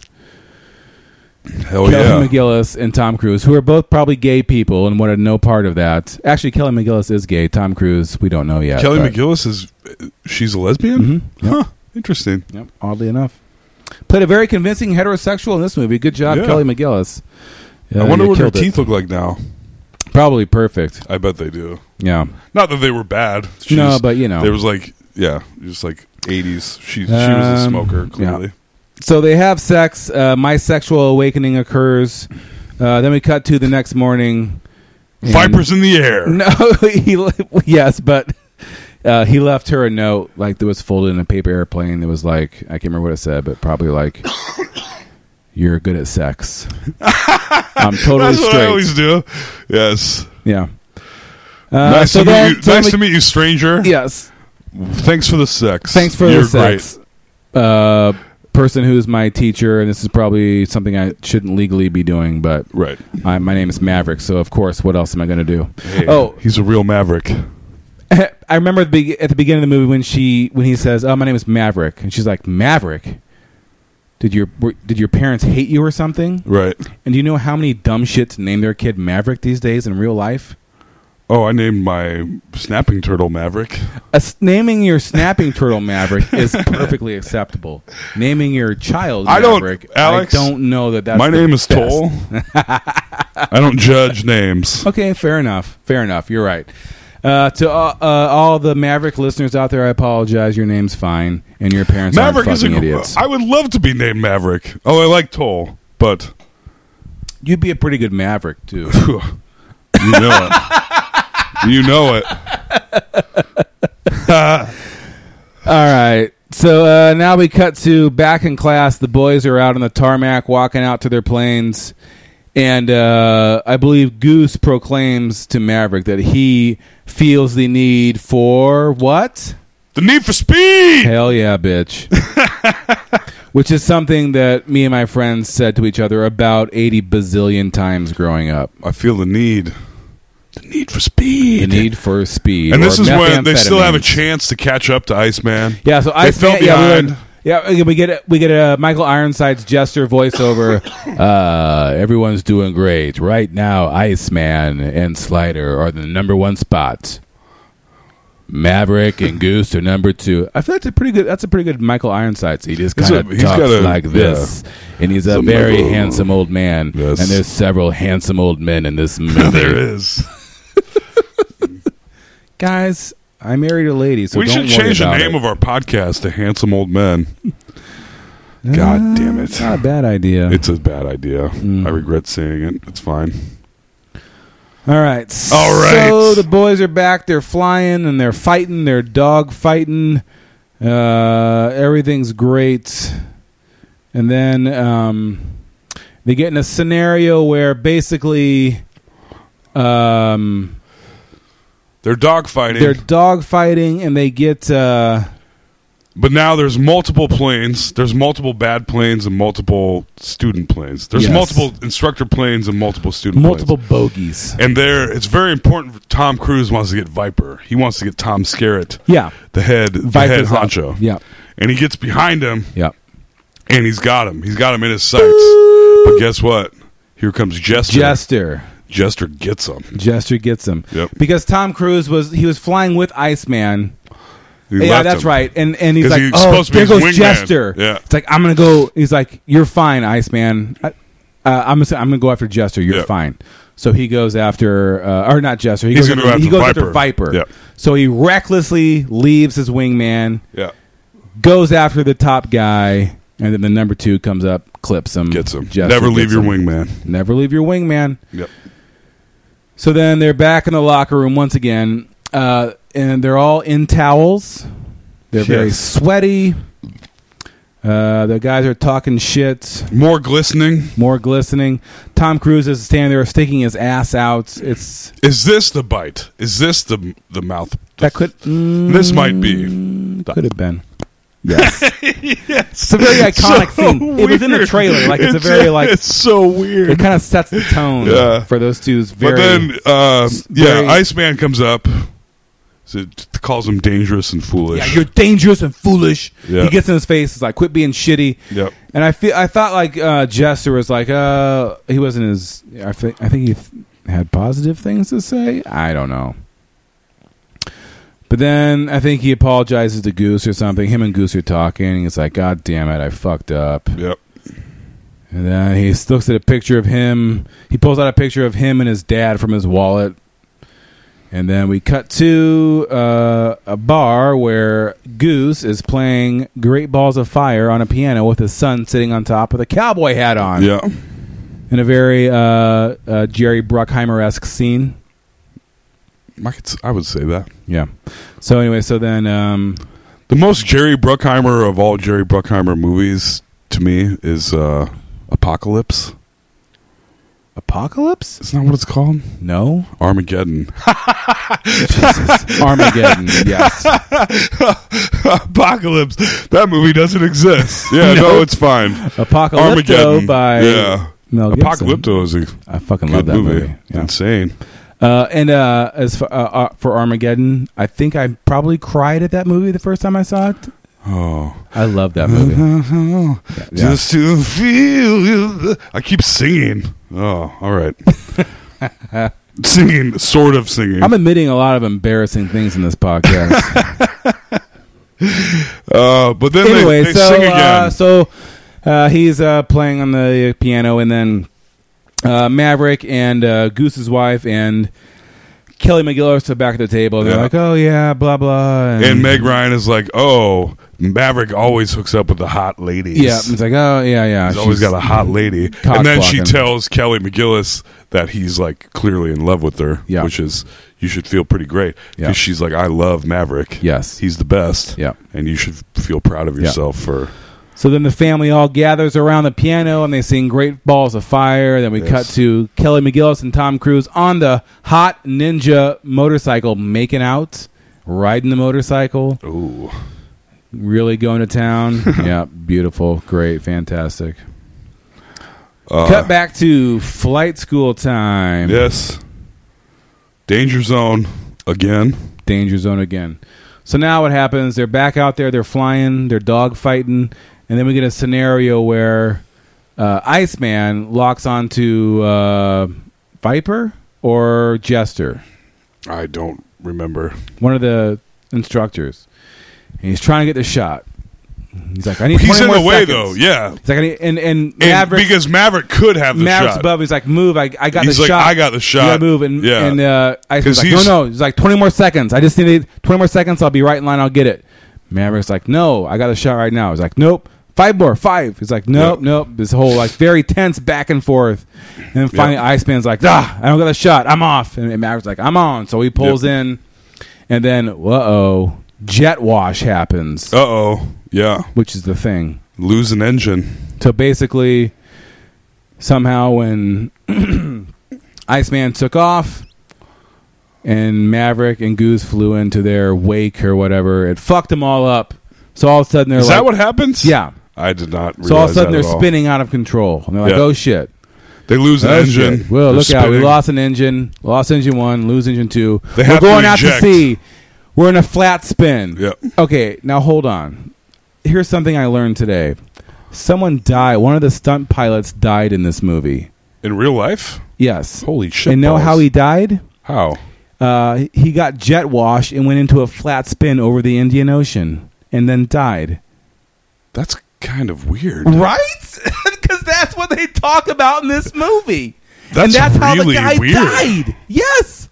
S10: Hell
S11: Kelly
S10: Oh, yeah.
S11: McGillis and Tom Cruise, who are both probably gay people and wanted no part of that. Actually, Kelly McGillis is gay. Tom Cruise, we don't know yet.
S10: Kelly
S11: but-
S10: McGillis is. She's a lesbian?
S11: Mm-hmm.
S10: Huh. Interesting.
S11: Yep, oddly enough, played a very convincing heterosexual in this movie. Good job,
S10: Yeah.
S11: Kelly McGillis.
S10: I
S11: Uh,
S10: wonder
S11: you
S10: what her
S11: killed it.
S10: teeth look like now.
S11: Probably perfect.
S10: I bet they do.
S11: Yeah.
S10: Not that they were bad. She
S11: No,
S10: just-
S11: but, you know.
S10: there was like yeah, just like eighties. She she was a
S11: Um,
S10: smoker
S11: yeah.
S10: clearly.
S11: So they have sex. Uh, my sexual awakening occurs. Uh, then we cut to the next morning. And-
S10: Vipers in the air.
S11: No, *laughs* he le- yes, but uh, he left her a note like that was folded in a paper airplane. That was like I can't remember what it said, but probably like you're good at
S10: *laughs*
S11: sex. I'm totally
S10: That's what I
S11: straight.
S10: always do. Yes.
S11: yeah. Uh,
S10: nice
S11: so
S10: to
S11: then-
S10: meet you.
S11: so
S10: nice
S11: we-
S10: to meet you, stranger.
S11: Yes.
S10: Thanks for the sex.
S11: Thanks for
S10: You're
S11: the sex. Uh, person who's my teacher, and this is probably something I shouldn't legally be doing, but
S10: Great. Right.
S11: I, my name is Maverick, so of course, what else am I going to do?
S10: oh,
S11: Oh,
S10: he's a real maverick.
S11: *laughs* I remember at the, beg- at the beginning of the movie when she when he says, "Oh, my name is Maverick," and she's like, "Maverick, did your were, did your parents hate you or something?"
S10: Right.
S11: And do you know how many dumb shits name their kid Maverick these days in real life?
S10: Oh, I named my snapping turtle Maverick.
S11: A s naming your snapping turtle
S10: *laughs*
S11: Maverick is perfectly acceptable. Naming your child
S10: I don't-
S11: Maverick,
S10: Alex,
S11: I don't know that that's
S10: my
S11: the
S10: name is
S11: best. *laughs*
S10: Toll. I don't judge names.
S11: Okay, fair enough. Fair enough. You're right. Uh, to uh, uh, all the Maverick listeners out there, I apologize. Your name's fine, and your parents
S10: Maverick
S11: aren't
S10: is a.
S11: fucking
S10: gr-
S11: idiots.
S10: I would love to be named Maverick. Oh, I like Toll, but
S11: You'd be a pretty good Maverick too.
S10: you know it. You know it.
S11: *laughs* All right. So uh, now we cut to back in class. The boys are out on the tarmac walking out to their planes. And uh, I believe Goose proclaims to Maverick that he feels the need for what?
S10: The Need for Speed.
S11: Hell yeah, bitch. Which is something that me and my friends said to each other about 80 bazillion times growing up.
S10: I feel the need. The need for
S11: The
S10: speed.
S11: need for speed.
S10: and this
S11: or
S10: is when they still have a
S11: methamphetamines.
S10: chance to catch up to Iceman.
S11: Yeah, so I
S10: fell behind.
S11: Yeah, we, yeah, we get we get a Michael Ironside's jester
S10: *laughs*
S11: voiceover. uh, everyone's doing great right now. Iceman and Slider are the number one spot. Maverick and Goose are number two. I feel that's a pretty good. That's a pretty good Michael Ironside. He just
S10: He's
S11: kind of
S10: a- he's
S11: talks
S10: got a-
S11: like this, and he's a
S10: Some
S11: very
S10: Michael-
S11: handsome old man.
S10: Yes.
S11: And there's several handsome old men in
S10: *laughs*
S11: this movie.
S10: There is.
S11: guys. I married a lady, so
S10: we
S11: don't
S10: should change the
S11: worry about
S10: name
S11: it.
S10: of our podcast to Handsome Old Men. God damn it.
S11: Not a bad idea.
S10: It's a bad idea.
S11: Mm.
S10: I regret saying it. It's fine.
S11: All right.
S10: All right.
S11: So the boys are back. They're flying and they're fighting. They're dog fighting. Uh, everything's great. And then um, they get in a scenario where basically um,
S10: They're dogfighting.
S11: they're dog fighting and they get. Uh,
S10: But now there's multiple planes. There's multiple bad planes and multiple student planes. There's
S11: Yes.
S10: multiple instructor planes and multiple student
S11: multiple
S10: planes.
S11: bogeys.
S10: And there, it's very important. Tom Cruise wants to get Viper. He wants to get Tom Skerritt,
S11: Yeah.
S10: the head, the head
S11: Viper's up.
S10: honcho.
S11: Yeah.
S10: And he gets behind him,
S11: Yeah.
S10: and he's got him. He's got him in his sights. But guess what? Here comes Jester.
S11: Jester.
S10: Jester gets him.
S11: Jester gets him.
S10: Yep.
S11: Because Tom Cruise was he was flying with Iceman.
S10: He
S11: yeah,
S10: left
S11: that's
S10: him.
S11: right. And and he's
S10: 'Cause
S11: like,
S10: he's
S11: oh,
S10: supposed to be
S11: there goes
S10: his wingman."
S11: Jester.
S10: Yeah.
S11: It's like I'm gonna go. He's like, you're fine, Iceman. I, uh, I'm gonna say- I'm gonna go after Jester. You're
S10: Yeah.
S11: fine. So he goes after, uh, or not Jester. He
S10: He's
S11: goes,
S10: gonna
S11: after,
S10: go after
S11: he goes
S10: Viper.
S11: after Viper.
S10: Yeah.
S11: So he recklessly leaves his wingman,
S10: Yeah.
S11: goes after the top guy, and then the number two comes up, clips him,
S10: Gets him.
S11: Jester
S10: Never leave
S11: gets
S10: your
S11: him.
S10: wingman.
S11: Never leave your wingman.
S10: Yep.
S11: So then they're back in the locker room once again, uh, and they're all in towels. They're very
S10: Yes.
S11: sweaty. Uh, the guys are talking shit,
S10: More glistening.
S11: more glistening. Tom Cruise is standing there sticking his ass out. It's
S10: Is this the bite? Is this the the mouth?
S11: that could mm,
S10: this
S11: *laughs*
S10: might be.
S11: could have been. Yes. It's a very iconic
S10: *laughs* So
S11: scene. It was in the
S10: weird.
S11: trailer. Like it's, a very like
S10: It's so
S11: it
S10: weird.
S11: kind of sets the tone
S10: Yeah.
S11: for those two's very
S10: but then, uh, yeah,
S11: very-
S10: Iceman comes up. So it calls him dangerous and foolish.
S11: Yeah, you're dangerous and foolish.
S10: Yeah.
S11: He gets in his face. He's like, "Quit being shitty."
S10: Yep.
S11: And I feel I thought like uh, Jester was like, uh, he wasn't as I think I think he th- had positive things to say. I don't know. But then I think he apologizes to Goose or something. Him and Goose are talking. He's like, "God damn it, I fucked up."
S10: Yep.
S11: And then he looks at a picture of him. He pulls out a picture of him and his dad from his wallet. And then we cut to uh, a bar where Goose is playing Great Balls of Fire on a piano with his son sitting on top with a cowboy hat on.
S10: Yeah.
S11: In a very uh, uh, Jerry Bruckheimer esque scene.
S10: I, could, s- I would say that.
S11: Yeah. So, anyway, so then. Um,
S10: The most Jerry Bruckheimer of all Jerry Bruckheimer movies to me is uh, Apocalypse.
S11: Apocalypse?
S10: Isn't that what it's called?
S11: No.
S10: *laughs* Armageddon.
S11: Armageddon.
S10: *laughs*
S11: yes.
S10: Apocalypse. That movie doesn't exist. *laughs* Yeah, no, it's fine.
S11: Apocalypto
S10: Armageddon
S11: by
S10: yeah.
S11: Mel Gibson.
S10: Apocalypto is a good
S11: I fucking love that
S10: movie.
S11: movie. Yeah.
S10: Insane.
S11: Uh, and uh, as for, uh, uh, for Armageddon, I think I probably cried at that movie the first time I saw it.
S10: Oh. Mm-hmm.
S11: I love that movie. yeah.
S10: Just to feel you. I keep singing. Oh, all right.
S11: *laughs*
S10: singing, sort of singing.
S11: I'm admitting a lot of embarrassing things in this podcast.
S10: uh, but then
S11: anyway,
S10: *laughs* they, they
S11: so
S10: sing again.
S11: uh, so uh, he's uh, playing on the piano, and then uh, Maverick and uh, Goose's wife and Kelly McGillis are back at the table. They're
S10: Yeah.
S11: like, "Oh yeah, blah blah," and,
S10: and Meg Ryan is like, "Oh, Maverick always hooks up with the hot ladies.
S11: yeah, it's like, "Oh yeah, yeah."
S10: he's always
S11: she's-
S10: got a hot lady." And then she
S11: blocking.
S10: tells Kelly McGillis that he's like clearly in love with her,
S11: Yeah.
S10: which is you should feel pretty great because
S11: Yeah.
S10: she's like, "I love Maverick.
S11: Yes.
S10: he's the best.
S11: Yeah.
S10: and you should feel proud of
S11: Yeah.
S10: yourself for."
S11: So then the family all gathers around the piano and they sing Great Balls of Fire. Then we
S10: Yes.
S11: cut to Kelly McGillis and Tom Cruise on the hot ninja motorcycle making out, riding the motorcycle,
S10: Ooh,
S11: really going to town. yeah, beautiful, great, fantastic. cut back to flight school time.
S10: yes, danger zone again.
S11: danger zone again. So now what happens? They're back out there. They're flying. They're dog fighting, and then we get a scenario where uh, Iceman locks onto uh, Viper or Jester,
S10: I don't remember.
S11: one of the instructors, and he's trying to get the shot. He's like, I need.
S10: He's
S11: 20
S10: in
S11: more
S10: the way
S11: seconds.
S10: though. Yeah.
S11: He's like, I need, and and
S10: And
S11: Maverick's,
S10: because Maverick could have the
S11: Maverick's
S10: shot.
S11: above. He's like, move! I, I got
S10: He's
S11: the
S10: like,
S11: shot.
S10: "I got the
S11: You
S10: shot."
S11: gotta move! And
S10: Yeah.
S11: and uh, Iceman's
S10: 'Cause
S11: like, no,
S10: he's-
S11: no. He's like, twenty more seconds. I just need twenty more seconds. I'll be right in line. I'll get it. Maverick's like, no, I got a shot right now. He's like, nope. Five more, five. He's like, nope,
S10: Yeah.
S11: nope. This whole like very tense back and forth, and then finally
S10: Yeah.
S11: Iceman's like, ah, I don't got a shot. I'm off. And, and Maverick's like, I'm on. So he pulls
S10: Yep.
S11: in, and then uh oh, jet wash happens,
S10: Uh oh. Yeah.
S11: which is the thing.
S10: Lose an engine.
S11: So basically, somehow when *clears throat* Iceman took off and Maverick and Goose flew into their wake or whatever, it fucked them all up. So all of a sudden they're
S10: Is
S11: like,
S10: that what happens?
S11: Yeah.
S10: I did not realize
S11: so all of a sudden
S10: that
S11: they're
S10: at all.
S11: spinning out of control. And they're like,
S10: Yeah.
S11: oh shit.
S10: They lose an
S11: Oh,
S10: engine.
S11: shit. Well,
S10: They're
S11: look out. We
S10: spinning.
S11: lost an engine. Lost engine one. Lose engine two.
S10: They
S11: We're
S10: have to
S11: going out to
S10: eject.
S11: sea. We're in a flat spin.
S10: Yep.
S11: Okay, now hold on. Here's something I learned today. Someone died. One of the stunt pilots died in this movie.
S10: in real life.
S11: Yes.
S10: Holy shit!
S11: And know
S10: balls.
S11: how he died?
S10: How?
S11: Uh, he got jet washed and went into a flat spin over the Indian Ocean and then died.
S10: That's kind of weird.
S11: *laughs* Right? Because that's what they talk about in this movie. and
S10: That's
S11: that's how the
S10: really
S11: guy
S10: weird.
S11: died. Yes.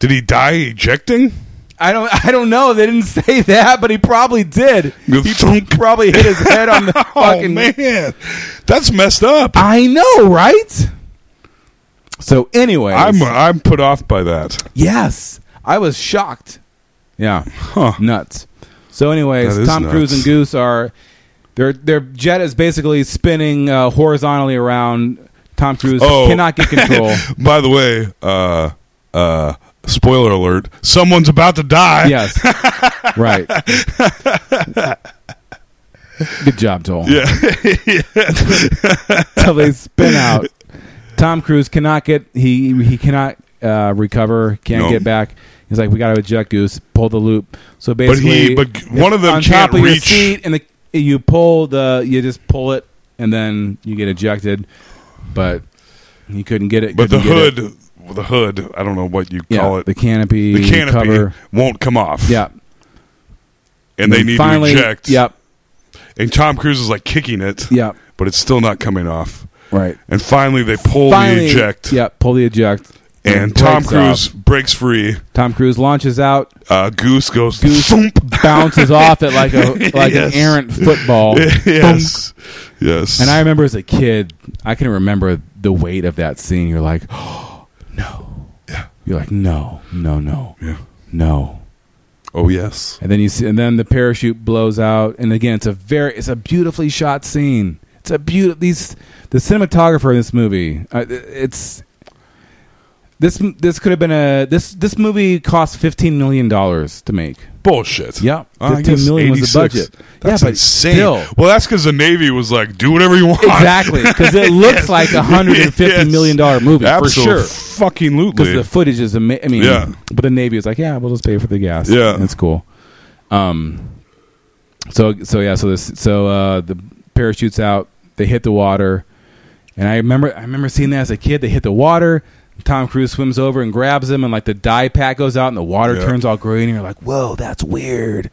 S10: Did he die ejecting?
S11: I don't. I don't know. They didn't *laughs* say that, but he probably did. He
S10: Thunk.
S11: probably hit his head on the
S10: *laughs* Oh
S11: fucking.
S10: man, that's messed up.
S11: I know, right? So, anyways,
S10: I'm I'm put off by that.
S11: yes, I was shocked. Yeah,
S10: Huh.
S11: nuts. So, anyways,
S10: That is
S11: Tom Cruise
S10: nuts.
S11: and Goose are their their jet is basically spinning uh, horizontally around. Tom Cruise
S10: Oh.
S11: cannot get
S10: *laughs*
S11: control.
S10: By the way, uh, uh, spoiler alert: someone's about to die.
S11: yes,
S10: *laughs*
S11: right. Good job, Joel. *laughs*
S10: Yeah.
S11: till they spin out. Tom Cruise cannot get he he cannot uh, recover, can't
S10: No.
S11: get back. He's like, we got to eject Goose, pull the loop. So
S10: But
S11: basically,
S10: he- but one of them
S11: on top
S10: can't
S11: of your
S10: reach.
S11: seat, and the, you pull the you just pull it, and then you get ejected. But he couldn't get it.
S10: But the
S11: couldn't get
S10: hood,
S11: it.
S10: the hood. I don't know what you
S11: yeah,
S10: call it.
S11: the canopy,
S10: the canopy
S11: cover,
S10: won't come off.
S11: yeah.
S10: and they
S11: And
S10: need
S11: finally,
S10: to eject.
S11: Yep,
S10: And Tom Cruise is like kicking it.
S11: Yep.
S10: But it's still not coming off.
S11: right.
S10: And finally, they pull
S11: finally,
S10: the eject.
S11: Yep, pull the eject.
S10: And
S11: Breaks
S10: Tom
S11: off.
S10: Cruise breaks free.
S11: Tom Cruise launches out.
S10: Uh, Goose goes.
S11: Goose *laughs*
S10: thump.
S11: bounces off it like
S10: *laughs*
S11: a like
S10: Yes.
S11: an errant football. Thunk.
S10: *laughs* *laughs* yes. Yes.
S11: And I remember as a kid, I can remember the weight of that scene. You're like, *gasps* oh, no.
S10: Yeah.
S11: You're like, no, no, no,
S10: Yeah.
S11: no.
S10: Oh yes.
S11: And then you see, and then the parachute blows out. And again, it's a very, it's a beautifully shot scene. It's a beautiful. These the cinematographer in this movie. Uh, it's this this could have been a this this movie cost fifteen million dollars to make.
S10: Bullshit. Oh,
S11: Yeah,
S10: I
S11: 15
S10: guess
S11: million was the
S10: 86.
S11: budget.
S10: That's
S11: Yeah, but
S10: insane.
S11: still.
S10: Well, that's because the Navy was like, do whatever you want. *laughs*
S11: Exactly, because it looks like a hundred and fifty
S10: Yes.
S11: million dollar movie for sure.
S10: Fucking
S11: Because
S10: lootly.
S11: the footage is amazing. I mean,
S10: Yeah.
S11: but the Navy was like, yeah, we'll just pay for the gas.
S10: Yeah.
S11: that's cool. Um, so so yeah, so this so uh, the parachutes out, they hit the water, and I remember I remember seeing that as a kid. They hit the water. Tom Cruise swims over and grabs him, and like the dye pack goes out, and the water
S10: Yeah.
S11: turns all green, and you're like, whoa, that's weird.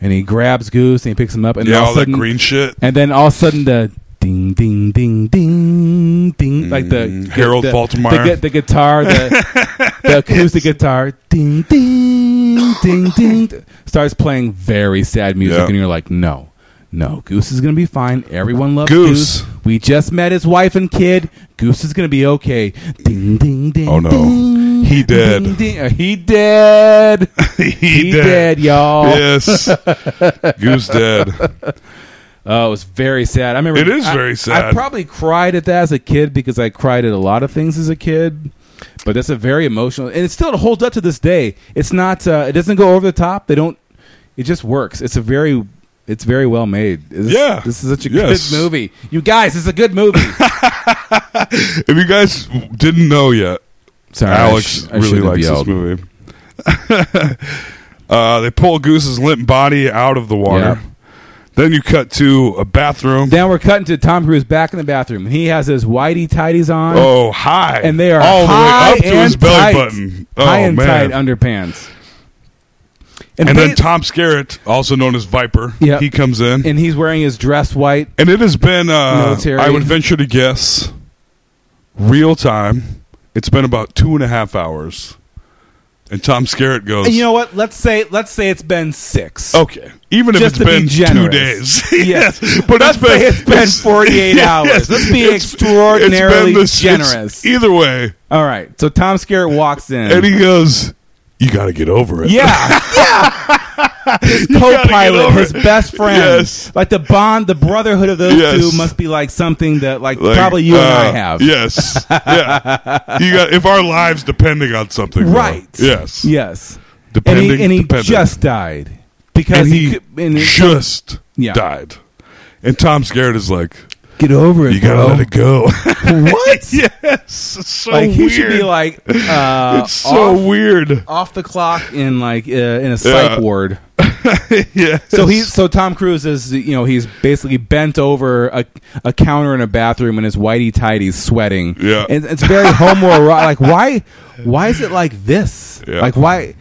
S11: And he grabs Goose and he picks him up, and
S10: yeah,
S11: all,
S10: all
S11: of a
S10: that
S11: sudden,
S10: green shit.
S11: and then all of a sudden the ding ding ding ding ding like the
S10: Mm. Harold
S11: the,
S10: Faltermeyer.
S11: the, gu- the guitar the,
S10: *laughs*
S11: the acoustic guitar ding ding ding ding starts playing very sad music
S10: Yeah.
S11: and you're like no no goose is gonna be fine everyone loves
S10: Goose.
S11: goose. we just met his wife and kid goose is gonna be okay ding ding ding
S10: Oh, no.
S11: ding,
S10: He dead.
S11: ding, ding. Uh, he dead
S10: *laughs* he,
S11: he dead y'all *laughs*
S10: Yes. Goose dead.
S11: Oh, it was very sad. I remember
S10: It is
S11: I-
S10: very sad.
S11: I probably cried at that as a kid because I cried at a lot of things as a kid. But that's a very emotional, and it still holds up to this day. It's not. Uh, it doesn't go over the top. They don't. It just works. It's a very. It's very well made. This,
S10: Yeah.
S11: this is such a
S10: Yes.
S11: good movie. You guys, this is a good
S10: *laughs*
S11: movie.
S10: If you guys didn't know yet,
S11: Sorry,
S10: Alex
S11: I sh- I
S10: really
S11: shouldn't have
S10: likes
S11: yelled.
S10: this movie. *laughs* uh, they pull Goose's limp body out of the
S11: Yeah.
S10: water. Then you cut to a bathroom.
S11: Now we're cutting to Tom Cruise back in the bathroom, and he has his whitey tidies on,
S10: Oh, high.
S11: and they are
S10: all the
S11: high
S10: way up to
S11: and
S10: his belly
S11: tight.
S10: button. Oh,
S11: high and
S10: man.
S11: tight underpants.
S10: and
S11: ba-
S10: then Tom Skerritt, also known as Viper,
S11: Yeah.
S10: he comes in.
S11: and he's wearing his dress white.
S10: And it has been, uh,
S11: Military.
S10: I would venture to guess, real time. It's been about two and a half hours. And Tom Skerritt goes,
S11: And you know what? Let's say let's say it's been six.
S10: okay, even if
S11: Just to
S10: it's
S11: be
S10: been two
S11: generous.
S10: days. *laughs*
S11: Yes.
S10: But
S11: Let's
S10: it's been,
S11: say it's been
S10: *laughs*
S11: 48 hours. Let's be extraordinarily
S10: this- it's-
S11: generous.
S10: either way,
S11: All right. So Tom Skerritt walks in.
S10: and he goes, you got to get over it.
S11: yeah,
S10: *laughs* You
S11: co
S10: gotta get
S11: pilot,
S10: over
S11: his
S10: it.
S11: best friend.
S10: Yes.
S11: Like the bond, the brotherhood of those
S10: Yes.
S11: two must be like something that like,
S10: Like,
S11: probably you and
S10: uh,
S11: I have.
S10: Yes. Yeah. you got if our lives depending on something. though.
S11: Right.
S10: Yes.
S11: Yes. And
S10: Depending.
S11: he, and he
S10: dependent.
S11: just died. Because
S10: and
S11: he,
S10: he,
S11: could- and it's like,
S10: just
S11: Yeah.
S10: died. And Tom Skerritt is like,
S11: get over it.
S10: you gotta
S11: bro.
S10: let it go.
S11: *laughs*
S10: *laughs*
S11: What?
S10: yes, it's so
S11: Like he
S10: weird.
S11: should be like uh,
S10: *laughs* it's so
S11: off, *laughs*
S10: weird.
S11: off the clock in like uh, in a psych
S10: Yeah.
S11: ward.
S10: yeah.
S11: So he's so Tom Cruise is you know he's basically bent over a, a counter in a bathroom in his whitey tidies sweating.
S10: Yeah.
S11: and it's very homoerotic. *laughs* like why why is it like this?
S10: Yeah.
S11: Like why?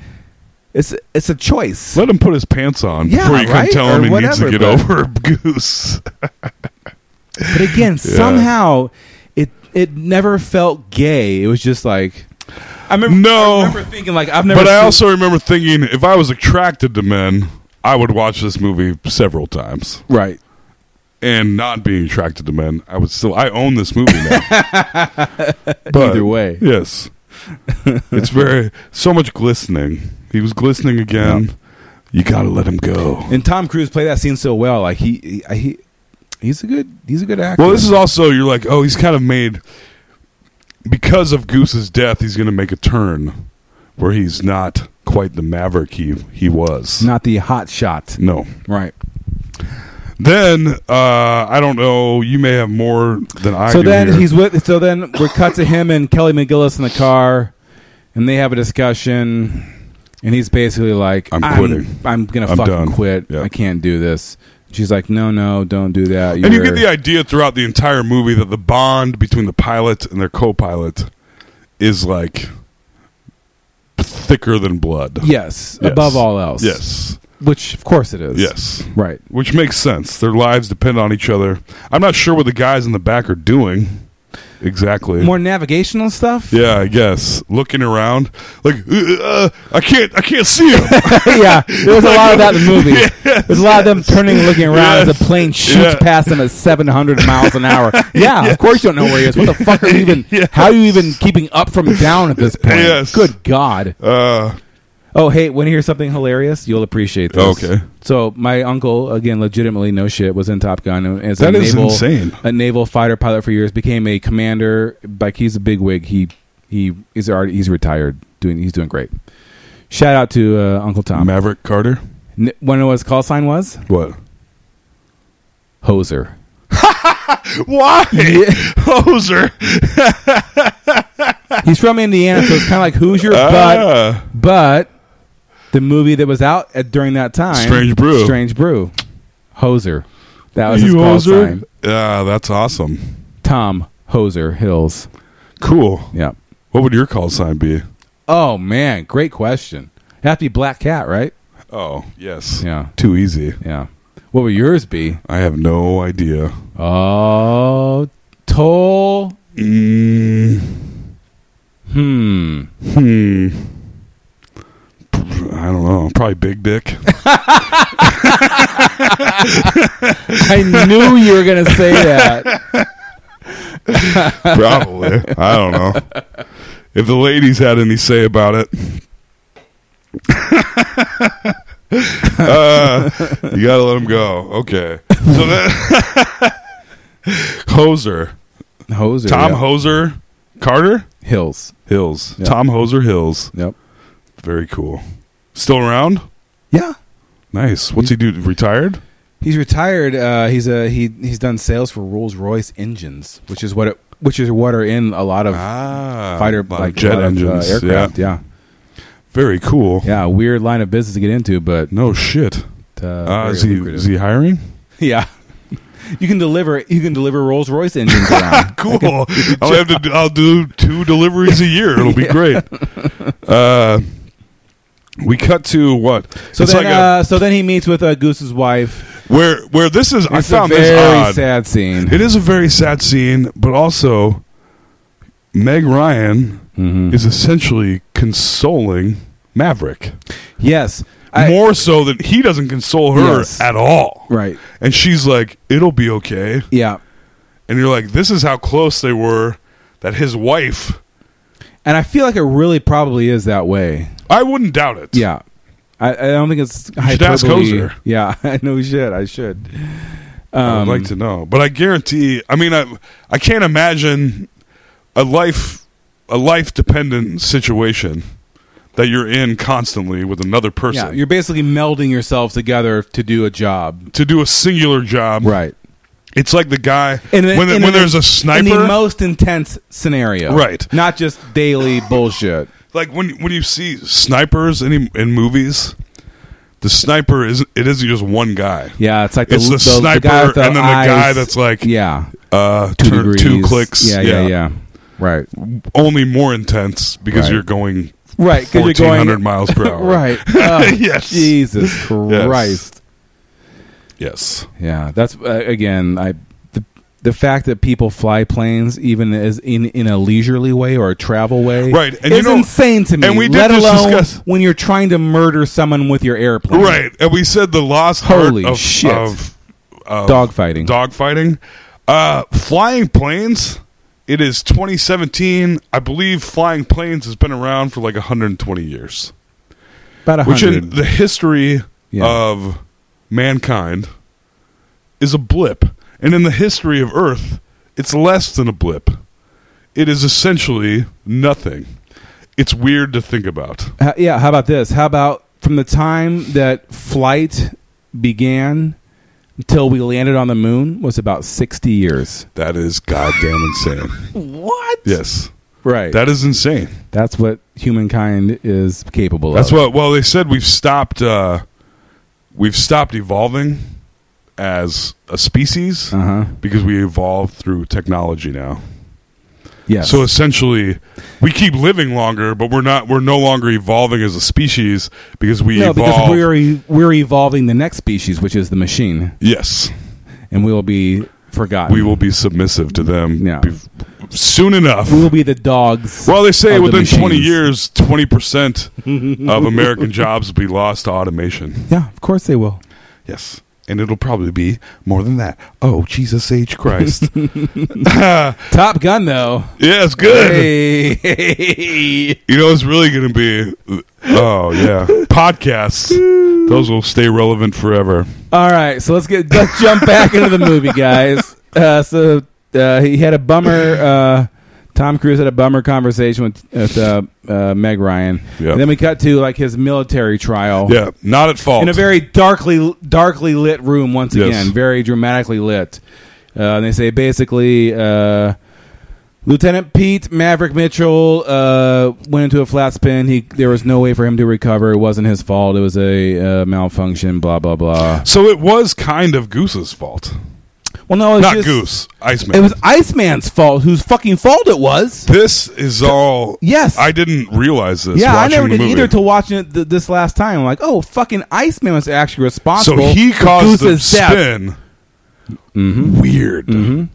S11: It's it's a choice.
S10: let him put his pants on
S11: Yeah,
S10: before you
S11: right?
S10: can tell
S11: Or
S10: him he needs to
S11: whatever,
S10: get
S11: *laughs* but-
S10: over Goose. *laughs*
S11: But again, somehow it it never felt gay. It was just like I remember.
S10: No.
S11: I remember thinking like I've never.
S10: But I
S11: seen-
S10: also remember thinking if I was attracted to men, I would watch this movie several times.
S11: right.
S10: And not being attracted to men, I would still I own this movie
S11: *laughs*
S10: now. but,
S11: Either way.
S10: yes, it's very so much glistening. He was glistening again. You gotta let him go.
S11: And Tom Cruise played that scene so well. Like he he, he he's a good he's a good actor.
S10: Well, this is also you're like, oh, he's kind of made because of Goose's death. He's going to make a turn where he's not quite the maverick he he was.
S11: not the hot shot.
S10: No.
S11: Right.
S10: Then uh, I don't know. You may have more than I.
S11: so
S10: do
S11: then
S10: here.
S11: he's with. So then we're cut to him and Kelly McGillis in the car, and they have a discussion, and he's basically like,
S10: I'm quitting.
S11: I'm gonna
S10: I'm
S11: fucking
S10: done."
S11: quit.
S10: Yeah.
S11: I can't do this." She's like, "No, no, don't do that."
S10: And you
S11: You're-
S10: get the idea throughout the entire movie that the bond between the pilot and their co-pilot is like thicker than blood.
S11: yes,
S10: Yes.
S11: above all else.
S10: Yes.
S11: which of course it is.
S10: Yes.
S11: right.
S10: Which makes sense. Their lives depend on each other. I'm not sure what the guys in the back are doing exactly.
S11: More navigational stuff.
S10: yeah, I guess looking around, like "Uh, uh, I can't, I can't see him.
S11: *laughs* *laughs* yeah, there's a lot of that in the movie.
S10: *laughs*
S11: There's a lot of them turning and looking around as
S10: Yes.
S11: a plane shoots
S10: Yeah.
S11: past them at 700 miles an
S10: *laughs*
S11: hour. Yeah, of course you don't know where he is. What the fuck are you even? How are you even keeping up from down at this point?
S10: Yes.
S11: Good God.
S10: uh,
S11: Oh, hey, want to hear something hilarious? You'll appreciate this.
S10: Okay.
S11: So my uncle, again, legitimately no shit, was in Top Gun. and Is
S10: That
S11: a
S10: is
S11: naval,
S10: insane.
S11: A naval fighter pilot for years, became a commander. Like he's a bigwig. He he is already he's retired. Doing he's doing great. Shout out to uh, Uncle Tom.
S10: Maverick Carter.
S11: N- when his call sign was
S10: What?
S11: hoser. *laughs*
S10: Why, *laughs* hoser?
S11: He's from Indiana, so it's kind of like Hoosier, but
S10: Ah,
S11: but the movie that was out at, during that time,
S10: Strange Brew.
S11: Strange Brew, hoser. That was his
S10: you
S11: call
S10: hoser?
S11: sign.
S10: Yeah, that's awesome.
S11: Tom Hoser Hills.
S10: Cool.
S11: Yeah.
S10: What would your call sign be?
S11: Oh man, great question. It have to be Black Cat, right?
S10: Oh, yes.
S11: Yeah.
S10: Too easy.
S11: Yeah. What would yours be?
S10: I have no idea.
S11: Oh, Toll.
S10: Mm,
S11: Hmm.
S10: hmm. I don't know. Probably big *laughs* dick.
S11: I knew you were gonna say *laughs* that.
S10: Probably. I don't know. If the ladies had any say about *laughs* it. Uh, you gotta let them go. Okay. So then, *laughs* Hoser,
S11: Hoser.
S10: Tom
S11: yeah.
S10: Hoser, Carter
S11: Hills.
S10: Hills,
S11: Yeah.
S10: Tom Hoser Hills.
S11: Yep.
S10: Very cool. Still around?
S11: Yeah.
S10: Nice. What's he do? Retired?
S11: He's retired. Uh, he's a he. He's done sales for Rolls Royce engines, which is what it, which is what are in a lot of
S10: Ah,
S11: fighter
S10: lot of
S11: like
S10: jet
S11: a lot of, uh,
S10: engines.
S11: aircraft.
S10: Yeah.
S11: Yeah.
S10: Very cool.
S11: yeah, Weird line of business to get into, but
S10: No shit.
S11: uh,
S10: Uh,
S11: very
S10: is he
S11: lucrative.
S10: is he hiring?
S11: Yeah. *laughs* You can deliver you can deliver Rolls Royce engines around.
S10: *laughs* cool. I'll have to. do- I'll do two deliveries a year. It'll *laughs* be great. Uh, we cut to what?
S11: So
S10: it's
S11: then,
S10: like
S11: uh, so then he meets with uh, Goose's wife.
S10: a, where where this is. I
S11: It's
S10: found
S11: a
S10: this
S11: very
S10: odd.
S11: sad scene.
S10: It is a very sad scene, but also Meg Ryan
S11: Mhm.
S10: is essentially consoling Maverick
S11: Yes. I-
S10: more so than he doesn't console her
S11: Yes.
S10: at all.
S11: right.
S10: And she's like, "It'll be okay."
S11: Yeah.
S10: And you're like, "This is how close they were." That his wife.
S11: And I feel like it really probably is that way.
S10: I wouldn't doubt it.
S11: Yeah. I, I don't think it's
S10: should ask
S11: hyperbole.
S10: Hoser.
S11: Yeah, *laughs* I know we should. I should.
S10: I'd like to know, but I guarantee. I mean, I I can't imagine a life a life dependent situation that you're in constantly with another person
S11: Yeah, you're basically melding yourselves together to do a job.
S10: to do a singular job.
S11: Right.
S10: It's like the guy
S11: And
S10: when
S11: in
S10: when
S11: the-
S10: there's a
S11: in
S10: sniper.
S11: the most intense scenario.
S10: Right.
S11: Not just daily bullshit.
S10: like when when you see snipers in in movies, the sniper is it isn't just one guy.
S11: Yeah, it's like
S10: It's the, sniper
S11: guy with
S10: and then the guy
S11: eyes.
S10: that's like
S11: yeah,
S10: uh
S11: two,
S10: turn- two
S11: degrees.
S10: clicks.
S11: Yeah, yeah, yeah, Right,
S10: Only more intense because
S11: Right.
S10: you're going
S11: right.
S10: fourteen hundred miles per
S11: *laughs*
S10: hour. *laughs*
S11: right. Oh,
S10: Yes.
S11: Jesus Christ.
S10: Yes.
S11: Yeah, that's uh, again. I the, the fact that people fly planes even as in in a leisurely way or a travel way
S10: Right, and
S11: is
S10: you know-
S11: insane to me
S10: and we did
S11: let
S10: just
S11: alone
S10: discuss-
S11: when you're trying to murder someone with your airplane
S10: Right, and we said the lost
S11: Holy
S10: art of,
S11: shit.
S10: of, of
S11: Dogfighting.
S10: Dogfighting, uh, flying planes. It is 2017. I believe flying planes has been around for like 120 years,
S11: about a
S10: which in
S11: hundred
S10: the history
S11: Yeah.
S10: of mankind is a blip, and in the history of Earth, it's less than a blip. It is essentially nothing. It's weird to think about.
S11: How- yeah how about this how about from the time that flight began until we landed on the moon was about 60 years
S10: That is goddamn insane.
S11: what
S10: Yes.
S11: right
S10: That is insane.
S11: that's what humankind is capable
S10: That's
S11: of
S10: what. Well, they said we've stopped. Uh, we've stopped evolving as a species
S11: uh-huh
S10: because we evolve through technology now.
S11: yes
S10: So essentially, we keep living longer, but we're not. We're no longer evolving as a species because we
S11: no,
S10: evolve.
S11: because we're e- we're evolving the next species, which is the machine,
S10: yes,
S11: and we will be forgotten.
S10: we will be submissive to them
S11: Yeah.
S10: be- soon enough.
S11: we will be the dogs.
S10: Well, they say
S11: of the
S10: within 20
S11: machines.
S10: years,
S11: *laughs*
S10: 20% of American jobs will be lost to automation.
S11: Yeah, of course they will.
S10: Yes. And it'll probably be more than that. Oh, Jesus
S11: *laughs*
S10: H. Christ. *laughs*
S11: Top Gun, though.
S10: yeah, it's good.
S11: Hey. *laughs*
S10: You know, it's really going to be. Oh, yeah. Podcasts. Those will stay relevant forever.
S11: All right, so let's get let's jump back into the movie,
S10: *laughs*
S11: guys. Uh, so uh, he had a bummer. Uh, Tom Cruise had a bummer conversation with, with uh, uh, Meg Ryan.
S10: Yeah.
S11: And then we cut to like his military trial.
S10: Yeah, not at fault.
S11: in a very darkly darkly lit room once
S10: Yes.
S11: again, very dramatically lit. Uh, and they say basically, uh, Lieutenant Pete Maverick Mitchell uh, went into a flat spin. He there was no way for him to recover. It wasn't his fault. It was a uh, malfunction. Blah blah blah.
S10: so it was kind of Goose's fault.
S11: Well, no, it's
S10: Not
S11: just,
S10: Goose, Iceman.
S11: It was Iceman's fault. Whose fucking fault it was?
S10: this is all.
S11: Yes.
S10: I didn't realize this.
S11: Yeah, I
S10: watching
S11: never
S10: the
S11: did
S10: movie.
S11: either till watching it th- this last time. I'm like, oh, fucking Iceman was actually
S10: So
S11: responsible.
S10: he
S11: for
S10: caused the
S11: Goose's death. Mm-hmm.
S10: spin. Weird.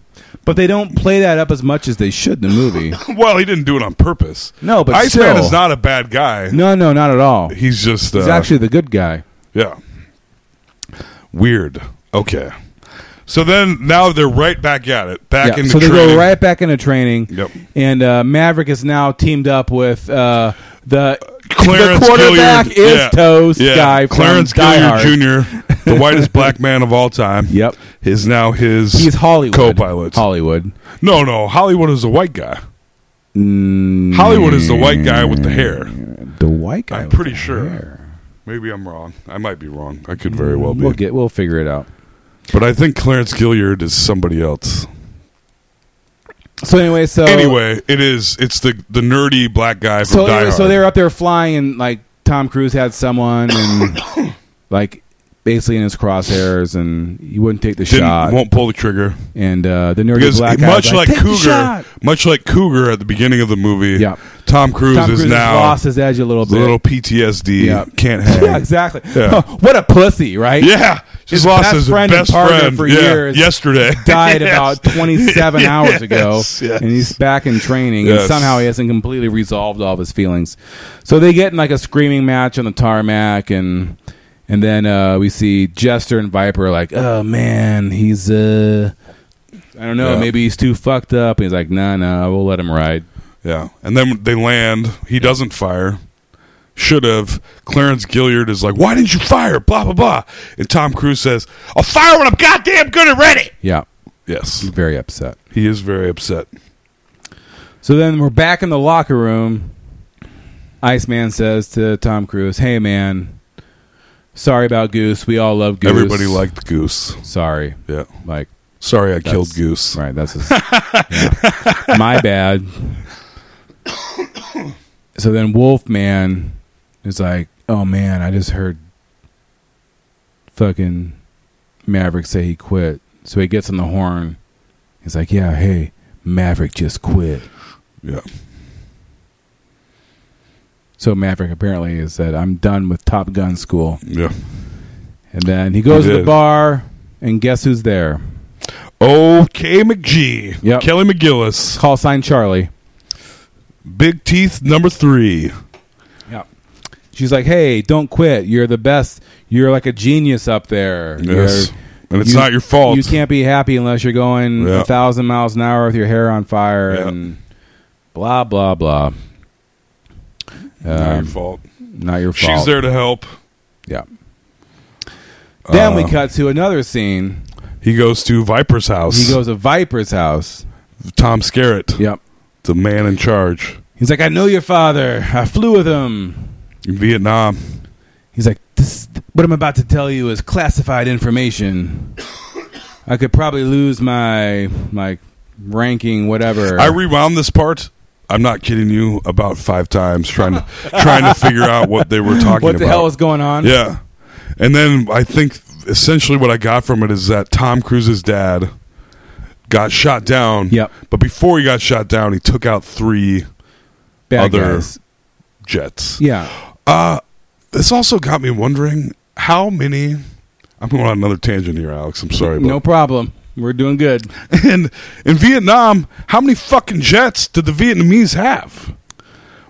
S11: But they don't play that up as much as they should in the movie.
S10: *laughs* Well, he didn't do it on purpose.
S11: No, but
S10: Iceman
S11: still.
S10: is not a bad guy.
S11: no, no, not at all.
S10: He's just uh,
S11: He's actually the good guy.
S10: yeah. Weird. Okay. So then now they're right back at it. Back
S11: Yeah,
S10: in the
S11: so they
S10: training.
S11: go right back into training.
S10: Yep.
S11: And uh, Maverick is now teamed up with uh, the,
S10: Clarence
S11: the quarterback
S10: Gilliard.
S11: is
S10: yeah.
S11: toast
S10: yeah.
S11: guy
S10: Clarence
S11: from Die Hard.
S10: Gilliard Jr.,
S11: *laughs*
S10: the whitest black man of all time.
S11: Yep.
S10: Is now his
S11: He's Hollywood.
S10: co-pilot.
S11: Hollywood.
S10: no, no, Hollywood is the white guy.
S11: Mm,
S10: Hollywood is the white guy with the hair.
S11: the Mm. white guy.
S10: I'm
S11: with
S10: pretty
S11: the
S10: sure.
S11: hair.
S10: Maybe I'm wrong. I might be wrong. I could very well be.
S11: We'll get. We'll figure it out.
S10: But I think Clarence Gilliard is somebody else.
S11: So anyway, so
S10: anyway, it is. It's the the nerdy black guy from
S11: so
S10: Die
S11: anyway,
S10: Hard.
S11: so they're up there flying and like Tom Cruise had someone and
S10: *coughs*
S11: like basically in his crosshairs and he wouldn't take the
S10: Didn't,
S11: shot
S10: won't pull the trigger
S11: and uh, the nerdy
S10: because
S11: black guy was
S10: much like,
S11: "Take the
S10: Cougar,
S11: shot."
S10: much like Cougar at the beginning of the movie,
S11: Yeah.
S10: Tom Cruise
S11: Tom Cruise
S10: is
S11: has
S10: now
S11: lost his edge a little
S10: a
S11: bit.
S10: little
S11: *laughs*
S10: PTSD.
S11: Yeah.
S10: Can't hang.
S11: yeah, exactly.
S10: Yeah.
S11: *laughs* what a pussy, right?
S10: Yeah, just
S11: His
S10: lost
S11: best
S10: his
S11: friend and
S10: best
S11: partner
S10: friend
S11: for
S10: yeah,
S11: years
S10: yesterday.
S11: Died
S10: *laughs* Yes.
S11: about 27 hours ago,
S10: *laughs* Yes, yes.
S11: and he's back in training,
S10: Yes.
S11: and somehow he hasn't completely resolved all of his feelings. So they get in like a screaming match on the tarmac, and and then uh, we see Jester and Viper like, oh man, he's uh, I don't know,
S10: Yeah.
S11: maybe he's too fucked up. And he's like, nah, nah, we'll let him ride.
S10: Yeah, and then they land. He doesn't fire. Should have. Clarence Gilliard is like, "Why didn't you fire?" Blah blah blah. And Tom Cruise says, "I'll fire when I'm goddamn good and ready."
S11: Yeah,
S10: Yes,
S11: very upset.
S10: he is very upset.
S11: So then we're back in the locker room. Iceman says to Tom Cruise, Hey, man, sorry about Goose. We all love Goose.
S10: Everybody liked Goose.
S11: Sorry.
S10: Yeah,
S11: Like,
S10: sorry, I killed
S11: That's-
S10: Goose.
S11: right, that's his. yeah. My bad. So then Wolfman is like, Oh, man, I just heard fucking Maverick say he quit. So he gets on the horn. He's like, Yeah, hey, Maverick just quit.
S10: Yeah,
S11: So Maverick apparently has said, "I'm done with Top Gun school,"
S10: yeah.
S11: and then he goes
S10: He
S11: to the
S10: did.
S11: bar, and guess who's there?
S10: Okay, McGee.
S11: Yep.
S10: Kelly McGillis.
S11: Call sign Charlie.
S10: Big Teeth number three.
S11: Yeah. She's like, hey, don't quit. You're the best. You're like a genius up there.
S10: Yes.
S11: You're-
S10: and it's
S11: you-
S10: not your fault.
S11: You can't be happy unless you're going
S10: Yeah.
S11: a thousand miles an hour with your hair on fire
S10: Yeah.
S11: and blah blah blah.
S10: not your
S11: Um,
S10: fault.
S11: not your fault.
S10: She's there to help.
S11: Yeah. Then we
S10: Uh,
S11: cut to another scene.
S10: He goes to Viper's house.
S11: He goes to Viper's house.
S10: Tom Skerritt,
S11: Yep.
S10: the man in charge
S11: He's like, I know your father. I flew with him.
S10: in Vietnam.
S11: He's like, this. What I'm about to tell you is classified information. I could probably lose my my ranking, whatever.
S10: I rewound this part. I'm not kidding you. About five times
S11: *laughs*
S10: trying to trying to figure out what they were talking
S11: what
S10: about.
S11: the hell is going on?
S10: Yeah. And then I think essentially what I got from it is that Tom Cruise's dad got shot down.
S11: Yep.
S10: But before he got shot down, he took out three
S11: Bad
S10: other-
S11: guys.
S10: jets.
S11: Yeah.
S10: This also got me wondering how many. I'm going on another tangent here, Alex. I'm sorry. But,
S11: No problem. We're doing good.
S10: *laughs* And in Vietnam, how many fucking jets did the Vietnamese have?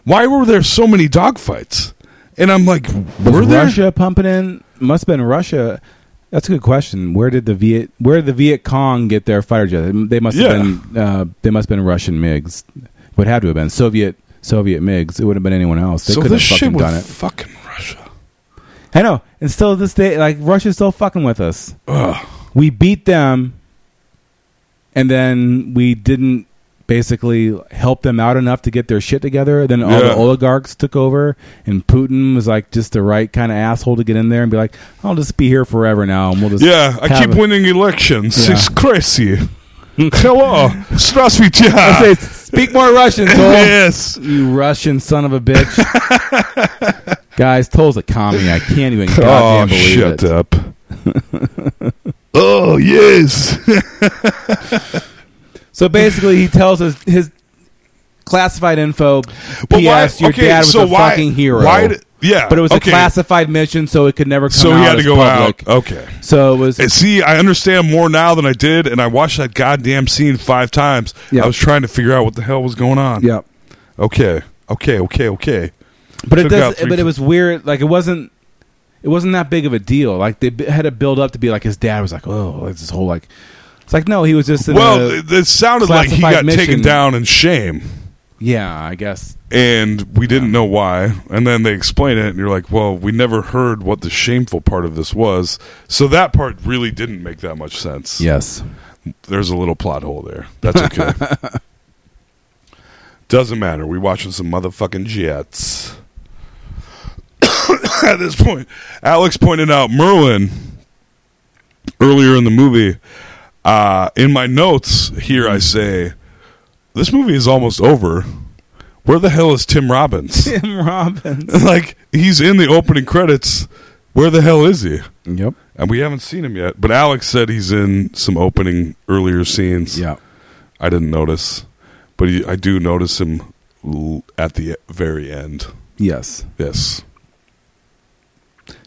S10: Why were there so many dogfights? And I'm like,
S11: Was
S10: were there?
S11: Russia pumping in? Must have been Russia. That's a good question. Where did the Viet Where did the Viet Cong get their fighter jet? They must have
S10: Yeah.
S11: been. Uh, they must have been Russian MiGs. Would have to have been Soviet Soviet MiGs. It would have been anyone else. They
S10: so
S11: could have
S10: this shit
S11: fucking
S10: was
S11: done it.
S10: fucking Russia.
S11: I know. And still to this day, like Russia's still fucking with us.
S10: Ugh.
S11: We beat them, and then we didn't basically help them out enough to get their shit together. Then all
S10: Yeah.
S11: the oligarchs took over, and Putin was like just the right kind of asshole to get in there and be like, "I'll just be here forever now, and we'll just
S10: Yeah, I
S11: have
S10: keep
S11: a-"
S10: winning elections.
S11: Yeah.
S10: It's crazy. Hello, Strasvitia.
S11: I say, speak more
S10: *laughs*
S11: Russian, Toll.
S10: yes.
S11: You Russian son of a
S10: *laughs*
S11: bitch. Guys, Toll's a commie. I can't even goddamn
S10: oh,
S11: believe
S10: shut
S11: it. *laughs*
S10: up. oh yes.
S11: So basically, he tells us his classified info.
S10: But
S11: P.S. Your dad was a fucking hero.
S10: Why? Did, yeah,
S11: but it was
S10: okay.
S11: a classified mission, so it could never come
S10: So
S11: out.
S10: he had to
S11: as
S10: go
S11: public.
S10: out. Okay.
S11: So it was.
S10: And see, I understand more now than I did, and I watched that goddamn scene five times.
S11: Yeah.
S10: I was trying to figure out what the hell was going on.
S11: yeah.
S10: Okay. Okay. Okay. Okay.
S11: But it
S10: Took
S11: does.
S10: out three
S11: But it
S10: fl-
S11: was weird. Like it wasn't. It wasn't that big of a deal. Like they b- had to build up to be like his dad was like, oh, like this whole like. It's like no, he was just in
S10: well,
S11: a-
S10: it, it sounded like he
S11: classified
S10: got taken
S11: mission.
S10: down in shame,
S11: yeah, I guess.
S10: and we didn't know why. And then they explain it, and you're like, "Well, we never heard what the shameful part of this was." So that part really didn't make that much sense.
S11: *laughs* Yes.
S10: there's a little plot hole there. That's okay. Doesn't matter. We watching some motherfucking jets. *coughs* At this point, Alex pointed out Merlin earlier in the movie. Uh, in my notes here, I say this movie is almost over. Where the hell is
S11: *laughs*
S10: Tim Robbins?
S11: Tim Robbins.
S10: *laughs* like he's in the opening credits. Where the hell is he?
S11: Yep.
S10: And we haven't seen him yet. But Alex said he's in some opening earlier scenes.
S11: Yeah.
S10: I didn't notice, but he, I do notice him l- at the very end.
S11: Yes.
S10: Yes.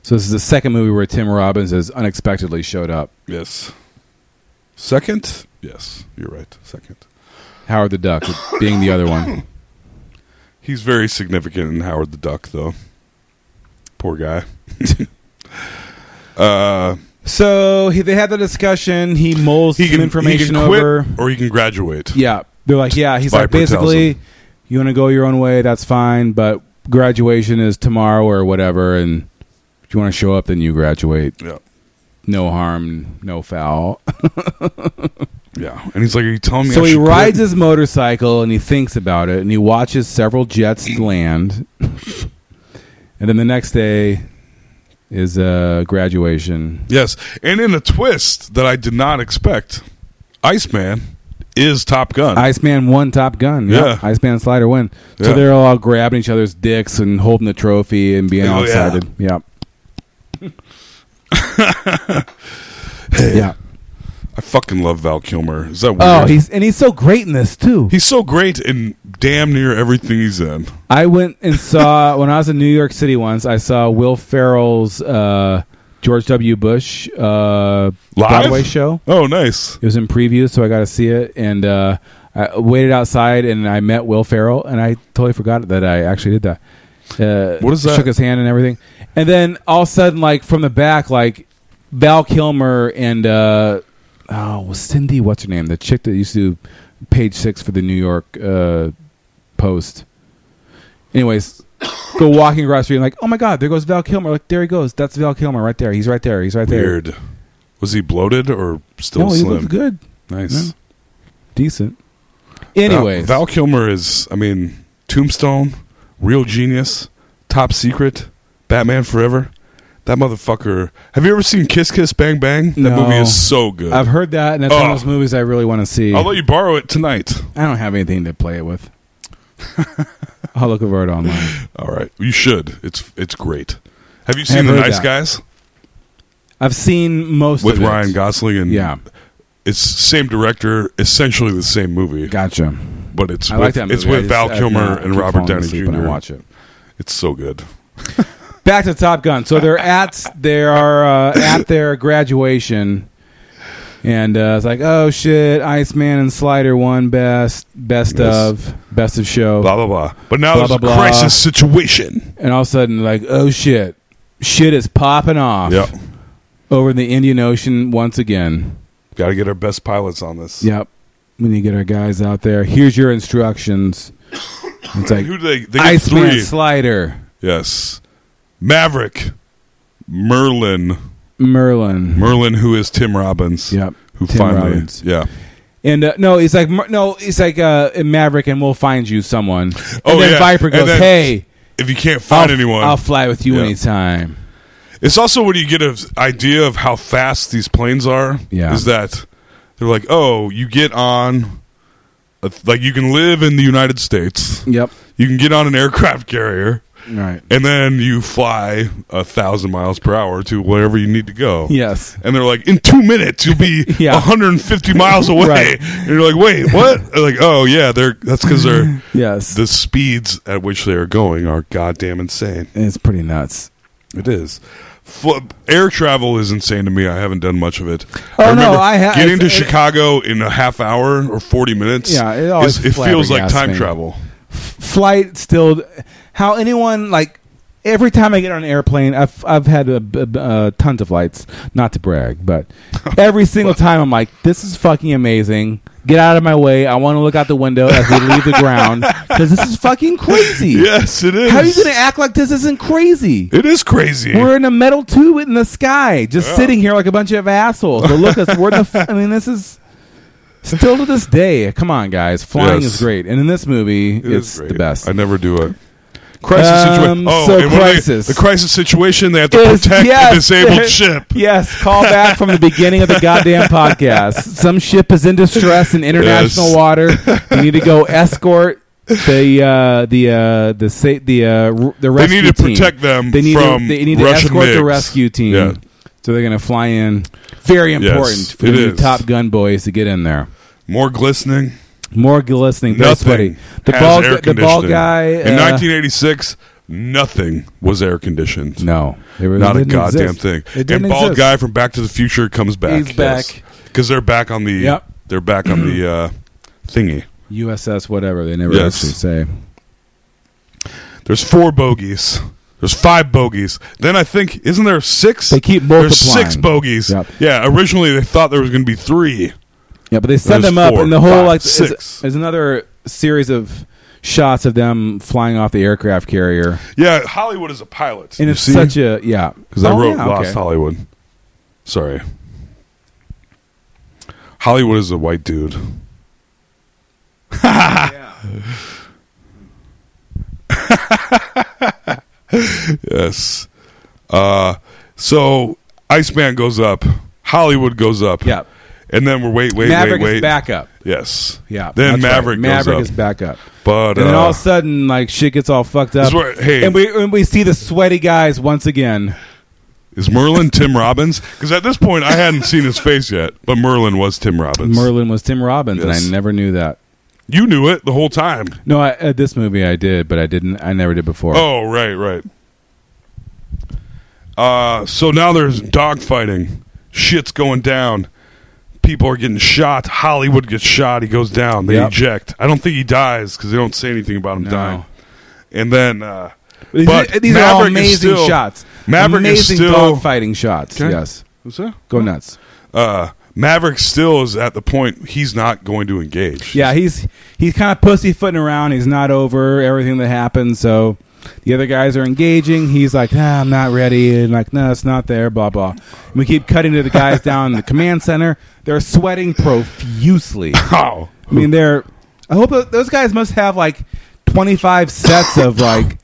S11: So this is the second movie where Tim Robbins has unexpectedly showed up.
S10: Yes. Second? Yes, you're right. Second.
S11: Howard the
S10: *coughs*
S11: Duck being the other one.
S10: He's very significant in Howard the Duck, though. Poor guy. *laughs* uh,
S11: So he, they had the discussion. He moles
S10: he
S11: some
S10: can,
S11: information
S10: he can quit
S11: over.
S10: or he can graduate.
S11: Yeah, they're like, yeah. He's like,
S10: Viper tells
S11: basically,
S10: him.
S11: you want to go your own way, that's fine. But graduation is tomorrow or whatever, and if you want to show up, then you graduate.
S10: Yeah.
S11: No harm, no
S10: *laughs*
S11: foul.
S10: Yeah. And he's like, Are you telling me
S11: so
S10: I
S11: he
S10: should
S11: rides
S10: quit?
S11: his motorcycle and he thinks about it, and he watches several jets land. *laughs* and then the next day is uh, graduation.
S10: Yes. And in a twist that I did not expect, Iceman is Top Gun.
S11: Iceman won Top Gun.
S10: Yeah.
S11: Yep. Iceman Slider win. So
S10: Yeah.
S11: they're all grabbing each other's dicks and holding the trophy and being all
S10: Oh, yeah.
S11: excited.
S10: *laughs*
S11: Yeah. Yeah.
S10: I fucking love Val Kilmer. Is that weird?
S11: Oh, he's and he's so great in this too.
S10: He's so great in damn near everything he's in.
S11: *laughs* I went and saw when I was in New York City once. I saw Will Ferrell's uh, George W. Bush uh,
S10: Live?
S11: Broadway show.
S10: Oh, nice.
S11: It was in preview, so I got to see it, and uh, I waited outside, and I met Will Farrell, and I totally forgot that I actually did that. Uh,
S10: What is that?
S11: Shook his hand and everything, and then all of a sudden, like from the back, like Val Kilmer and uh, oh Cindy, what's her name? The chick that used to do page six for the New York uh, Post. Anyways, go walking across the street, and like, oh my god, there goes Val Kilmer. Like there he goes. That's Val Kilmer right there. He's right there. He's right there.
S10: Weird. Was he bloated or still
S11: No, he
S10: slim?
S11: looked good,
S10: Nice.
S11: decent. Anyways,
S10: Val, Val Kilmer is, I mean, Tombstone, Real Genius, Top Secret, Batman Forever. That motherfucker. Have you ever seen Kiss Kiss Bang Bang? That
S11: No.
S10: movie is so good.
S11: I've heard that, and that's one
S10: Oh.
S11: of those movies I really want to see.
S10: I'll let you borrow it tonight.
S11: I don't have anything to play it with. *laughs* I'll look over it online.
S10: All right, you should. It's it's great. Have you seen
S11: I've
S10: The
S11: heard
S10: Nice
S11: that.
S10: Guys
S11: I've seen most
S10: with
S11: of it.
S10: Ryan Gosling and
S11: Yeah,
S10: it's same director, essentially the same movie,
S11: gotcha.
S10: but it's
S11: I
S10: with,
S11: like that movie.
S10: it's with
S11: I just-
S10: Val
S11: I-
S10: Kilmer
S11: yeah, I
S10: and
S11: keep
S10: Robert
S11: falling
S10: Downey
S11: asleep
S10: Jr.
S11: when I watch it.
S10: It's so good.
S11: Back to Top Gun. So
S10: *laughs*
S11: they're at they are uh, at their graduation, and uh, it's like, oh shit, Iceman and Slider won best, best
S10: Yes.
S11: of, best of show.
S10: Blah blah blah. But now
S11: Blah,
S10: there's
S11: blah,
S10: a
S11: blah.
S10: crisis situation.
S11: And all of a sudden, like, oh shit, shit is popping off
S10: Yep.
S11: over in the Indian Ocean once again.
S10: Got to get our best pilots on this.
S11: Yep. We need to get our guys out there. Here's your instructions. It's like
S10: Who do they? They get
S11: Iceman
S10: three.
S11: Slider,
S10: yes. Maverick, Merlin,
S11: Merlin.
S10: Merlin, who is Tim Robbins.
S11: Yep.
S10: Who
S11: Tim
S10: finally?
S11: Robbins.
S10: Yeah.
S11: And uh, no, it's like Mer- no, it's like uh, Maverick, and we'll find you someone. And
S10: Oh,
S11: then
S10: yeah.
S11: Viper
S10: And
S11: goes,
S10: then-
S11: "Hey,
S10: If you can't
S11: I'll,
S10: find anyone,
S11: I'll fly with you
S10: Yeah.
S11: anytime."
S10: It's also when you get an idea of how fast these planes are.
S11: Yeah.
S10: Is that they're like, oh, you get on, a th- like you can live in the United States,
S11: Yep.
S10: you can get on an aircraft *laughs* carrier,
S11: Right.
S10: and then you fly a thousand miles per hour to wherever you need to go.
S11: Yes.
S10: And they're like, in two minutes, you'll be
S11: *laughs* Yeah.
S10: 150 miles away.
S11: Right.
S10: *laughs* And you're like, wait, what? *laughs* They're like, oh yeah, they're that's
S11: *laughs*
S10: because they're
S11: Yes.
S10: the speeds at which they are going are goddamn insane.
S11: it's pretty nuts.
S10: It is. Fl- air travel is insane to me. I haven't done much of it.
S11: Oh, no,
S10: remember
S11: I ha-
S10: getting
S11: it's-
S10: to
S11: it-
S10: Chicago in a half hour or forty minutes.
S11: Yeah, it always
S10: is- it feels like
S11: flabbergasts
S10: time
S11: me.
S10: travel.
S11: flight still how anyone like every time i get on an airplane i've, I've had a, b- b- uh, tons of flights not to brag but
S10: *laughs*
S11: every single time i'm like this is fucking amazing get out of my way i want to look out the window as we leave the
S10: *laughs*
S11: ground because this is fucking crazy
S10: Yes, it is.
S11: how are you gonna act like this isn't crazy
S10: It is crazy.
S11: we're in a metal tube in the sky just
S10: Yeah.
S11: sitting here like a bunch of assholes but look us we're in the f- i mean this is still to this day come on guys flying
S10: Yes.
S11: is great and in this movie
S10: It is
S11: it's
S10: great.
S11: the best
S10: I never do it. Crisis
S11: Um,
S10: situation. Oh,
S11: so
S10: and when they-
S11: crisis.
S10: the crisis situation. They have to
S11: Is-
S10: protect
S11: yes. *laughs*
S10: the disabled ship.
S11: Yes, call back from the beginning of the
S10: *laughs*
S11: goddamn podcast. Some ship is in distress in international
S10: Yes.
S11: water.
S10: *laughs*
S11: We need to go escort the uh, the uh, the sa- the uh, r- the
S10: They
S11: rescue
S10: need to
S11: team.
S10: protect them
S11: They need
S10: from
S11: to, they need to
S10: Russian
S11: escort the
S10: MiGs.
S11: rescue team.
S10: Yeah.
S11: So they're going to fly in. Very important for the
S10: it
S11: new
S10: is.
S11: Top Gun boys to get in there.
S10: More glistening.
S11: More glistening, very sweaty.
S10: Nothing.
S11: The
S10: has
S11: ball,
S10: air
S11: the ball
S10: conditioning.
S11: guy.
S10: in
S11: uh,
S10: 1986, nothing was air conditioned.
S11: no, they were-
S10: not
S11: they
S10: a
S11: didn't
S10: goddamn
S11: exist.
S10: thing.
S11: They
S10: and
S11: didn't
S10: bald
S11: exist.
S10: guy from Back to the Future comes back.
S11: He's back.
S10: because they're back on the.
S11: Yep.
S10: They're back on
S11: *clears throat*
S10: the uh, thingy.
S11: USS, whatever they never
S10: Yes.
S11: actually say.
S10: There's four bogeys. There's five bogeys. Then I think isn't there six?
S11: They keep
S10: There's six
S11: multiplying.
S10: bogeys.
S11: Yep.
S10: Yeah. Originally they thought there was going to be three.
S11: Yeah, but they set
S10: There's
S11: them up,
S10: four,
S11: and the whole
S10: five,
S11: like
S10: six.
S11: Is, is another series of shots of them flying off the aircraft carrier,
S10: Yeah. Hollywood is a pilot.
S11: and
S10: You
S11: it's
S10: see?
S11: such a yeah.
S10: Because I
S11: Oh,
S10: wrote
S11: yeah,
S10: Lost
S11: okay.
S10: Hollywood. Sorry. Hollywood is a white dude.
S11: *laughs*
S10: yes. Uh, so Iceman goes up. Hollywood goes up.
S11: Yeah.
S10: And then we're wait, wait,
S11: Maverick
S10: wait, wait.
S11: is back up.
S10: Yes.
S11: Yeah,
S10: Then
S11: that's right.
S10: Maverick goes
S11: Maverick
S10: up.
S11: is back up,
S10: But
S11: and then
S10: uh,
S11: all of a sudden, like shit gets all fucked
S10: This
S11: up.
S10: is where- hey.
S11: and we and we see the sweaty guys once again.
S10: is Merlin Tim Robbins? Because at this point I hadn't seen his face yet, but Merlin was Tim Robbins.
S11: Merlin was Tim Robbins,
S10: Yes.
S11: and I never knew that.
S10: You knew it the whole time.
S11: No, I, uh, this movie I did, but I didn't. I never did before.
S10: Oh, right, right. Uh, so now there's dogfighting. Shit's going down. People are getting shot. Hollywood gets shot. He goes down. They
S11: Yep.
S10: eject. I don't think he dies because they don't say anything about him
S11: No.
S10: dying. And then, uh,
S11: These,
S10: but
S11: these are all
S10: Maverick is
S11: amazing
S10: still-
S11: shots.
S10: Maverick is
S11: amazing
S10: still-
S11: dogfighting shots.
S10: Okay.
S11: Yes,
S10: What's that?
S11: go nuts.
S10: Uh, Maverick still is at the point he's not going to engage.
S11: Yeah, he's he's kind of pussyfooting around. He's not over everything that happens. So the other guys are engaging. He's like, nah, I'm not ready. And like, no, it's not there. Blah blah. And we keep cutting to the guys *laughs* down in the command center. They're sweating profusely.
S10: How?
S11: I mean, they're. I hope tho- those guys must have like 25 sets
S10: *laughs*
S11: of like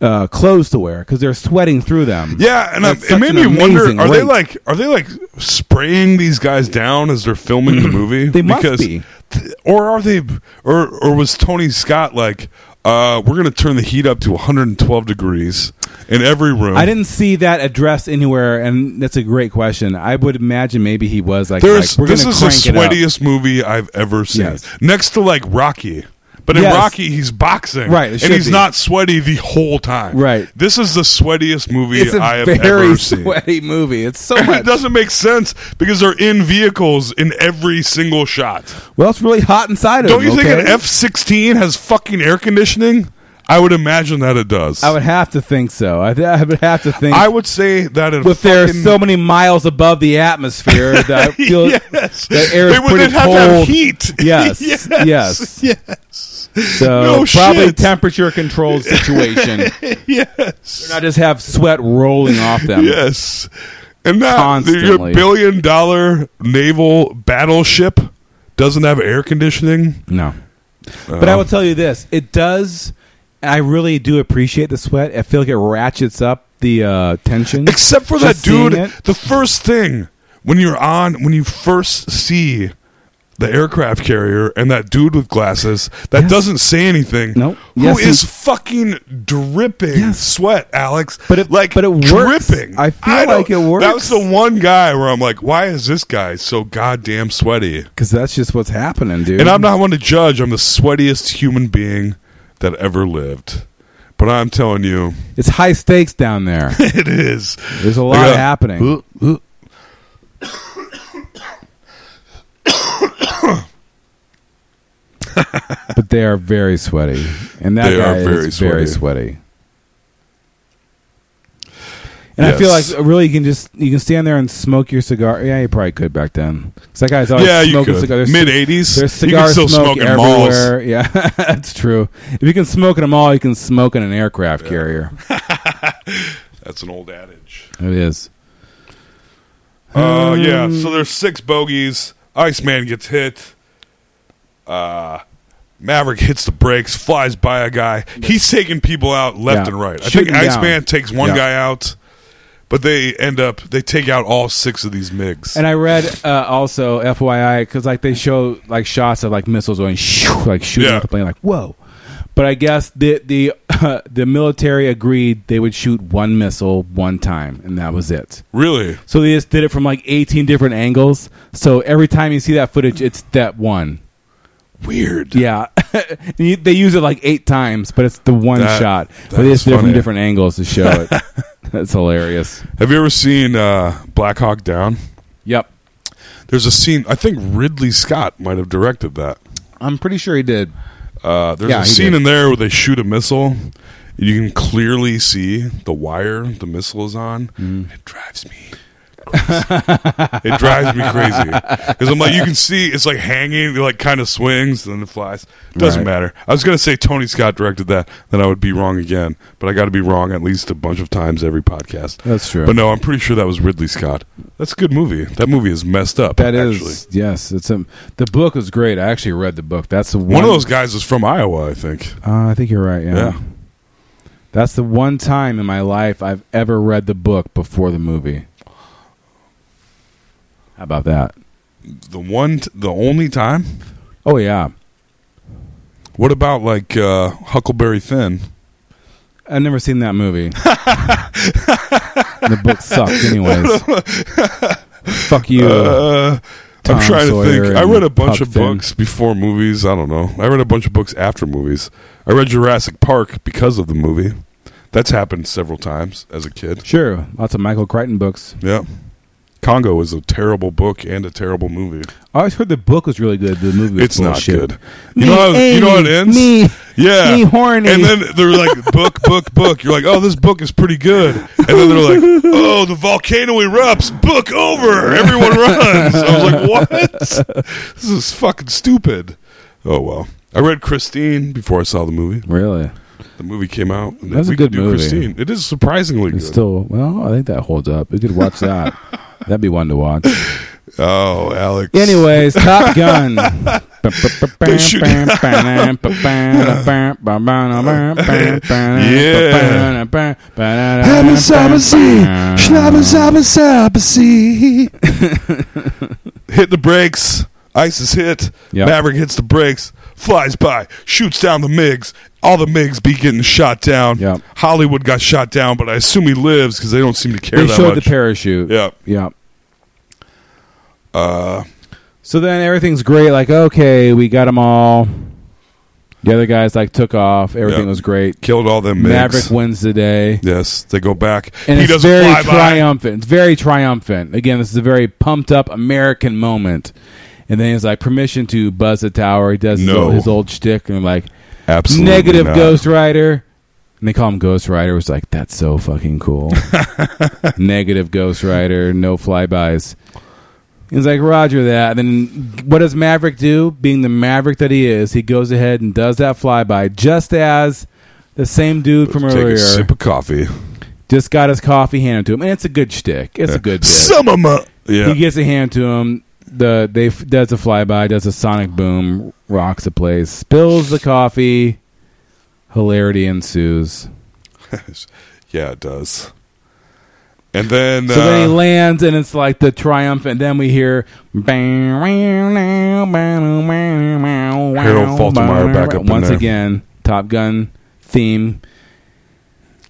S11: uh, clothes to wear because they're sweating through them.
S10: Yeah, and I,
S11: That's
S10: it made
S11: such
S10: me
S11: an
S10: wonder:
S11: amazing
S10: are they
S11: rate.
S10: like are they like spraying these guys down as they're
S11: *clears throat*
S10: filming the movie?
S11: They must be.
S10: th- or are they? Or or was Tony Scott like, uh, we're going to turn the heat up to 112 degrees in every room?
S11: I didn't see that addressed anywhere, and that's a great question. I would imagine maybe he was like,
S10: There's
S11: like, we're
S10: this
S11: gonna
S10: is the
S11: crank it up.
S10: sweatiest movie I've ever seen,
S11: Yes.
S10: next to like Rocky. But in
S11: Yes.
S10: Rocky, he's boxing,
S11: Right, it
S10: And
S11: should
S10: he's
S11: be.
S10: not sweaty the whole time,
S11: Right.
S10: This is the sweatiest movie
S11: It's a
S10: I have
S11: very *laughs*
S10: ever seen.
S11: sweaty movie. It's so
S10: And *laughs* it
S11: much.
S10: doesn't make sense because they're in vehicles in every single shot.
S11: well, it's really hot inside of
S10: Don't
S11: him,
S10: you think
S11: okay?
S10: an F sixteen has fucking air conditioning? I would imagine that it does.
S11: I would have to think so. I, th- I would have to think.
S10: I would say that in
S11: if there are
S10: fucking- *laughs*
S11: so many miles above the atmosphere, that I feel
S10: yes,
S11: the air is
S10: they would
S11: pretty
S10: they'd have to have
S11: cold.
S10: heat.
S11: *laughs* Yes,
S10: *laughs* yes,
S11: yes.
S10: yes.
S11: So
S10: No
S11: probably
S10: shit.
S11: temperature
S10: *laughs*
S11: controlled situation.
S10: yes,
S11: Not just have sweat rolling off them.
S10: yes. And that your
S11: Constantly.
S10: billion dollar naval battleship doesn't have air conditioning.
S11: No. But I will tell you this: it does. I really do appreciate the sweat. I feel like it ratchets up the uh, tension.
S10: Except for
S11: Just
S10: that dude,
S11: seeing it.
S10: the first thing when you're on, when you first see the aircraft carrier and that dude with glasses that
S11: Yes.
S10: doesn't say anything,
S11: Nope.
S10: who
S11: Yes,
S10: is
S11: he-
S10: fucking dripping
S11: Yes.
S10: sweat, Alex.
S11: But it-
S10: like,
S11: but it works.
S10: dripping.
S11: I feel
S10: don't-
S11: like it works.
S10: That was the one guy where I'm like, why is this guy so goddamn sweaty?
S11: because that's just what's happening, dude.
S10: And I'm not one to judge. I'm the sweatiest human being that ever lived. But I'm telling you, *laughs*
S11: It's high stakes down there.
S10: it is.
S11: There's
S10: *laughs*
S11: a lot
S10: Yeah.
S11: happening. but they are very sweaty, and that
S10: They
S11: guy
S10: are very
S11: is very
S10: sweaty.
S11: sweaty. And I feel
S10: Yes.
S11: like uh, really you can just you can stand there and smoke your cigar. Yeah, you probably could back then. 'Cause that guy's always
S10: yeah, you
S11: smoking
S10: could.
S11: cigars.
S10: Mid '80s,
S11: There's
S10: you
S11: cigar
S10: can still
S11: smoke,
S10: smoke in malls.
S11: everywhere. *laughs* Yeah, that's true. If you can smoke in a mall, you can smoke in an aircraft carrier.
S10: That's an old adage.
S11: It is.
S10: Uh,
S11: Um,
S10: yeah. So there's six bogeys. Iceman gets hit. Uh, Maverick hits the brakes, flies by a guy. He's taking people out left
S11: Yeah.
S10: and right. I
S11: Shooting
S10: think Iceman
S11: down.
S10: takes one
S11: Yeah.
S10: guy out, but they end up they take out all six of these MIGs.
S11: And I read uh, also FYI because like they show like shots of like missiles going shoo, like shooting
S10: Yeah.
S11: at the plane, like whoa. But I guess the the *laughs* the military agreed they would shoot one missile one time, and that was it.
S10: really?
S11: So they just did it from like eighteen different angles. So every time you see that footage, it's that one.
S10: Weird.
S11: Yeah, *laughs* You- they use it like eight times, but it's the one
S10: That-
S11: shot.
S10: that
S11: But they just
S10: is
S11: did it from
S10: funny.
S11: different angles to show it.
S10: *laughs*
S11: That's hilarious.
S10: Have you ever seen uh, Black Hawk Down?
S11: Yep,
S10: There's a scene. I think Ridley Scott might have directed that.
S11: I'm pretty sure he did.
S10: Uh, there's
S11: Yeah,
S10: a
S11: he
S10: scene
S11: did.
S10: in there where they shoot a missile. and You can clearly see the wire the missile is on.
S11: Mm.
S10: It drives me. Crazy. it drives me crazy because I'm like, you can see it's like hanging, it like kind of swings, and then it flies. Doesn't
S11: Right.
S10: matter. I was gonna say Tony Scott directed that, then I would be wrong again. But I got to be wrong at least a bunch of times every podcast.
S11: That's true.
S10: But no, I'm pretty sure that was Ridley Scott. That's a good movie. That movie is messed up.
S11: That is
S10: actually.
S11: yes. It's um, the book is great. I actually read the book. That's the one,
S10: one of those guys is from Iowa, I think.
S11: Uh, I think you're right. Yeah.
S10: Yeah.
S11: that's the one time in my life I've ever read the book before the movie. How about that?
S10: The one, t- the only time.
S11: Oh yeah,
S10: What about like uh, Huckleberry Finn?
S11: I've never seen that movie. the book sucked,
S10: *laughs*
S11: anyways. Fuck you.
S10: Uh, I'm
S11: Tom
S10: trying to
S11: Sawyer
S10: think. I read a
S11: and
S10: bunch
S11: Huck
S10: of
S11: Finn.
S10: books before movies. I don't know. I read a bunch of books after movies. I read Jurassic Park because of the movie. That That's happened several times as a kid.
S11: Sure, lots of Michael Crichton books.
S10: Yeah. Congo is a terrible book and a terrible movie.
S11: I always heard the book was really good. The movie was
S10: It's not
S11: bullshit.
S10: good. You know how you know how it
S11: Amy,
S10: ends?
S11: me,
S10: yeah.
S11: me horny.
S10: And then they're like book, book, book. You're like, oh, this book is pretty good. And then they're like, oh, the volcano erupts. Book over. Everyone runs. I was like, what? This is fucking stupid. Oh well. I read Christine before I saw the movie.
S11: Really,
S10: The movie came out. and
S11: That's a
S10: we
S11: good
S10: could do
S11: movie.
S10: Christine. It is surprisingly good.
S11: it's still well. I think that holds up. We could watch that. *laughs* That'd be one to watch.
S10: oh, Alex.
S11: Anyways, Top *laughs* Gun.
S10: shoot- hit the brakes. Ice is hit.
S11: Yep.
S10: Maverick hits the brakes, flies by, shoots down the MiGs. All the MiGs be getting shot down.
S11: Yep.
S10: Hollywood got shot down, but I assume he lives because they don't seem to care
S11: They
S10: that
S11: showed the
S10: much.
S11: parachute.
S10: yeah.
S11: Yeah.
S10: Uh,
S11: So then everything's great. Like, okay, we got them all. The other guys like took off. Everything
S10: Yep.
S11: was great.
S10: killed all them MiGs.
S11: Maverick wins the day.
S10: Yes, they go back.
S11: And
S10: he
S11: it's
S10: doesn't
S11: very
S10: fly by.
S11: triumphant. It's very triumphant. Again, this is a very pumped up American moment. And then he's like, permission to buzz the tower. He does his,
S10: No.
S11: old, his old shtick and like,
S10: Absolutely
S11: negative
S10: not.
S11: Ghost Rider. And they call him Ghost Rider. It was like, that's so fucking
S10: *laughs*
S11: cool. negative Ghost Rider, no flybys. He's like, Roger that. And then what does Maverick do? Being the Maverick that he is, he goes ahead and does that flyby just as the same dude from
S10: Take
S11: earlier
S10: a sip of coffee.
S11: just got his coffee handed to him, and it's a good shtick. It's a good. Bit.
S10: Some of my. Yeah.
S11: He gets a hand to him. The they f- does a flyby, does a sonic boom, rocks the place, spills the coffee. Hilarity ensues.
S10: yeah, it does. And then.
S11: So then he
S10: uh,
S11: lands, and it's like the triumph, and then we hear. Harold
S10: Faltermeyer back up in
S11: once
S10: there.
S11: again. Top Gun theme.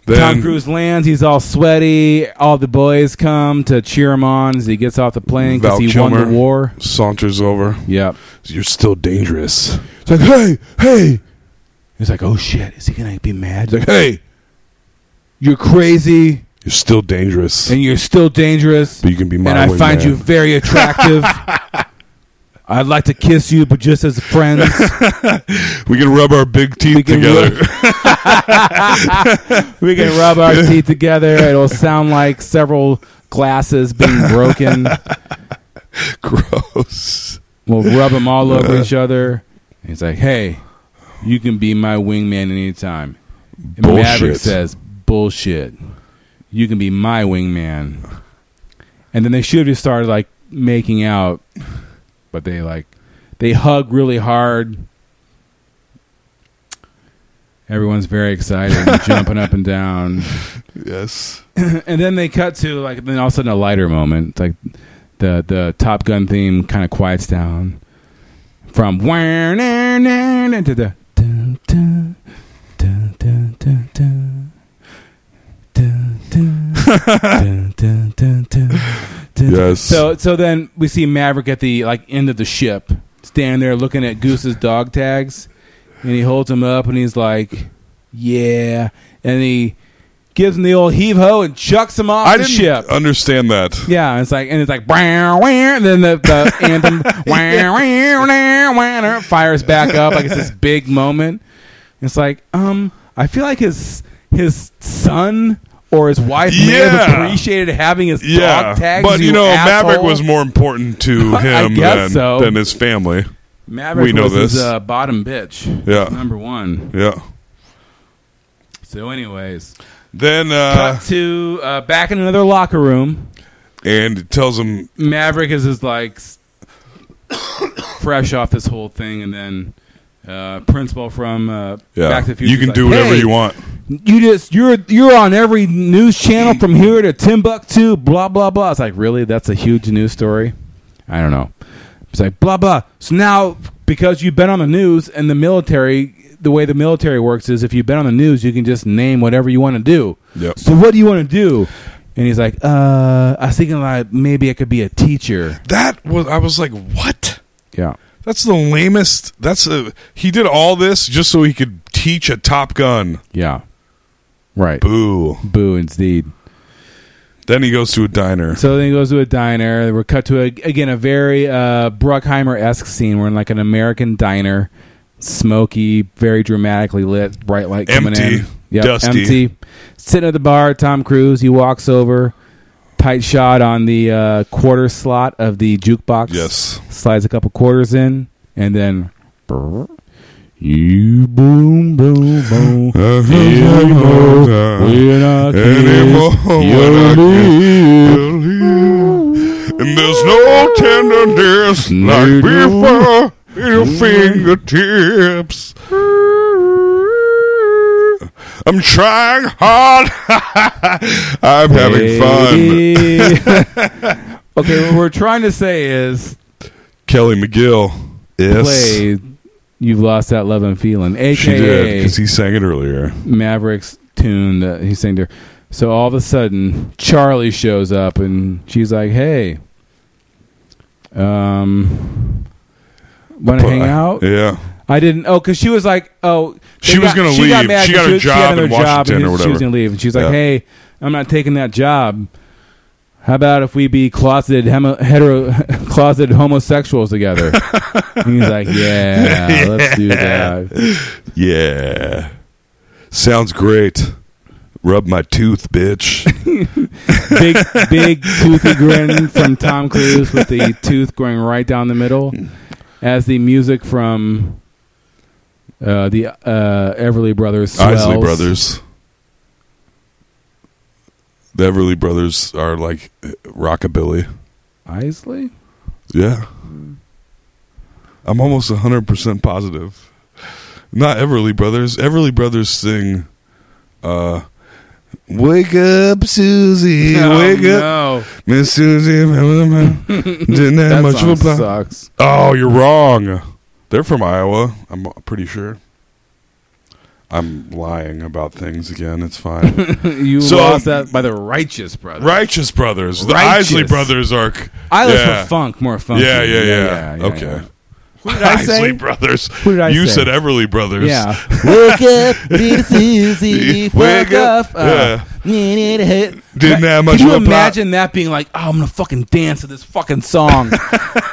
S11: Tom
S10: then-
S11: Cruise lands. He's all sweaty. All the boys come to cheer him on as he gets off the plane because
S10: Val
S11: he
S10: Kilmer
S11: won the war.
S10: Saunters over.
S11: Yep.
S10: You're still dangerous.
S11: It's like, hey, hey. He's like, oh shit, is he gonna be mad? He's like, hey, you're crazy
S10: You're still dangerous.
S11: and you're still dangerous.
S10: But you can be my
S11: and I
S10: wingman.
S11: find you very
S10: *laughs*
S11: attractive. I'd like to kiss you, but just as
S10: *laughs*
S11: friends.
S10: We can rub our big teeth
S11: can
S10: together.
S11: *laughs* we can rub our teeth together. It'll sound like several glasses being broken.
S10: *laughs* Gross.
S11: We'll rub them all over each other. And He's like, hey, you can be my wingman anytime. And Maverick
S10: Bullshit.
S11: says, bullshit. You can be my wingman. And then they should have just started like making out, but they like they hug really hard. Everyone's very excited, and jumping up and down
S10: Yes.
S11: *laughs* and then they cut to like then all of a sudden a lighter moment It's like the the top gun theme kind of quiets down from where na, na, na, to the dun, dun, dun, dun, dun, dun. Dun, dun, dun, dun, dun, dun, dun.
S10: Yes.
S11: So so then we see Maverick at the like end of the ship, standing there looking at Goose's dog tags, and he holds him up and he's like, "Yeah," and he gives him the old heave ho and chucks him off
S10: I
S11: the
S10: didn't
S11: ship.
S10: understand that.
S11: Yeah, and it's like and it's like "Wow, wow," and then the,
S10: *laughs*
S11: the anthem "Wow, wow, wow, wow," fires back up like it's this big moment. It's like um, I feel like his his son or his wife may have
S10: Yeah.
S11: appreciated having his
S10: Yeah.
S11: dog tags.
S10: but you know, Maverick
S11: asshole.
S10: was more important
S11: *laughs*
S10: to
S11: I
S10: him
S11: guess
S10: than,
S11: so.
S10: than his family.
S11: Maverick
S10: we know
S11: was his
S10: this.
S11: uh, bottom bitch.
S10: Yeah.
S11: number one.
S10: Yeah.
S11: So, anyways,
S10: Then uh
S11: cut to uh, back in another locker room.
S10: and it tells him
S11: Maverick is just like s- fresh off this whole thing, and then uh, Principal from uh,
S10: yeah,
S11: Back to the Future.
S10: you can
S11: is
S10: do
S11: like,
S10: whatever
S11: "Hey,
S10: you want.
S11: You just you're you're on every news channel from here to Timbuktu. Blah blah blah. It's like really that's a huge news story. I don't know. It's like blah blah. So now because you've been on the news and the military. The way the military works is if you've been on the news, you can just name whatever you want to do.
S10: Yep.
S11: So what do you want to do? And he's like, uh, I was thinking like maybe I could be a teacher.
S10: That was I was like, "What?"
S11: Yeah.
S10: That's the lamest. That's a he did all this just so he could teach a Top Gun.
S11: Yeah. Right.
S10: Boo.
S11: Boo, indeed.
S10: Then he goes to a diner.
S11: So then he goes to a diner. We're cut to a, again a very uh, Bruckheimer esque scene. We're in like an American diner, smoky, very dramatically lit, bright light coming
S10: Empty.
S11: in, Yep,
S10: Dusty.
S11: empty. Sitting at the bar, Tom Cruise. He walks over, tight shot on the uh, quarter slot of the jukebox.
S10: Yes.
S11: slides a couple quarters in, and then. brrr, You boom boom boom
S10: *laughs*
S11: anymore. We're not
S10: Anymore,
S11: kids.
S10: we're
S11: You're
S10: not
S11: me.
S10: And there's no tenderness like before in your fingertips. I'm trying hard. *laughs* I'm having fun.
S11: fun. *laughs* okay, what we're trying to say is
S10: Kelly McGill. Yes.
S11: play You've Lost That Love and Feeling,
S10: She did
S11: aka
S10: because he sang it earlier.
S11: Maverick's tune that he sang there. So all of a sudden, Charlie shows up and she's like, hey, um, want to hang out?
S10: Yeah.
S11: I didn't. Oh, because she was like, oh, they
S10: She was gonna
S11: she Got
S10: leave.
S11: mad
S10: She
S11: 'cause
S10: got a
S11: was-
S10: job
S11: another
S10: in Washington
S11: and
S10: or
S11: he- She
S10: whatever.
S11: was gonna leave, and she's like,
S10: Yeah.
S11: hey, I'm not taking that job. How about if we be closeted hemo- hetero *laughs* closeted homosexuals together? and he's like,
S10: *laughs*
S11: yeah, let's do that.
S10: Yeah. Sounds great. Rub my tooth, bitch.
S11: Big, big toothy grin from Tom Cruise with the tooth going right down the middle, as the music from uh, the uh, Everly Brothers, *laughs* swells.
S10: Isley Brothers. The Everly Brothers are like uh, rockabilly.
S11: Isley.
S10: Yeah. I'm almost 100% positive. Not Everly Brothers. Everly Brothers sing uh Wake
S11: *laughs*
S10: up Susie,
S11: Oh,
S10: wake up Miss Susie. *laughs* Didn't have
S11: That
S10: much
S11: song
S10: of a plan. *laughs*
S11: sucks.
S10: Oh, you're wrong. They're from Iowa. I'm pretty sure. I'm lying about things again. It's fine. *laughs*
S11: you
S10: So- um,
S11: lost that by the Righteous Brothers.
S10: Righteous Brothers. The
S11: Righteous.
S10: Isley Brothers are. c-
S11: I listen
S10: yeah.
S11: to funk, more funk.
S10: Yeah, yeah, yeah. okay. Who
S11: did I say?
S10: Isley Brothers.
S11: Who did I
S10: you
S11: say?
S10: said Everly Brothers.
S11: Yeah. *laughs* Wake up, little Susie.
S10: Wake
S11: Wake up.
S10: up.
S11: Uh, need a hit.
S10: Didn't have much
S11: Can you
S10: of a plot.
S11: imagine that being like, oh, I'm going to fucking dance to this fucking
S10: *laughs*
S11: song?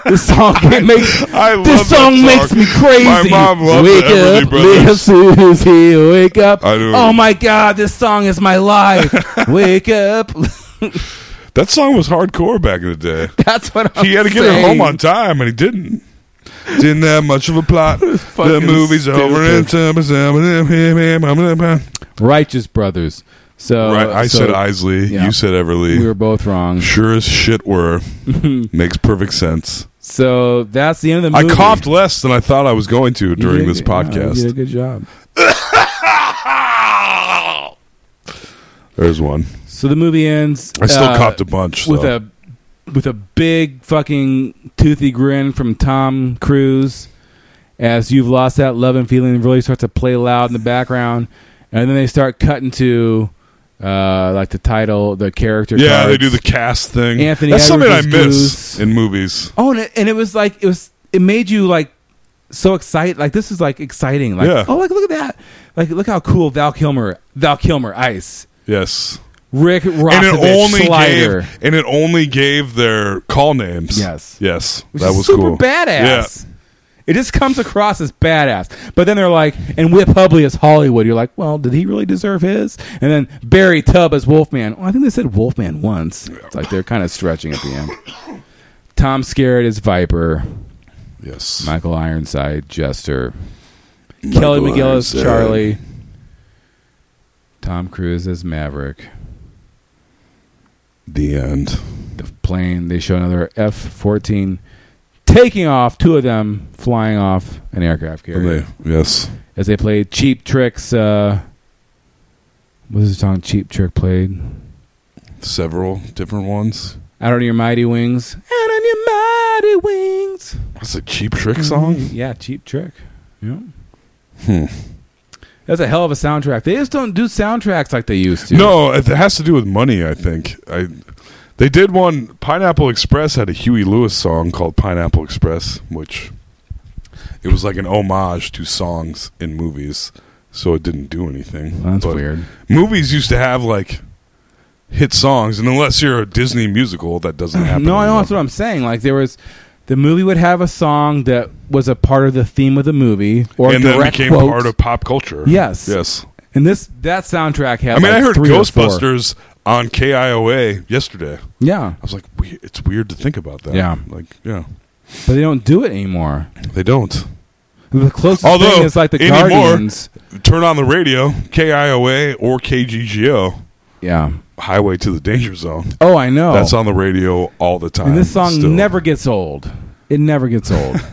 S11: this song it makes.
S10: I love
S11: This
S10: that
S11: song, makes me crazy.
S10: My mom loved
S11: wake
S10: the Everly
S11: up, little
S10: Brothers.
S11: Susie, wake up!
S10: I do.
S11: Oh my God, this song is my
S10: *laughs*
S11: life. wake up! *laughs*
S10: That song was hardcore back in the day.
S11: That's what I'm
S10: he had to get
S11: saying.
S10: it home on time, and he didn't. Didn't have much of a plot. the
S11: fucking
S10: movie's over. And
S11: Righteous Brothers. So
S10: right, I
S11: Uh, so
S10: said Isley.
S11: yeah.
S10: You said Everly.
S11: We were both wrong.
S10: sure as
S11: *laughs*
S10: shit were. Makes perfect sense.
S11: So that's the end of the
S10: I
S11: movie.
S10: coughed less than I thought I was going to
S11: You
S10: during
S11: did-
S10: this
S11: yeah, you did a
S10: podcast.
S11: good job.
S10: There's one.
S11: So the movie ends.
S10: I still
S11: uh,
S10: copped a bunch.
S11: with
S10: though.
S11: a with a big fucking toothy grin from Tom Cruise as you've lost that love and feeling really starts to play loud in the background, and then they start cutting to uh, like the title, the character.
S10: yeah,
S11: cards.
S10: they do the cast thing.
S11: Anthony
S10: That's something I
S11: Edwards is
S10: miss
S11: Goose.
S10: in movies.
S11: Oh, and it, and it was like it was it made you like so excited. Like this is like exciting. Like
S10: Yeah.
S11: oh, like look at that. Like look how cool Val Kilmer. Val Kilmer Ice.
S10: Yes,
S11: Rick
S10: and
S11: Rossovich
S10: it only
S11: Slider.
S10: gave and it only gave their call names.
S11: Yes.
S10: yes,
S11: which
S10: that
S11: is
S10: was
S11: super
S10: cool.
S11: badass. It just comes across as badass. But then they're like, and Whip Hubley is Hollywood. You're like, well, did he really deserve his? And then Barry Tubb as Wolfman. Well, I think they said Wolfman once. It's like they're kind of stretching at the end. Tom Skerritt is Viper.
S10: Yeah. Yes,
S11: Michael Ironside, Jester. Kelly
S10: Michael
S11: McGillis,
S10: Ironside.
S11: Charlie. Tom Cruise as Maverick.
S10: the end.
S11: The plane, they show another F 14 taking off, two of them flying off an aircraft carrier.
S10: Okay, Yes,
S11: as they played Cheap Tricks. Uh, what was the song Cheap Trick played?
S10: several different ones.
S11: Out on Your Mighty Wings. Out on Your Mighty Wings.
S10: That's a cheap trick song.
S11: Yeah, Cheap Trick. Yeah.
S10: Hmm.
S11: That's a hell of a soundtrack. They just don't do soundtracks like they used to.
S10: No, it has to do with money. I think I. They did one. Pineapple Express had a Huey Lewis song called Pineapple Express, which it was like an homage to songs in movies. so it didn't do anything.
S11: Well, that's weird.
S10: Movies used to have like hit songs, and unless you're a Disney musical, that doesn't happen.
S11: No, I know that's what I'm saying. Like there was, the movie would have a song that was a part of the theme of the movie, or
S10: and
S11: a
S10: then
S11: direct
S10: became
S11: quote.
S10: part of pop culture.
S11: Yes.
S10: yes.
S11: And this that soundtrack had.
S10: I mean,
S11: like,
S10: I heard
S11: three or four.
S10: Ghostbusters on KIOA yesterday.
S11: Yeah,
S10: I was like, we- it's weird to think about that.
S11: Yeah.
S10: like yeah,
S11: but they don't do it anymore.
S10: they don't.
S11: The closest
S10: Although
S11: thing is like the
S10: anymore-
S11: Guardians.
S10: Turn on the radio, KIOA or KGGO,
S11: Yeah.
S10: Highway to the Danger Zone.
S11: Oh, I know.
S10: That's on the radio all the time.
S11: And this song
S10: still.
S11: never gets old. It never gets old. *laughs*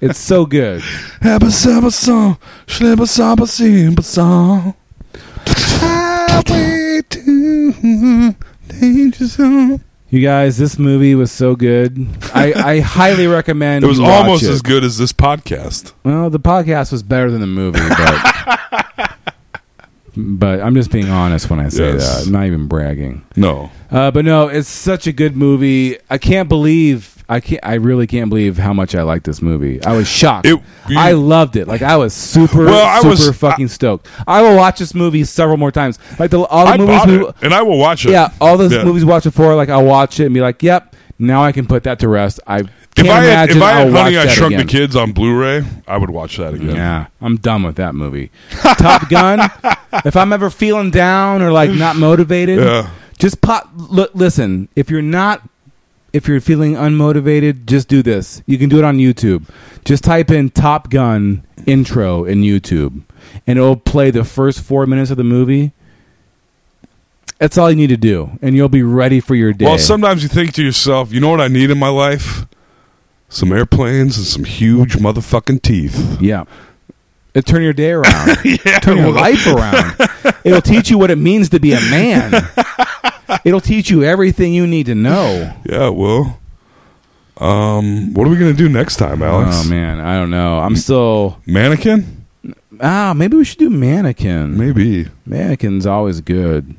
S11: it's so good.
S10: Habba sabba song, shlibba sabba simba song. Highway to the danger zone.
S11: You guys, this movie was so good. I, I highly recommend.
S10: It was
S11: you watch
S10: almost
S11: it.
S10: as good as this podcast.
S11: Well, the podcast was better than the movie, but
S10: *laughs*
S11: but I'm just being honest when I say
S10: Yes.
S11: that. I'm not even bragging.
S10: No.
S11: Uh, but no, it's such a good movie. I can't believe I can't. I really can't believe how much I liked this movie. I was shocked.
S10: It- you-
S11: I loved it. Like I was super,
S10: Well, I
S11: super
S10: was-
S11: fucking stoked. I will watch this movie several more times. Like the, all the
S10: I
S11: movies,
S10: bought
S11: we,
S10: it, and I will watch it.
S11: yeah, all those
S10: Yeah.
S11: movies we watched before. Like I'll watch it and be like, "Yep, now I can put that to rest." I can't
S10: If I had,
S11: imagine
S10: if I had
S11: will
S10: Honey,
S11: watch
S10: I
S11: that
S10: Shrunk
S11: again.
S10: the Kids on Blu-ray, I would watch that again.
S11: Yeah, I'm done with that
S10: *laughs*
S11: movie. Top Gun. If I'm ever feeling down or like not motivated,
S10: Yeah.
S11: just pop. L- listen, if you're not, if you're feeling unmotivated, just do this. You can do it on YouTube. Just type in Top Gun intro in YouTube, and it'll play the first four minutes of the movie. That's all you need to do, and you'll be ready for your day.
S10: Well, sometimes you think to yourself, you know what I need in my life? Some airplanes and some huge motherfucking teeth.
S11: Yeah. It turn your day
S10: *laughs*
S11: around. turn your
S10: well.
S11: life around. It'll teach you what it means to be a man. It'll teach you everything you need to know.
S10: Yeah, well, um, what are we gonna do next time, Alex?
S11: Oh man, I don't know. I'm still
S10: Mannequin?
S11: ah. Maybe we should do mannequin.
S10: Maybe.
S11: Mannequin's always good.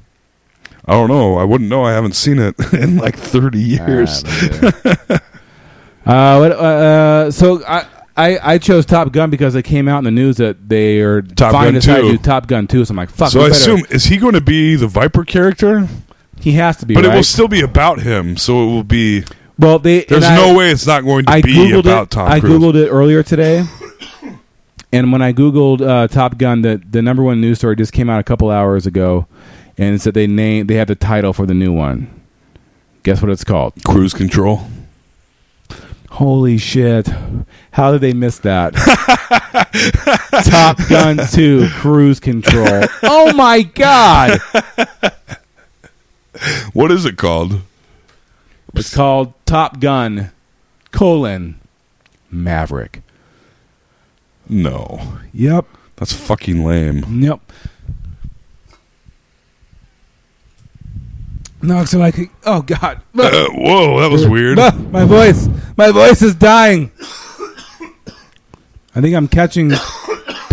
S10: I don't know. I wouldn't know. I haven't seen it *laughs* in like thirty
S11: Ah,
S10: years.
S11: Uh, what, uh, uh, so I, I I chose Top Gun because it came out in the news that they are
S10: Top
S11: fine
S10: Gun
S11: as hell
S10: 2.
S11: do Top Gun two. So I'm like, fuck.
S10: so
S11: we
S10: I
S11: better-
S10: assume is he going to be the Viper character?
S11: he has to be.
S10: But it
S11: right?
S10: will still be about him. So it will be.
S11: well, they and
S10: There's
S11: I-
S10: no way it's not going to be about
S11: it.
S10: Tom
S11: I
S10: Cruise.
S11: googled it earlier today, and when I googled uh, Top Gun, the the number one news story just came out a couple hours ago, and it said they named they have the title for the new one. Guess what it's called?
S10: Cruise control.
S11: Holy shit! How did they miss
S10: *laughs*
S11: that? Top Gun Two Cruise Control. Oh my god!
S10: What is it called?
S11: It's called Top Gun: colon Maverick.
S10: No,
S11: Yep.
S10: that's fucking lame.
S11: Yep. No, so I could. Oh God! *laughs*
S10: Uh, *laughs* whoa, that was weird.
S11: Ah, my voice, my voice is dying. I think I'm catching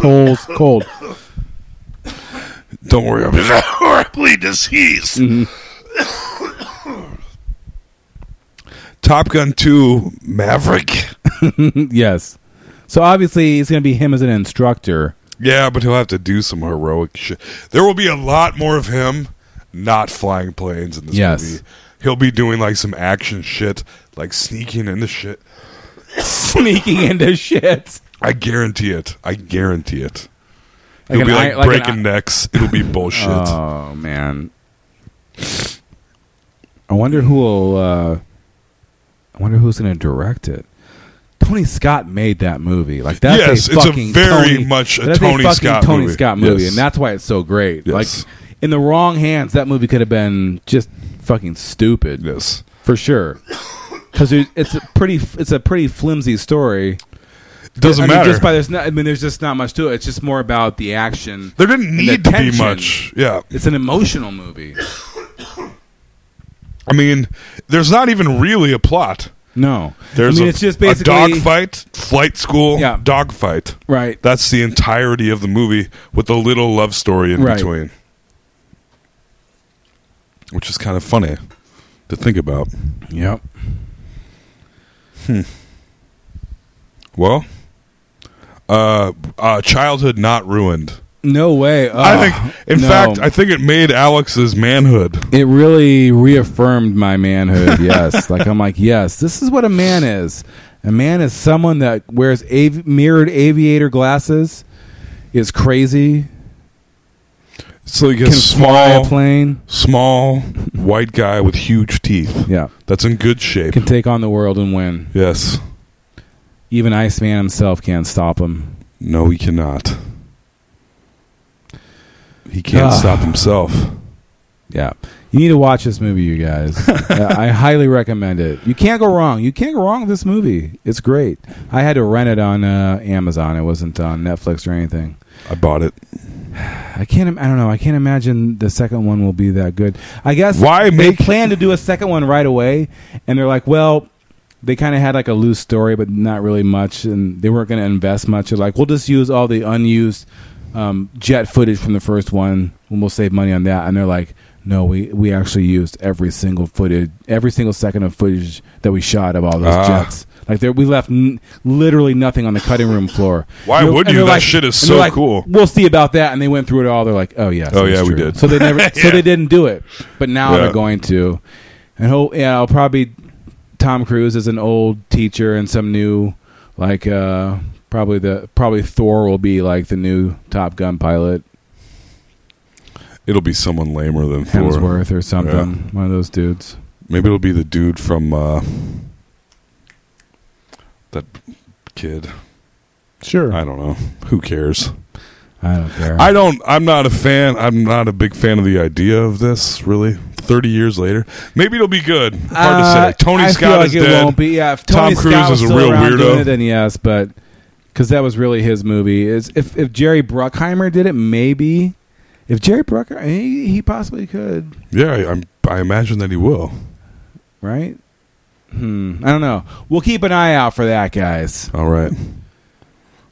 S11: colds. Cold.
S10: *laughs* Don't worry, Mm-hmm. I'm *laughs* horribly diseased. Top Gun Two Maverick.
S11: Mm, yes. So obviously it's going to be him as an instructor. *laughs*
S10: Yeah, but he'll have to do some heroic shit. There will be a lot more of him not flying planes in this
S11: Yes.
S10: movie. He'll be doing like some action shit, like sneaking into shit.
S11: Sneaking into shit.
S10: I guarantee it. I guarantee it.
S11: Like
S10: He'll
S11: an
S10: be
S11: eye-
S10: like,
S11: like an
S10: breaking
S11: eye-
S10: necks. It'll be *laughs* bullshit.
S11: Oh man. I wonder who will. Uh, I wonder who's going to direct it. Tony Scott made that movie. Like that's
S10: Yes,
S11: a
S10: it's a
S11: fucking
S10: very
S11: Tony,
S10: much a
S11: that's
S10: Tony
S11: fucking
S10: Scott
S11: Tony
S10: movie.
S11: Scott movie,
S10: Yes.
S11: and that's why it's so great.
S10: Yes.
S11: Like in the wrong hands, that movie could have been just fucking stupid
S10: yes.
S11: for sure. Because it's a pretty, it's a pretty flimsy story.
S10: Doesn't
S11: I mean,
S10: matter.
S11: Just by there's not, I mean, there's just not much to it. It's just more about the action.
S10: there didn't
S11: and the
S10: need to be
S11: tension.
S10: much. Yeah.
S11: It's an emotional movie.
S10: I mean, there's not even really a plot.
S11: No,
S10: There's
S11: I mean,
S10: a,
S11: it's just
S10: a
S11: basically
S10: dog fight, flight school,
S11: Yeah.
S10: dog fight.
S11: right?
S10: That's the entirety of the movie with a little love story in
S11: Right.
S10: between. Which is kind of funny to think about.
S11: Yep.
S10: Well, uh, uh, childhood not ruined.
S11: No way. Oh,
S10: I think, in
S11: no.
S10: fact, I think it made Alex's manhood.
S11: it really reaffirmed my manhood. *laughs* Yes, like I'm like, yes, this is what a man is. A man is someone that wears av- mirrored aviator glasses, is crazy,
S10: So he
S11: can
S10: gets
S11: fly a
S10: small,
S11: plane,
S10: small white guy with huge teeth.
S11: yeah,
S10: That's in good shape.
S11: can take on the world and win.
S10: Yes.
S11: Even Iceman himself can't stop him.
S10: No, he cannot. He can't
S11: Ah.
S10: stop himself.
S11: Yeah. You need to watch this movie, you guys. Uh, I highly recommend it. You can't go wrong. You can't go wrong with this movie. It's great. I had to rent it on uh, Amazon. It wasn't on Netflix or anything.
S10: I bought it.
S11: I can't. im- I don't know. I can't imagine the second one will be that good. I guess
S10: Why
S11: they
S10: make-
S11: plan to do a second one right away, and they're like, well, they kind of had like a loose story, but not really much, and they weren't going to invest much. They're like, we'll just use all the unused um, jet footage from the first one, and we'll save money on that. And they're like, no, we we actually used every single footage, every single second of footage that we shot of all those
S10: Ah.
S11: jets. Like there, we left n- literally nothing on the cutting room floor.
S10: Why
S11: And they're-
S10: would
S11: and
S10: you?
S11: they're
S10: That shit is
S11: and they're
S10: so
S11: like,
S10: cool.
S11: We'll see about that. And they went through it all. They're like, oh yeah,
S10: Oh,
S11: that's
S10: yeah, we
S11: true.
S10: did.
S11: So they
S10: *laughs*
S11: never, so
S10: Yeah.
S11: they didn't do it. But now
S10: Yeah.
S11: they're going to, and ho- yeah, I'll probably Tom Cruise is an old teacher and some new, like uh, probably the probably Thor will be like the new Top Gun pilot,
S10: It'll be someone lamer than Thor.
S11: Hemsworth or something, one of those dudes.
S10: Maybe it'll be the dude from uh, that kid.
S11: Sure,
S10: I
S11: I,
S10: don't know. Who cares?
S11: don't care.
S10: I don't. I'm not a fan. I'm not a big fan of the idea of this. Really, thirty years later, maybe it'll be good. Hard
S11: Uh,
S10: to say. Tony
S11: I
S10: Scott
S11: feel like
S10: is
S11: it
S10: dead.
S11: Won't be. Yeah, if
S10: Tom
S11: Tony
S10: Cruise
S11: Scott was
S10: is a
S11: still
S10: real
S11: around
S10: weirdo.
S11: Doing it, then yes, but because that was really his movie. Is if if Jerry Bruckheimer did it, maybe. If Jerry Bruckheimer, he, he possibly could,
S10: Yeah, I, I'm, I imagine that he will.
S11: right? Hmm. I don't know. We'll keep an eye out for that, guys.
S10: All right.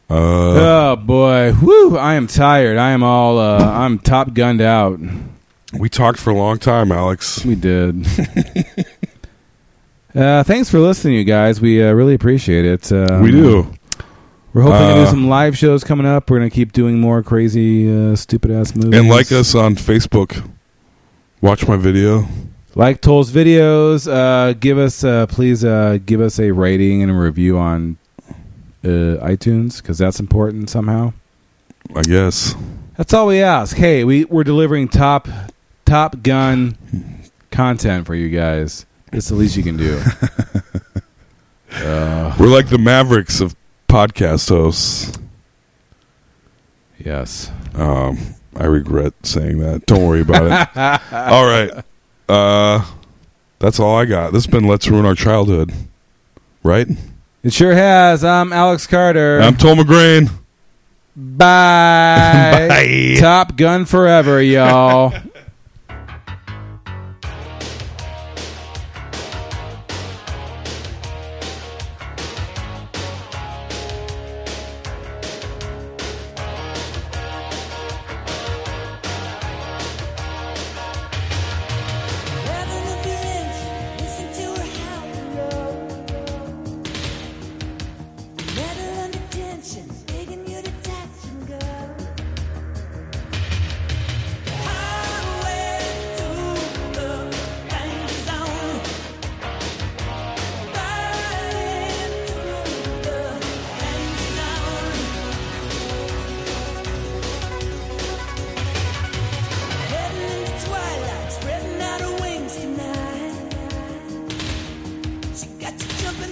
S10: Uh,
S11: oh boy, whoo! I am tired. I am all. Uh, I'm top gunned out.
S10: we talked for a long time, Alex.
S11: We
S10: *laughs*
S11: did. uh, thanks for listening, you guys. We uh, really appreciate it. Uh,
S10: we do.
S11: We're hoping to do
S10: Uh,
S11: some live shows coming up. We're going to keep doing more crazy, uh, stupid ass movies.
S10: And like us on Facebook. Watch my video.
S11: like Toll's videos. Uh, give us, uh, please, uh, give us a rating and a review on uh, iTunes because that's important somehow.
S10: I guess
S11: That's all we ask. Hey, we we're delivering top Top Gun content for you guys. It's the least you can
S10: *laughs*
S11: do.
S10: we're like the Mavericks of podcast hosts.
S11: yes.
S10: Um, I regret saying that. Don't worry about it. all right. Uh, that's all I got. This has been Let's Ruin Our Childhood. Right?
S11: It sure has. I'm Alex Carter.
S10: I'm Tom McGrain.
S11: Bye.
S10: *laughs* Bye.
S11: Top Gun forever, y'all.
S3: Twilight, spreading out her wings tonight. She got you jumping